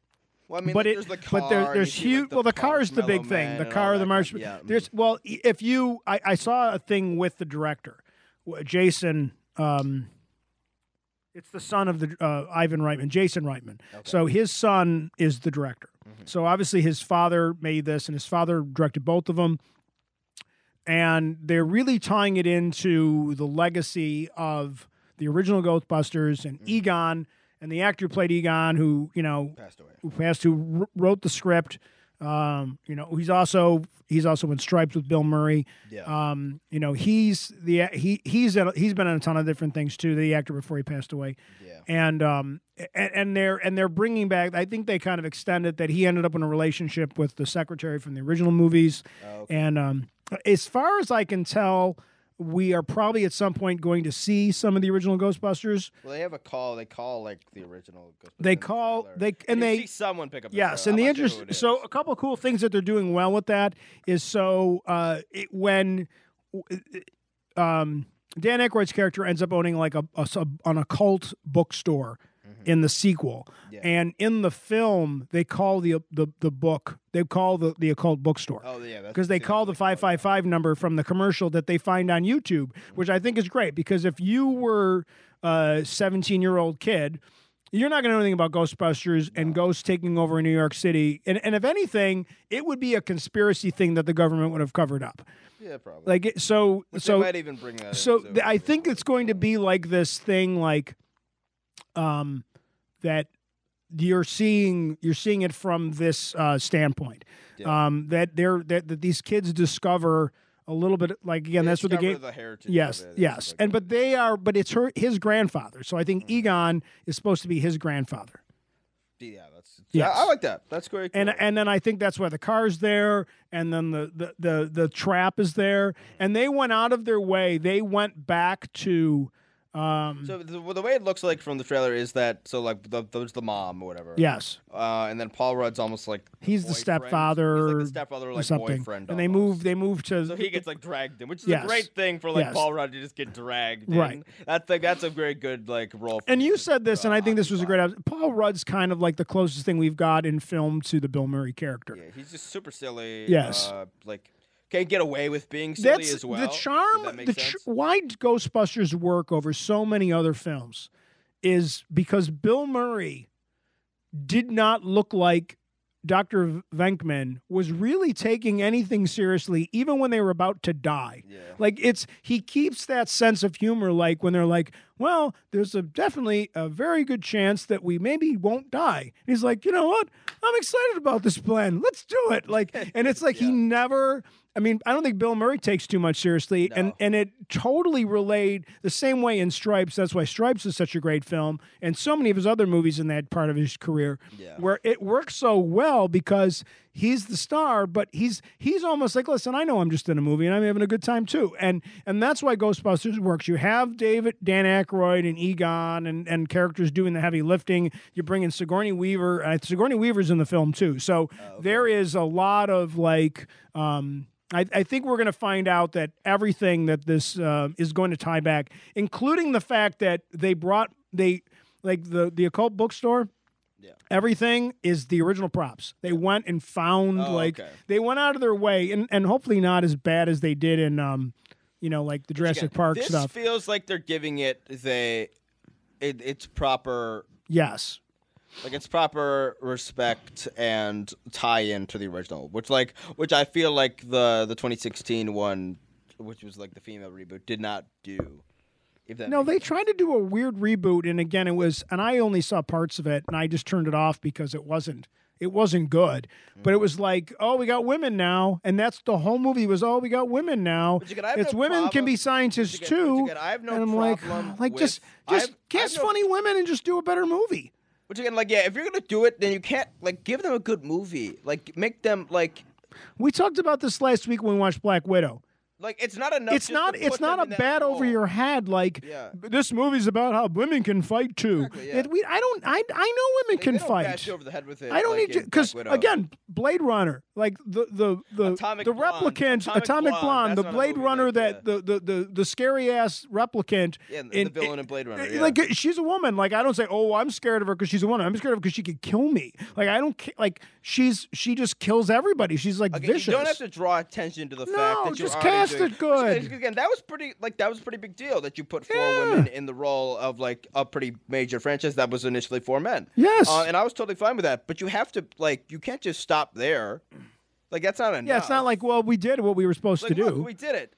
S2: Well, I mean,
S1: but
S2: like,
S1: it,
S2: there's the car,
S1: but there,
S2: and
S1: there's
S2: you see, like,
S1: huge. well, the car is the
S2: Marshmallow
S1: big thing.
S2: Man
S1: The
S2: and
S1: car,
S2: all
S1: the
S2: that
S1: marsh.
S2: kind of- yeah.
S1: There's well, i- if you, I, I saw a thing with the director, w- Jason. Um, it's the son of the uh, Ivan Reitman, Jason Reitman. So his son is the director.
S2: Mm-hmm.
S1: So obviously his father made this, and his father directed both of them. And they're really tying it into the legacy of the original Ghostbusters and
S2: Mm-hmm.
S1: Egon, and the actor who played Egon, who you know
S2: passed away.
S1: who passed who wr- wrote the script. Um, you know, he's also he's also in Stripes with Bill Murray.
S2: Yeah.
S1: Um, you know, he's the he he's at, he's been on a ton of different things too. The actor before he passed away,
S2: Yeah.
S1: and um and, and they're and they're bringing back. I think they kind of extended that he ended up in a relationship with the secretary from the original movies,
S2: Oh,
S1: and um, as far as I can tell. We are probably at some point going to see some of the original Ghostbusters.
S2: Well, they have a call. They call like the original. Ghostbusters
S1: They
S2: in the
S1: call
S2: trailer.
S1: they and
S2: you
S1: they
S2: see someone pick up. the
S1: Yes,
S2: trailer.
S1: and
S2: I'm
S1: the
S2: not
S1: interest.
S2: sure who it is.
S1: so a couple of cool things that they're doing well with that is so uh, it, when um, Dan Aykroyd's character ends up owning like a, a sub- an occult bookstore in the sequel,
S2: Mm-hmm. Yeah.
S1: and in the film they call the the, the book they call the the occult bookstore
S2: oh yeah, that's
S1: because they
S2: the
S1: call the
S2: thing.
S1: 555 number from the commercial that they find on YouTube, which I think is great because if you were a 17 year old kid, you're not going to know anything about Ghostbusters and ghosts taking over New York City. And, and if anything, it would be a conspiracy thing that the government would have covered up.
S2: Yeah, probably.
S1: Like, it- so,
S2: Which they
S1: so
S2: might even bring that.
S1: so
S2: into
S1: th- I
S2: it.
S1: think it's going to be like this thing, like, um, that you're seeing you're seeing it from this uh, standpoint.
S2: Yeah.
S1: Um, that they're that, that these kids discover a little bit, like again,
S2: They
S1: that's what the
S2: discover
S1: game.
S2: The heritage. of
S1: Yes,
S2: it and
S1: yes,
S2: stuff like Mm-hmm.
S1: and
S2: that.
S1: but they are, but it's her his grandfather. So I think Egon is supposed to be his grandfather.
S2: yeah, that's yeah.
S1: Yes.
S2: I like that. That's great.
S1: And and then I think that's why the car's there, and then the, the the the trap is there,
S2: Mm-hmm.
S1: and they went out of their way. They went back to, um,
S2: So the, well, the way it looks like from the trailer is that so like the, there's the mom or whatever.
S1: yes,
S2: Uh, and then Paul Rudd's almost like
S1: He's the
S2: boyfriend.
S1: stepfather
S2: He's like the stepfather, or,
S1: or
S2: like
S1: something.
S2: boyfriend.
S1: and they
S2: almost.
S1: move. They move to.
S2: So he gets like dragged in, which is
S1: Yes.
S2: a great thing for like
S1: Yes.
S2: Paul Rudd to just get dragged. in.
S1: Right.
S2: That's like that's a very good like role. For
S1: and
S2: him
S1: you
S2: to,
S1: said this, and
S2: uh,
S1: I think this was a
S2: occupy.
S1: great. op- Paul Rudd's kind of like the closest thing we've got in film to the Bill Murray character.
S2: Yeah, he's just super silly.
S1: Yes.
S2: Uh, like can get away with being silly
S1: That's
S2: as well.
S1: the
S2: if that
S1: charm.
S2: makes
S1: The
S2: sense.
S1: tr- why Ghostbusters work over so many other films is because Bill Murray did not look like Dr. Venkman was really taking anything seriously, even when they were about to die.
S2: yeah.
S1: Like it's he keeps that sense of humor. Like when they're like, "Well, there's a definitely a very good chance that we maybe won't die." And he's like, "You know what? I'm excited about this plan. Let's do it!" Like, and it's like he
S2: Yeah.
S1: never. I mean, I don't think Bill Murray takes too much seriously, and
S2: No.
S1: and it totally relayed the same way in Stripes. That's why Stripes is such a great film, and so many of his other movies in that part of his career
S2: Yeah.
S1: where it works so well because he's the star, but he's he's almost like, listen, I know I'm just in a movie and I'm having a good time too, and and that's why Ghostbusters works. You have David, Dan Aykroyd, and Egon, and and characters doing the heavy lifting. You bring in Sigourney Weaver. Uh, Sigourney Weaver's in the film too, so there is a lot of like. Um, I, I think we're going to find out that everything that this uh, is going to tie back, including the fact that they brought they like the the occult bookstore everything is the original props. They went and found
S2: Oh,
S1: like
S2: okay.
S1: they went out of their way and and hopefully not as bad as they did in um you know like the Jurassic
S2: Again,
S1: Park
S2: this
S1: stuff.
S2: feels like they're giving it the it, it's proper
S1: yes.
S2: like it's proper respect and tie in to the original which like which i feel like the the 2016 one which was like the female reboot did not do If that
S1: No,
S2: makes
S1: they tried to do a weird reboot, and again, it was, and I only saw parts of it, and I just turned it off because it wasn't, it wasn't good.
S2: Mm-hmm.
S1: But it was like, oh, we got women now, and that's the whole movie was, oh, we got women now.
S2: But you could- I have
S1: It's
S2: no
S1: women can
S2: problem-
S1: be
S2: but
S1: scientists
S2: you could- but you
S1: too.
S2: could- I have no
S1: and I'm like,
S2: problem
S1: like just,
S2: with-
S1: just
S2: I've- I've
S1: cast
S2: no-
S1: funny women and just do a better movie.
S2: Which again, like, yeah, if you're gonna do it, then you can't like give them a good movie. Like, make them like,
S1: We talked about this last week when we watched Black Widow.
S2: like it's not enough.
S1: it's
S2: just
S1: not
S2: to
S1: it's
S2: put
S1: not
S2: them
S1: a
S2: in that
S1: bat over
S2: role.
S1: your head like
S2: Yeah.
S1: "B- this movie's about how women can fight too.
S2: Exactly, yeah.
S1: It- we, I don't I, I know women
S2: They-
S1: can
S2: they don't
S1: fight.
S2: bash you over the head with it.
S1: I don't
S2: like
S1: need to
S2: in Black
S1: because
S2: Widow.
S1: again, Blade Runner, like the the the
S2: Atomic
S1: the
S2: Blonde.
S1: replicant,
S2: Atomic Blonde, that's
S1: the
S2: not a
S1: Blade
S2: movie
S1: Runner
S2: like
S1: that, the, the the the scary ass replicant.
S2: Yeah, the- the
S1: in-
S2: villain in Blade Runner,
S1: uh,
S2: yeah.
S1: Like uh, she's a woman. Like I don't say, oh, I'm scared of her because she's a woman. I'm scared of her because she could kill me. Like I don't ca- like she's she just kills everybody. She's like
S2: Again,
S1: vicious.
S2: you don't have to draw attention to the fact
S1: No,
S2: that you're
S1: just cast
S2: already doing-
S1: it good.
S2: Which, again, that was pretty like that was a pretty big deal that you put four women in the role of like a pretty major franchise that was initially four men.
S1: Yes.
S2: uh, and I was totally fine with that. But you have to like you can't just stop there. Like that's not enough.
S1: yeah, it's not like well, we did what we were supposed
S2: Like,
S1: to do.
S2: look, we did it.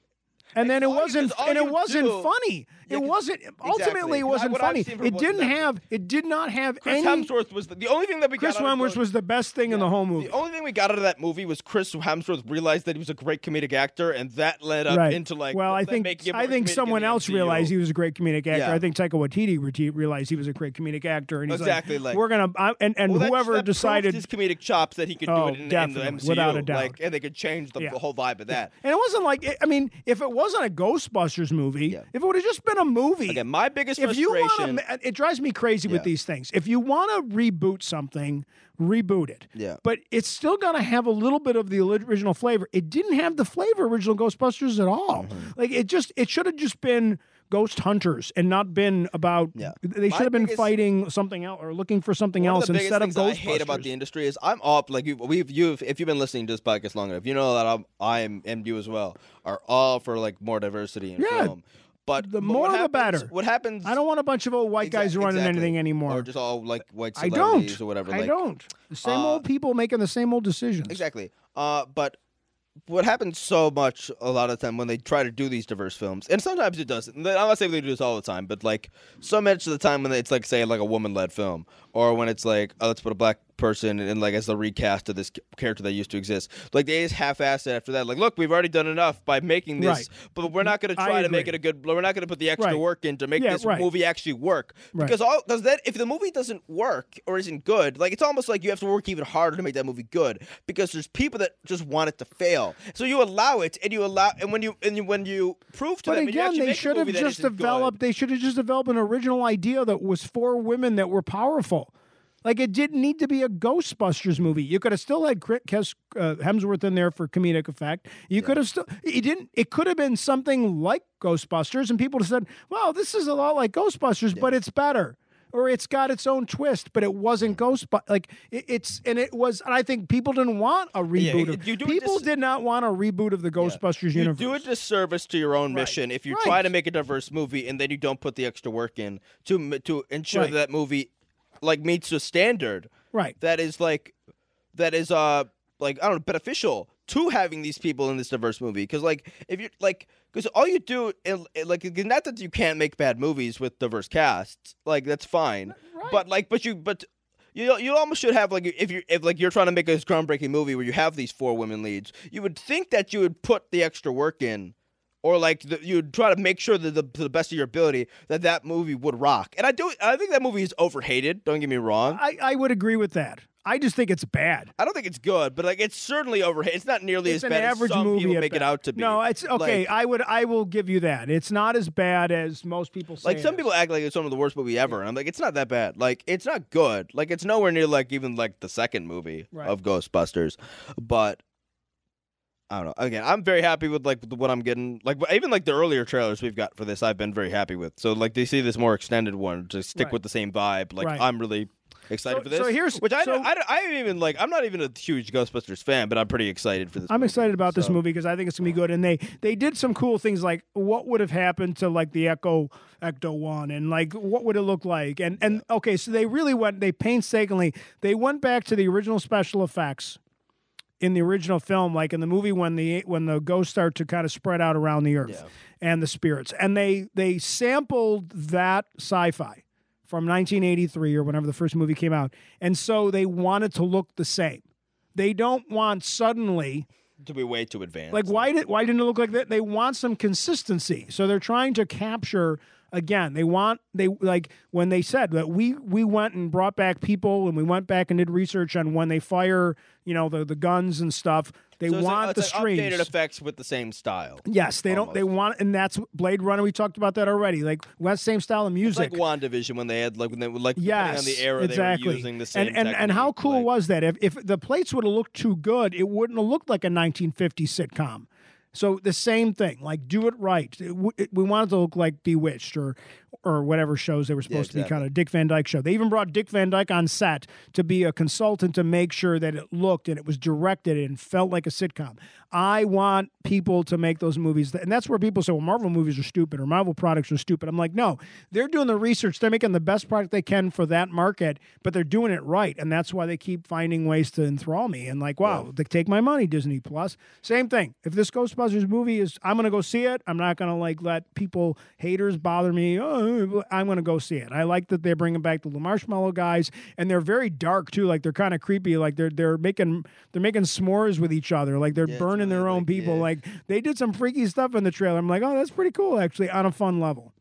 S1: and then it
S2: all you- 'cause
S1: wasn't
S2: all
S1: and it
S2: you
S1: wasn't
S2: do-
S1: funny.
S2: Yeah,
S1: it
S2: 'cause-
S1: wasn't ultimately
S2: exactly.
S1: it
S2: 'Cause I-
S1: wasn't
S2: what I've
S1: funny.
S2: seen from
S1: It
S2: what
S1: didn't
S2: that-
S1: have it did not have
S2: Chris
S1: any
S2: Hemsworth was the, the only thing that we
S1: Chris
S2: got. out of
S1: Hemsworth
S2: those-
S1: was the best thing in the whole movie.
S2: The only thing we got out of that movie was Chris Hemsworth realized that he was a great comedic actor, and that led up
S1: right.
S2: into like.
S1: well, I
S2: that
S1: think
S2: making him
S1: I
S2: more
S1: think
S2: comedic in
S1: someone
S2: the
S1: else
S2: MCU.
S1: realized he was a great comedic actor.
S2: Yeah.
S1: I think Taika Waititi re- realized he was a great comedic actor, and he's
S2: Exactly,
S1: like,
S2: like-
S1: "We're gonna." I, and and
S2: Well, that-
S1: whoever
S2: that proved
S1: decided,
S2: his comedic chops that he could
S1: Oh,
S2: do it in, in the
S1: definitely,
S2: MCU,
S1: without a doubt.
S2: like, and they could change the,
S1: Yeah.
S2: the whole vibe of that.
S1: and it wasn't like I mean, if it wasn't a Ghostbusters movie,
S2: Yeah.
S1: if it would have just been a movie,
S2: Again, my biggest
S1: if you
S2: frustration.
S1: want to, it drives me crazy with
S2: Yeah.
S1: these things. If you want to reboot something, reboot it.
S2: Yeah.
S1: But it's still got to have a little bit of the ori- original flavor. It didn't have the flavor of original Ghostbusters at all.
S2: Mm-hmm.
S1: Like it just, it should have just been ghost hunters and not been about.
S2: Yeah.
S1: They
S2: My
S1: should have been
S2: biggest-
S1: fighting something else or looking for something
S2: One
S1: else
S2: of the
S1: instead
S2: biggest
S1: of
S2: things
S1: Ghostbusters.
S2: I hate about the industry is I'm all like you, we've you've if you've been listening to this podcast long enough, you know that I'm I'm and you as well are all for like more diversity in
S1: Yeah.
S2: film. But
S1: The
S2: but
S1: more
S2: what
S1: the
S2: happens-
S1: better.
S2: What happens?
S1: I don't want a bunch of old white guys
S2: Exac-
S1: running
S2: exactly.
S1: anything anymore.
S2: or just all like white
S1: I
S2: celebrities
S1: don't.
S2: or whatever.
S1: I
S2: like,
S1: don't. The same
S2: uh,
S1: old people making the same old decisions.
S2: Exactly. Uh, but what happens so much a lot of the time when they try to do these diverse films, and sometimes it doesn't. I'm not saying they do this all the time, but like so much of the time when it's like say like a woman-led film, or when it's like oh, let's put a black person and like as the recast of this ca- character that used to exist, like they just half-ass it after that. Like, look, we've already done enough by making this,
S1: Right.
S2: but we're not going to
S1: I
S2: try to make
S1: agree.
S2: it a good. We're not going to put the extra
S1: Right.
S2: work in to make
S1: Yeah,
S2: this
S1: right.
S2: movie actually work
S1: Right.
S2: because all because that if the movie doesn't work or isn't good, like it's almost like you have to work even harder to make that movie good because there's people that just want it to fail. So you allow it, and you allow, and when you and you, when you prove to
S1: But
S2: them, and you
S1: again,
S2: actually
S1: they
S2: make a
S1: should have
S2: movie that
S1: just
S2: isn't good-
S1: developed. They should have just developed an original idea that was for women that were powerful. Like it didn't need to be a Ghostbusters movie. You could have still had Chris Kes- uh, Hemsworth in there for comedic effect. You could have still. It didn't. It could have been something like Ghostbusters, and people said, "Wow, this is a lot like Ghostbusters, but it's better." Or it's got its own twist, but it wasn't Ghostbusters. Like it, it's, and it was. And I think people didn't want a
S2: Yeah,
S1: reboot. of,
S2: you do it
S1: people
S2: dis-
S1: did not want a reboot of the Ghostbusters
S2: You
S1: universe.
S2: do a disservice to your own mission if you try
S1: Right.
S2: to make a diverse movie and then you don't put the extra work in to m- to ensure
S1: Right.
S2: that that movie like meets a standard
S1: right.
S2: that is like that is uh like I don't know beneficial to having these people in this diverse movie because like if you like because all you do and and, like not that you can't make bad movies with diverse casts like that's fine but like but you but you you almost should have like if you if like you're trying to make this groundbreaking movie where you have these four women leads you would think that you would put the extra work in or like the, you'd try to make sure that the, to the best of your ability that that movie would rock and I do I think that movie is overhated don't get me wrong
S1: I, I would agree with that. I just think it's bad.
S2: I don't think it's good, but like it's certainly overrated. It's not nearly
S1: It's
S2: as
S1: an
S2: bad
S1: average
S2: as some
S1: movie.
S2: people
S1: at
S2: make it
S1: best.
S2: out to be.
S1: No, it's okay.
S2: Like,
S1: I would I will give you that. It's not as bad as most people say.
S2: like
S1: it
S2: some
S1: is.
S2: people act like it's one of the worst movie ever, and I'm like, it's not that bad. Like it's not good. Like it's nowhere near like even like the second movie
S1: Right.
S2: of Ghostbusters, but. I don't know. Again, I'm very happy with like with what I'm getting. Like even like the earlier trailers we've got for this, I've been very happy with. So like they see this more extended one to stick
S1: Right.
S2: with the same vibe. Like
S1: Right.
S2: I'm really excited
S1: So-
S2: for this.
S1: so here's-
S2: which I,
S1: so-
S2: don't, I don't- I haven't even like I'm not even a huge Ghostbusters fan, but I'm pretty excited for this.
S1: I'm
S2: movie,
S1: excited about this
S2: so.
S1: movie because I think it's gonna be good. And they they did some cool things like what would have happened to like the Echo Ecto One and like what would it look like and and okay so they really went they painstakingly they went back to the original special effects in the original film, like in the movie when the when the ghosts start to kind of spread out around the earth
S2: Yeah.
S1: and the spirits, and they they sampled that sci-fi from 1983 or whenever the first movie came out, and so they wanted to look the same. They don't want suddenly
S2: to be way too advanced.
S1: like why did why didn't it look like that? They want some consistency, so they're trying to capture again. They want they like when they said that we we went and brought back people and we went back and did research on when they fire you know the the guns and stuff. They
S2: So it's like-
S1: want the
S2: it's like
S1: streams.
S2: updated effects with the same style.
S1: Yes, they don't. They want, and that's Blade Runner. We talked about that already. Like that same style of
S2: It's
S1: music.
S2: like WandaVision when they had like when they were like depending
S1: Yes,
S2: on the era
S1: exactly.
S2: they were using the same
S1: and and, and how
S2: technique,
S1: cool
S2: like-
S1: was that? If if the plates would have looked too good, it wouldn't have looked like a 1950 sitcom. So the same thing, like do it right. It w- it- we wanted to look like Bewitched or or whatever shows they were supposed to be kind of Dick Van Dyke show. They even brought Dick Van Dyke on set to be a consultant to make sure that it looked and it was directed and felt like a sitcom. I want people to make those movies, and that's where people say, "Well, Marvel movies are stupid or Marvel products are stupid." I'm like, no, they're doing the research. They're making the best product they can for that market, but they're doing it right, and that's why they keep finding ways to enthrall me. And like, wow, they take my money, Disney Plus. Same thing. If this Ghostbusters movie is, I'm gonna go see it. I'm not gonna like let people haters bother me. Oh, I'm gonna go see it. I like that they're bringing back the little marshmallow guys, and they're very dark too. Like they're kind of creepy. Like they're they're making they're making s'mores with each other. Like they're
S2: it's
S1: burning their
S2: really,
S1: own
S2: like,
S1: people.
S2: yeah.
S1: Like they did some freaky stuff in the trailer. I'm like, oh, that's pretty cool actually, on a fun level.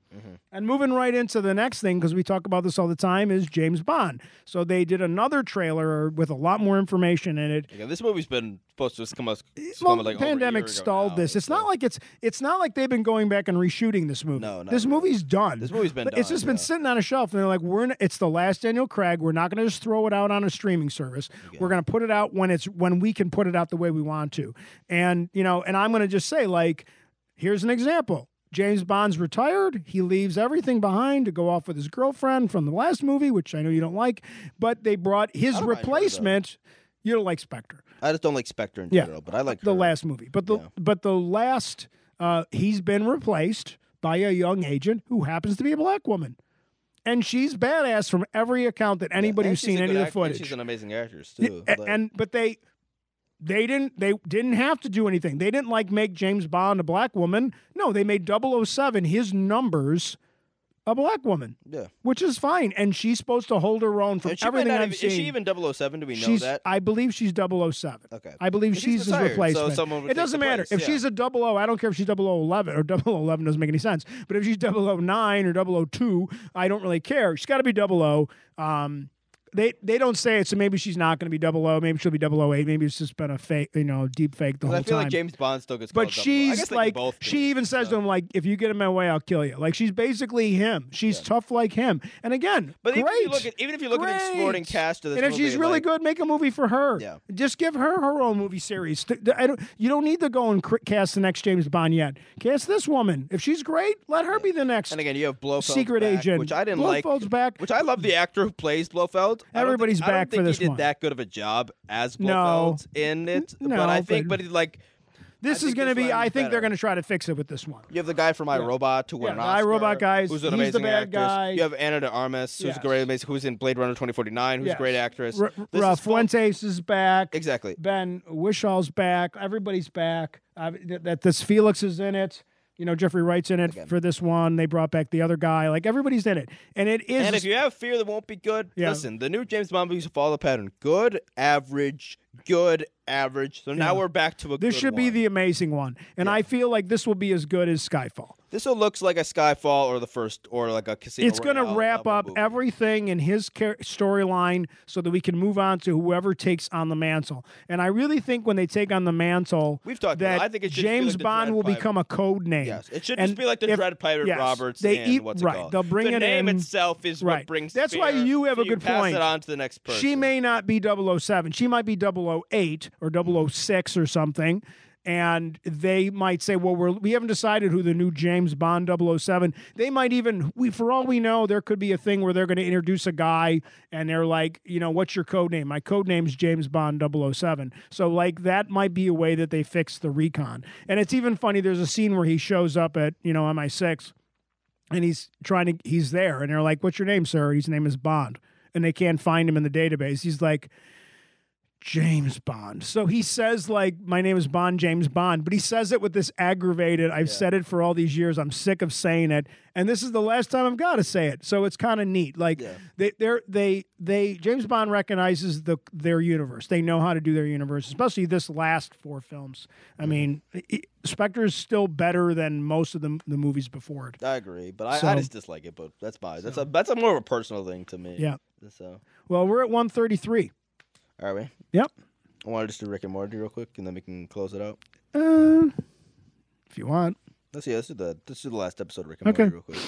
S1: And moving right into the next thing, because we talk about this all the time, is James Bond. So they did another trailer with a lot more information in it.
S2: Yeah, this movie's been supposed to come out. it's
S1: Eh, Well,
S2: come out, like, over a year
S1: pandemic
S2: ago
S1: stalled
S2: now,
S1: this. It's not like it's it's not like they've been going back and reshooting this movie.
S2: No, not
S1: this
S2: really.
S1: movie's done.
S2: This movie's been
S1: But It's
S2: done,
S1: just been
S2: yeah.
S1: sitting on a shelf, and they're like, "We're in, it's the last Daniel Craig. We're not going to just throw it out on a streaming service. We're going to put it out when it's when we can put it out the way we want to." And you know, and I'm going to just say like, here's an example. James Bond's retired. He leaves everything behind to go off with his girlfriend from the last movie, which I know you don't like, but they brought his
S2: don't mind her, though.
S1: replacement. You don't like Spectre
S2: I just don't like Spectre in
S1: Yeah.
S2: general, but I like
S1: the
S2: her.
S1: last movie, but the
S2: Yeah.
S1: but the last uh, he's been replaced by a young agent who happens to be a black woman, and she's badass from every account that anybody
S2: And
S1: who's
S2: she's
S1: seen
S2: a
S1: any
S2: good
S1: of the
S2: act- and
S1: footage.
S2: She's an amazing actress
S1: Yeah,
S2: too.
S1: a-
S2: like-
S1: and but they they didn't they didn't have to do anything. They didn't like make James Bond a black woman. No, they made 007 his numbers a black woman,
S2: yeah,
S1: which is fine, and she's supposed to hold her own from
S2: And she might
S1: everything
S2: not
S1: I've
S2: even,
S1: seen.
S2: Is she even 007? Do we know
S1: she's,
S2: that?
S1: I believe she's 007.
S2: Okay.
S1: I believe
S2: And she's
S1: she's, his
S2: retired, so
S1: replacement.
S2: someone would
S1: it
S2: take
S1: doesn't
S2: the
S1: matter.
S2: place,
S1: if
S2: yeah.
S1: she's a 00, I don't care if she's 0011 or 0011 doesn't make any sense. But if she's 009 or 002, I don't really care. She's got to be 00. Um, they they don't say it, so maybe she's not going to be 00. Maybe she'll be 008. Maybe it's just been a fake, you know, deep fake the
S2: 'Cause
S1: whole
S2: I feel
S1: time.
S2: like James Bond still gets.
S1: but
S2: called 007. oh. I guess
S1: she's
S2: they can
S1: like,
S2: both
S1: she
S2: be,
S1: even says
S2: so.
S1: to him, like, if you get in my way, I'll kill you. Like, she's basically him. She's tough like him. And again,
S2: But
S1: great.
S2: even if you look at even if you look at the exploding
S1: Great.
S2: cast of this
S1: and if
S2: movie,
S1: she's really
S2: like,
S1: good, make a movie for her.
S2: Yeah.
S1: Just give her her own movie series. Th- th- I don't- you don't need to go and cr- cast the next James Bond yet. Cast this woman. If she's great, let her be the next
S2: And again, you have Blofeld,
S1: secret
S2: back,
S1: agent.
S2: which I didn't like.
S1: Blofeld's back.
S2: Which I love the actor who plays Blofeld. I don't think-
S1: Everybody's
S2: I don't
S1: back for
S2: think
S1: this
S2: he did
S1: one.
S2: that good of a job as
S1: No.
S2: Blofeld in it.
S1: N-
S2: but I
S1: no,
S2: think,
S1: but-
S2: but he, like
S1: this
S2: I
S1: is
S2: think
S1: going to
S2: this
S1: be.
S2: one
S1: I
S2: is
S1: think they're
S2: better.
S1: going to try to fix it with this one.
S2: you have the guy from iRobot to win
S1: Yeah,
S2: an
S1: the iRobot
S2: Oscar,
S1: guys,
S2: who's an
S1: he's the
S2: amazing
S1: bad
S2: actress.
S1: guy.
S2: You have Anna de Armas, who's
S1: Yes.
S2: a great, amazing, who's in Blade Runner 2049, who's
S1: Yes.
S2: a great actress.
S1: R-
S2: This
S1: Ra-
S2: is full-
S1: Fuentes is back.
S2: Exactly.
S1: Ben Wishaw's back. Everybody's back. Uh, th- that this Felix is in it. You know, Jeffrey Wright's in it for this one. They brought back the other guy. Like everybody's in it, and it is.
S2: And if you have fear that won't be good,
S1: Yeah.
S2: listen, the new James Bond movies follow the pattern. Good, average, good, average. So now we're back to a
S1: this
S2: good
S1: should be
S2: one.
S1: the amazing one, and I feel like this will be as good as Skyfall.
S2: This will looks like a Skyfall or the first or like a Casino
S1: it's going to
S2: Royale
S1: wrap
S2: level
S1: up
S2: movie.
S1: everything in his char- storyline so that we can move on to whoever takes on the mantle. And I really think when they take on the mantle,
S2: We've talked about
S1: that
S2: it. I think it should just be
S1: James
S2: like the
S1: Bond
S2: Dread
S1: will
S2: Pirate.
S1: become a code name.
S2: Yes, it should
S1: And
S2: just be like the
S1: if-
S2: Dread Pirate
S1: yes,
S2: Roberts
S1: They
S2: and
S1: eat,
S2: what's it
S1: right.
S2: called.
S1: They'll bring
S2: the
S1: it
S2: name
S1: in.
S2: itself is
S1: right.
S2: what brings.
S1: That's why
S2: fear,
S1: you have
S2: so
S1: a good
S2: pass
S1: point.
S2: it on to the next person.
S1: She may not be 007. She might be 008 or 006 or something. And they might say, well, we're, we haven't decided who the new James Bond 007. They might even, we for all we know, there could be a thing where they're going to introduce a guy and they're like, you know, what's your code name? My code name's James Bond 007. So, like, that might be a way that they fix the recon. And it's even funny, there's a scene where he shows up at, you know, MI6 and he's trying to he's there and they're like what's your name sir his name is bond and they can't find him in the database he's like James Bond. So he says like my name is Bond James Bond, but he says it with this aggravated I've said it for all these years. I'm sick of saying it and this is the last time I've got to say it. So it's kind of neat. Like
S2: Yeah.
S1: they they're, they they James Bond recognizes the their universe. They know how to do their universe, especially this last four films. I mean, i- i Spectre is still better than most of the the movies before it.
S2: I agree, but I,
S1: So-
S2: I just dislike it. But that's my that's a that's a more of a personal thing to me.
S1: Yeah.
S2: So
S1: Well, we're at 133.
S2: are we?
S1: Yep.
S2: I want to just do Rick and Morty real quick, and then we can close it out.
S1: Uh, if you want.
S2: Let's see. Let's do the let's do the last episode of Rick and
S1: Okay.
S2: Morty real quick.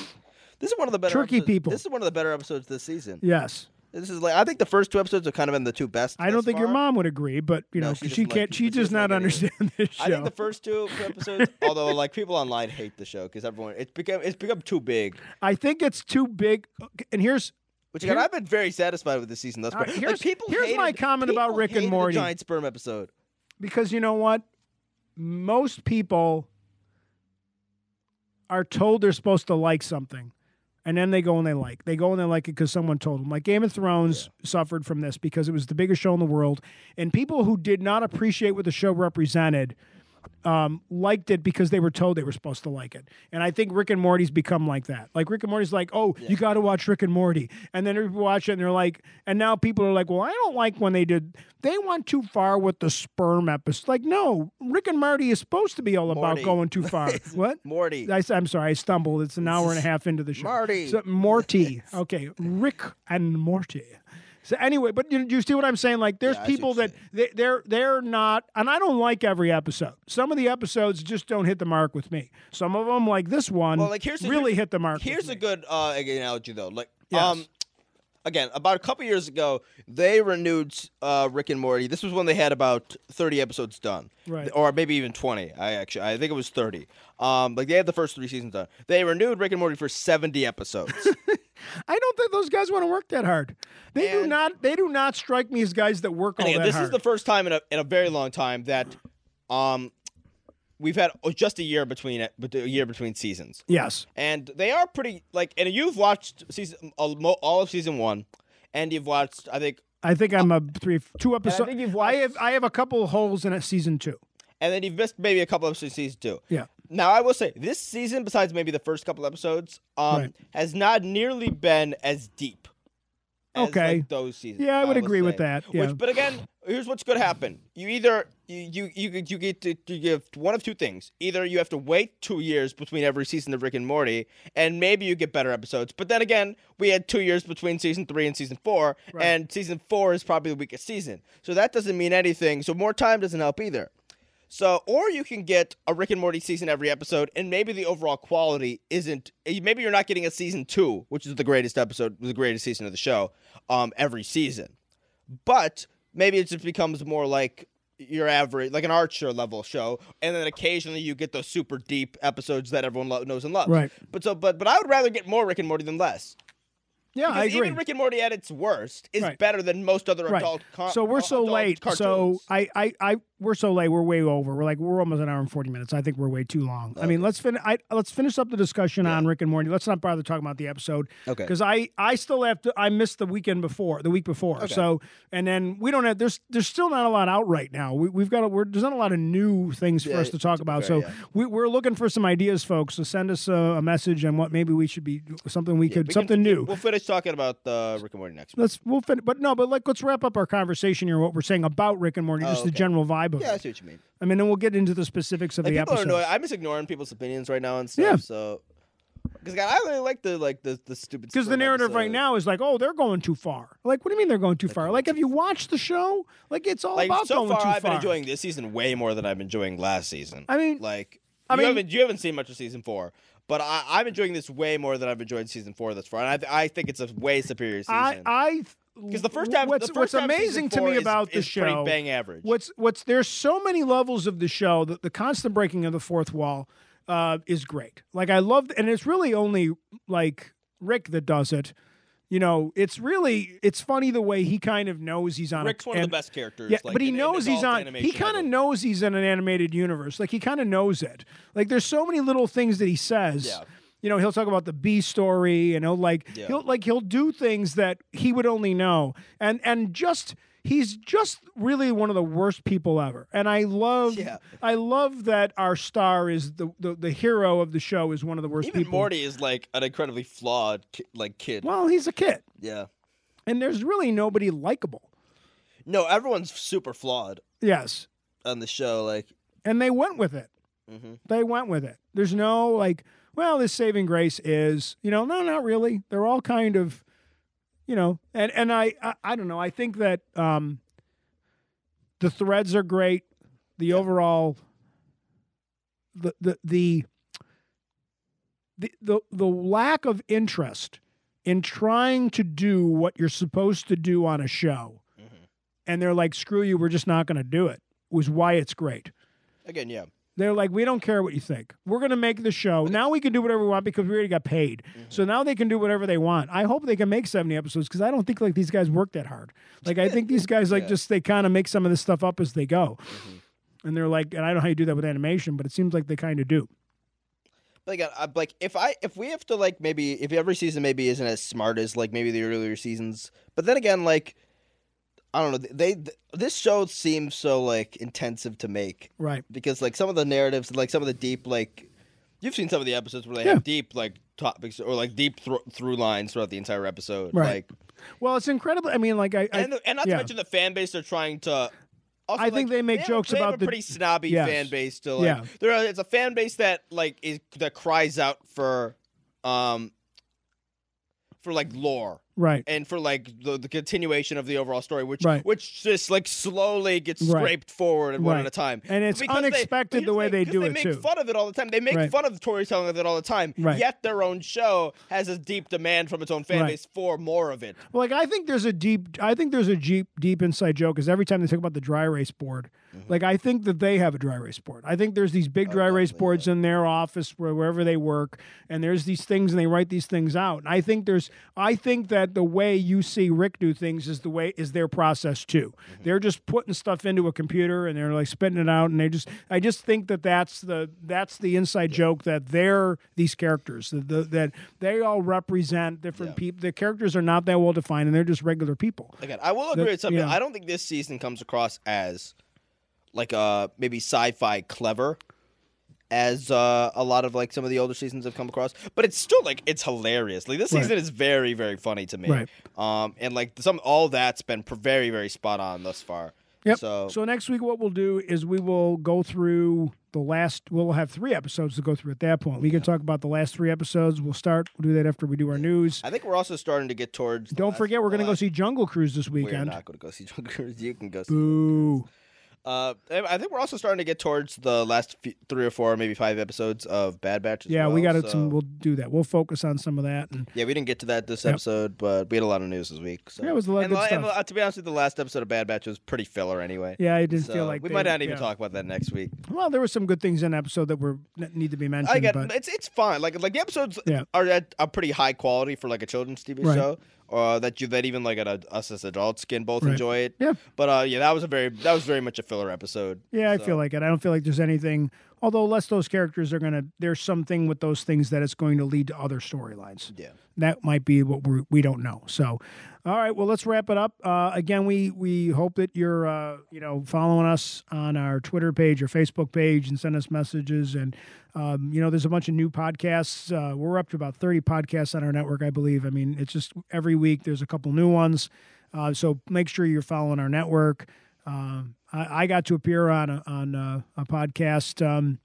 S2: This is one of the better
S1: Tricky
S2: episodes-
S1: people.
S2: This is one of the better episodes this season.
S1: Yes.
S2: This is like I think the first two episodes have kind of been the two best.
S1: I don't
S2: thus
S1: think your
S2: far.
S1: mom would agree, but you
S2: No,
S1: know,
S2: she
S1: 'cause she
S2: doesn't like
S1: can't.
S2: it.
S1: she
S2: She
S1: does
S2: doesn't like
S1: not
S2: it
S1: understand this show.
S2: I think the first two episodes, although like people online hate the show because everyone it's become it's become too big.
S1: I think it's too big. And here's
S2: Which again,
S1: Here-
S2: I've been very satisfied with the season thus
S1: All
S2: far.
S1: right, here's-
S2: like, people
S1: here's
S2: hated-
S1: my comment about
S2: people
S1: Rick and
S2: hated the
S1: Morty.
S2: giant sperm episode.
S1: because you know what, most people are told they're supposed to like something, and then they go and they like. They go and they like it because someone told them. Like Game of Thrones suffered from this because it was the biggest show in the world, and people who did not appreciate what the show represented. um, liked it because they were told they were supposed to like it. And I think Rick and Morty's become like that. Like Rick and Morty's like, oh, you got to watch Rick and Morty, and then people watch it and they're like, and now people are like, well, I don't like when they did. They went too far with the sperm episode. Like, no, Rick and Morty is supposed to be all
S2: Morty.
S1: about going too far. what?
S2: Morty.
S1: I, am sorry, I stumbled. It's an hour and a half into the show.
S2: Marty.
S1: So, Morty. Okay, Rick and Morty. So anyway, but you, you see what I'm saying? Like, there's
S2: Yeah, I see
S1: people
S2: what you're
S1: that they, they're they're not, and I don't like every episode. Some of the episodes just don't hit the mark with me. Some of them, like this one,
S2: Well, like, here's the-
S1: really hit the mark.
S2: Here's
S1: with
S2: a
S1: me.
S2: good uh, analogy though. Like,
S1: Yes.
S2: um, again, about a couple years ago, they renewed uh, Rick and Morty. This was when they had about 30 episodes done,
S1: Right.
S2: Or maybe even 20. I actually, I think it was 30. Um, like they had the first three seasons done. They renewed Rick and Morty for 70 episodes.
S1: I don't think those guys want to work that hard. They do
S2: And-
S1: not. They do not strike me as guys that work all
S2: And
S1: Oh, that
S2: this
S1: hard.
S2: is the first time in a in a very long time that, um, we've had oh, just a year between it, bet- a year between seasons.
S1: yes.
S2: and they are pretty like and you've watched season all mo- all of season one and you've watched i think
S1: I think I'm a three, two episodes.
S2: think you've
S1: I have I have a couple holes in a season two.
S2: and then you've missed maybe a couple episodes of season two
S1: Yeah.
S2: now i will say this season besides maybe the first couple episodes um
S1: Right.
S2: has not nearly been as deep as,
S1: Okay.
S2: like, those seasons
S1: Yeah, I would
S2: will
S1: agree with
S2: say.
S1: that,
S2: Which-
S1: yeah.
S2: but again here's what's going to happen you either you you you, you get to you give one of two things either you have to wait two years between every season of rick and morty and maybe you get better episodes but then again we had two years between season three and season four and season four is probably the weakest season so that doesn't mean anything so more time doesn't help either so, or you can get a Rick and Morty season every episode, and maybe the overall quality isn't. eh, Maybe you're not getting a season two, which is the greatest episode, the greatest season of the show, um, every season. But maybe it just becomes more like your average, like an Archer level show, and then occasionally you get those super deep episodes that everyone lo- knows and loves.
S1: Right.
S2: But so, but but I would rather get more Rick and Morty than less.
S1: Yeah, I
S2: Because
S1: agree.
S2: even Rick and Morty at its worst is
S1: Right.
S2: better than most other adult. car- uh,
S1: so we're so
S2: adult
S1: late. So
S2: cartoons.
S1: I, I, I, we're so late. We're way over. We're like we're almost an hour and forty minutes. I think we're way too long. I mean, let's finish. I let's finish up the discussion on Rick and Morty. Let's not bother talking about the episode.
S2: Okay.
S1: Because I, I still have to. I missed the weekend before, the week before. So and then we don't have. There's there's still not a lot out right now. We we've got. A, we're there's not a lot of new things for
S2: Yeah,
S1: us to talk about.
S2: fair,
S1: so we, we're looking for some ideas, folks. So send us a, a message on what maybe we should be something we could
S2: We can-
S1: something new
S2: We'll finish talking about the Rick and Morty next.
S1: let's we'll finish but no but like let's wrap up our conversation here what we're saying about rick and morty just the
S2: Oh, okay.
S1: general vibe of
S2: Yeah, I
S1: it
S2: see what you mean.
S1: i mean and we'll get into the specifics of
S2: Like,
S1: the
S2: people
S1: episode
S2: are annoyed. I'm just ignoring people's opinions right now and stuff.
S1: Yeah.
S2: So, because I really like the like the the stupid.
S1: because the
S2: sperm
S1: narrative right
S2: episode.
S1: now is like oh they're going too far like what do you mean they're going too far like have you watched the show like it's all
S2: Like
S1: about
S2: so
S1: going
S2: far,
S1: too
S2: I've
S1: far
S2: been enjoying this season way more than I've been enjoying last season.
S1: i mean
S2: like,
S1: I
S2: you
S1: mean-
S2: haven't you haven't seen much of season four, but I, I'm enjoying this way more than I've enjoyed season four thus far, and I, th- I think it's a way superior
S1: i
S2: season.
S1: i
S2: Because the first time,
S1: what's
S2: the
S1: what's
S2: first time season
S1: amazing to
S2: four
S1: me
S2: is-
S1: about the
S2: is pretty
S1: show
S2: bang average.
S1: What's what's there's so many levels of the show that the constant breaking of the fourth wall uh, is great. Like I love, and it's really only like Rick that does it. You know, it's really it's funny the way he kind of knows he's on.
S2: Rick's
S1: a,
S2: one of the
S1: and-
S2: best characters.
S1: Yeah,
S2: like,
S1: but he
S2: in- in
S1: knows he's
S2: adult
S1: on. He
S2: animation
S1: kind of
S2: ever.
S1: knows he's in an animated universe. Like he kind of knows it. Like there's so many little things that he says.
S2: Yeah.
S1: You know, he'll talk about the B story, and he'll like
S2: Yeah.
S1: he'll like he'll do things that he would only know, and and just he's just really one of the worst people ever. And I love
S2: Yeah.
S1: I love that our star is the, the the hero of the show is one of the worst
S2: Even
S1: people.
S2: Morty is like an incredibly flawed ki- like kid.
S1: Well, he's a kid,
S2: Yeah.
S1: and there's really nobody likable.
S2: No, everyone's super flawed
S1: Yes,
S2: on the show. Like,
S1: and they went with it.
S2: mhm.
S1: They went with it. There's no like, well, this saving grace is, you know, no, not really. They're all kind of, you know, and and I I, I don't know. I think that um, the threads are great. The overall, the the the the the the lack of interest in trying to do what you're supposed to do on a show,
S2: Mhm.
S1: and they're like, screw you, we're just not going to do it. Was why it's great.
S2: again, yeah.
S1: They're like, we don't care what you think. We're going to make the show. Now we can do whatever we want because we already got paid. So
S2: Mm-hmm.
S1: now they can do whatever they want. I hope they can make 70 episodes because I don't think like these guys work that hard. Like I think these guys like
S2: Yeah. Mm-hmm.
S1: just they kind of make some of this stuff up as they go. And they're like, and I don't know how you do that with animation, but it seems like they kind of do.
S2: But again, I, like if I if we have to like maybe if every season maybe isn't as smart as like maybe the earlier seasons, but then again, like I don't know, they, th this show seems so like intensive to make
S1: Right.
S2: because like some of the narratives, like some of the deep like you've seen some of the episodes where they
S1: Yeah.
S2: have deep like topics or like deep thro- through lines throughout the entire episode,
S1: Right.
S2: Like,
S1: Well, it's incredible. I mean, like I, I
S2: and and not
S1: yeah.
S2: to mention the fan base they're trying to. Also,
S1: I think they make
S2: have a-
S1: jokes
S2: they have
S1: about
S2: a
S1: the-
S2: pretty snobby
S1: Yes.
S2: fan base. To like,
S1: Yeah.
S2: there are, it's a fan base that like is that cries out for, um, for like lore
S1: right.
S2: and for like the, the continuation of the overall story, which
S1: Right.
S2: which just like slowly gets
S1: Right.
S2: scraped forward and one
S1: Right.
S2: at a time.
S1: And it's
S2: Because they-
S1: unexpected
S2: here's
S1: the way
S2: thing,
S1: they
S2: 'cause
S1: do
S2: they
S1: it,
S2: make
S1: too.
S2: fun of it all the time. They make
S1: Right.
S2: fun of Tori telling of it all the time.
S1: Right.
S2: Yet their own show has a deep demand from its own fan
S1: Right.
S2: base for more of it.
S1: Well, like I think there's a deep, I think there's a deep, deep inside joke is every time they talk about the dry erase board, like I think that they have a dry erase board. I think there's these big dry erase
S2: definitely,
S1: boards in their office where wherever they work, and there's these things and they write these things out. And I think there's, I think that the way you see Rick do things is the way is their process too.
S2: Mm-hmm.
S1: They're just putting stuff into a computer and they're like spitting it out, and they just, I just think that that's the that's the inside joke that they're these characters that the, that they all represent different
S2: Yeah.
S1: people. The characters are not that well defined, and they're just regular people.
S2: Again, I will agree with something.
S1: yeah.
S2: I don't think this season comes across as like uh maybe sci-fi clever as uh, a lot of like some of the older seasons have come across, but it's still like it's hilarious. Like this
S1: Right.
S2: season is very very funny to me.
S1: Right.
S2: Um and like some all that's been pr- very very spot on thus far.
S1: Yep.
S2: So,
S1: So next week, what we'll do is we will go through the last. We'll have three episodes to go through at that point. We can talk about the last three episodes. We'll start. We'll do that after we do our news.
S2: I think we're also starting to get towards the
S1: Don't
S2: last-
S1: forget, we're
S2: the
S1: going to go
S2: last-
S1: see Jungle Cruise this
S2: We're
S1: weekend.
S2: not going to go see Junkers. You can go see
S1: Boo!
S2: Uh, I think we're also starting to get towards the last few, three or four, maybe five episodes of Bad Batch. as
S1: Yeah, we
S2: well,
S1: got
S2: so-
S1: some. We'll do that. We'll focus on some of that. And
S2: Yeah, we didn't get to that this
S1: Yep.
S2: episode, but we had a lot of news this week. So.
S1: Yeah, it was a lot of
S2: and
S1: good
S2: la- and
S1: stuff.
S2: la- to be honest with you, the last episode of Bad Batch was pretty filler anyway.
S1: yeah, I didn't feel
S2: So
S1: like
S2: we
S1: they-
S2: might not even
S1: yeah.
S2: talk about that next week.
S1: Well, there were some good things in the episode that were that need to be mentioned.
S2: I get
S1: but
S2: it's it's fine. Like like the episodes
S1: Yeah.
S2: are at a pretty high quality for like a children's TV
S1: Right.
S2: show, or that you that even like at us as adults can both
S1: Right.
S2: enjoy it.
S1: Yeah.
S2: But uh, yeah, that was a very that was very much a filler episode.
S1: Yeah, I
S2: So-
S1: feel like it. I don't feel like there's anything. Although, unless those characters are gonna, there's something with those things that it's going to lead to other storylines.
S2: Yeah.
S1: that might be what we we don't know. So, all right, well, let's wrap it up. Uh, again, we we hope that you're uh, you know following us on our Twitter page or Facebook page and send us messages. And um, you know, there's a bunch of new podcasts. Uh, we're up to about 30 podcasts on our network, I believe. I mean, it's just every week there's a couple new ones. Uh, so make sure you're following our network. Um, I, I got to appear on a, on a, a podcast. Um,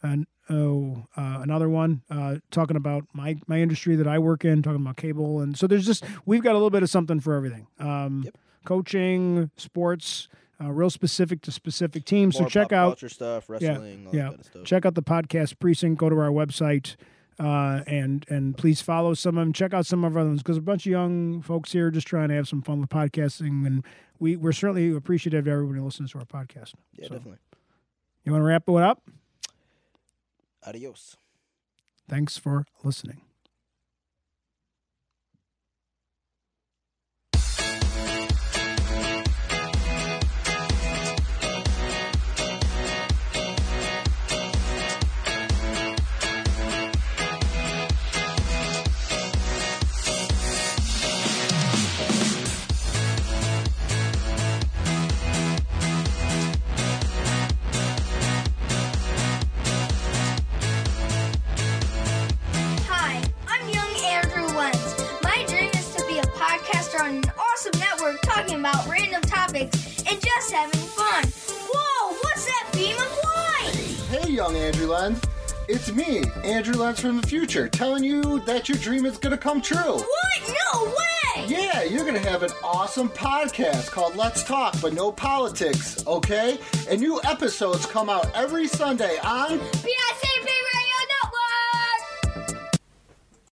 S1: an oh uh, another one uh, talking about my my industry that I work in, talking about cable, and so there's just we've got a little bit of something for everything. Um, Coaching, sports, uh, real specific to specific teams.
S2: More
S1: so check
S2: pop
S1: out
S2: culture stuff, wrestling, all
S1: yeah.
S2: that kind of stuff.
S1: Check out the podcast precinct. Go to our website. Uh, and and please follow some of them. Check out some of our others because a bunch of young folks here just trying to have some fun with podcasting, and we we're certainly appreciative to everybody who listens to our podcast.
S2: yeah,
S1: so,
S2: definitely.
S1: you want to wrap it up?
S2: Adios.
S1: Thanks for listening.
S3: on an awesome network talking about random topics and just having fun. Whoa, what's that beam of light?
S4: Hey, young Andrew Lenz. It's me, Andrew Lenz from the future, telling you that your dream is going to come true.
S3: What? No way!
S4: Yeah, you're going to have an awesome podcast called Let's Talk, but no politics, okay? And new episodes come out every Sunday on
S3: BIC